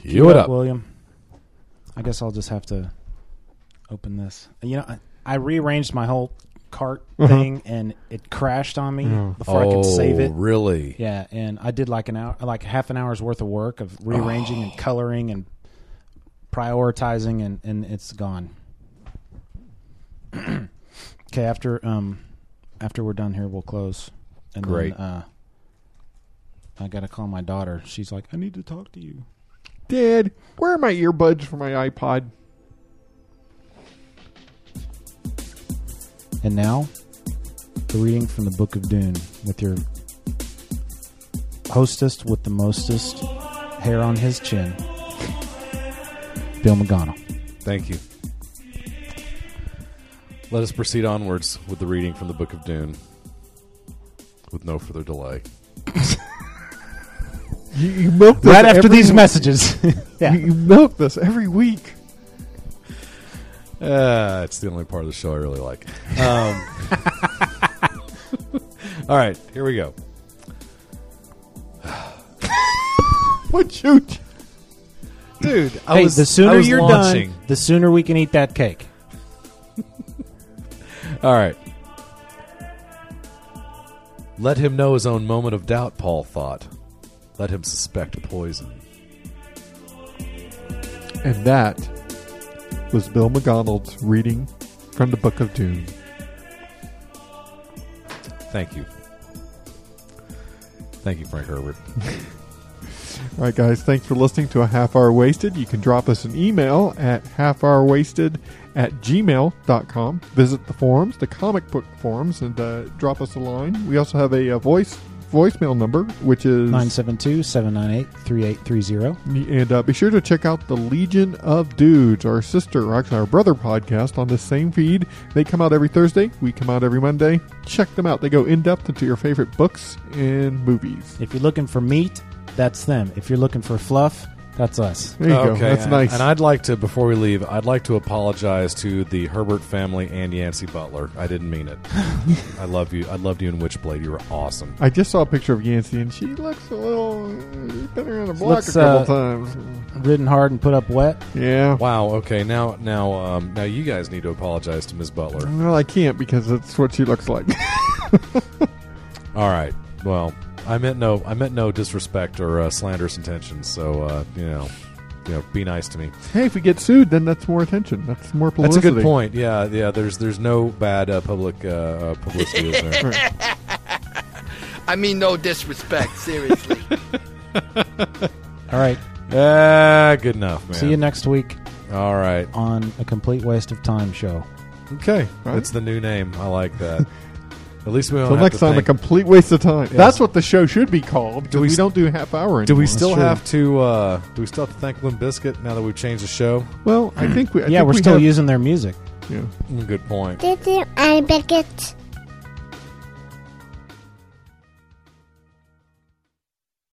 S10: Cue
S11: it up.
S10: William. I guess I'll just have to open this. You know, I, I rearranged my whole cart
S9: Uh-huh.
S10: thing, and it crashed on me
S9: Yeah.
S10: before I could save
S9: Oh,
S10: it.
S9: really?
S10: Yeah, and I did like an hour, like half an hour's worth of work of rearranging
S9: Oh.
S10: and coloring and prioritizing, and and it's gone. okay, after um, after we're done here, we'll close. And
S9: Great.
S10: Then, uh, I gotta call my daughter. She's like, I need to talk to you.
S11: Dad, where are my earbuds for my iPod?
S10: And now, the reading from the Book of Dune with your hostess with the mostest hair on his chin, Bill McGonnell.
S9: Thank you. Let us proceed onwards with the reading from the Book of Dune with no further delay.
S11: You, you milk this
S10: Right after
S11: every
S10: these
S11: week.
S10: messages. Yeah.
S11: you, you milk this every week.
S9: Uh, it's the only part of the show I really like. Um, all right, here we go.
S11: What you,
S9: dude? I
S10: hey,
S9: was,
S10: the sooner
S9: I was
S10: you're
S9: launching.
S10: done, the sooner we can eat that cake.
S9: All right. Let him know his own moment of doubt, Paul thought. Let him suspect poison.
S11: And that was Bill McDonald's reading from the Book of Doom.
S9: Thank you. Thank you, Frank Herbert.
S11: All right, guys, thanks for listening to A Half Hour Wasted. You can drop us an email at halfhourwasted at gmail.com. Visit the forums, the comic book forums, and uh, drop us a line. We also have a, uh voice voicemail number, which is
S10: 972 798 3830.
S11: And uh, be sure to check out the Legion of Dudes, our sister, or actually our brother podcast on the same feed. They come out every Thursday. We come out every Monday. Check them out. They go in depth into your favorite books and movies.
S10: If you're looking for meat, that's them. If you're looking for fluff, that's us.
S11: There you go.
S9: okay,
S11: That's
S9: and,
S11: nice.
S9: And I'd like to, before we leave, I'd like to apologize to the Herbert family and Yancey Butler. I didn't mean it. I love you. I loved you in Witchblade. You were awesome.
S11: I just saw a picture of Yancy, and she looks a little. She's been around the block
S10: Looks,
S11: a couple
S10: uh,
S11: times.
S10: Ridden hard and put up wet.
S11: Yeah.
S9: Wow. Okay. Now, now, um, now, you guys need to apologize to Ms. Butler.
S11: Well, I can't because that's what she looks like.
S9: All right. Well, I meant no. I meant no disrespect or uh, slanderous intentions. So uh, you know, you know, be nice to me.
S11: hey, if we get sued, then that's more attention. That's more
S9: That's a
S11: publicity.
S9: good point. Yeah, yeah. There's there's no bad uh, public uh, uh, publicity. Is there?
S1: I mean, no disrespect, seriously.
S10: All right.
S9: Ah, good enough, man.
S10: See you next week.
S9: All right.
S10: On a complete waste of time show.
S9: Okay, that's the new name. I like that. At least we don't.
S11: Till
S9: have
S11: next
S9: to
S11: time,
S9: think.
S11: a complete waste of time.
S9: Yeah.
S11: That's what the show should be called. Do we,
S9: s-
S11: don't do half hour anymore.
S9: Do we still have to? Uh, do we still have to thank Limp Biscuit now that we've changed the show?
S11: Well, I think we. I
S10: yeah,
S11: think
S10: we're
S11: we
S10: still
S11: have-
S10: using their music.
S11: Yeah.
S9: Good Mm, point.
S20: Did you I bake it?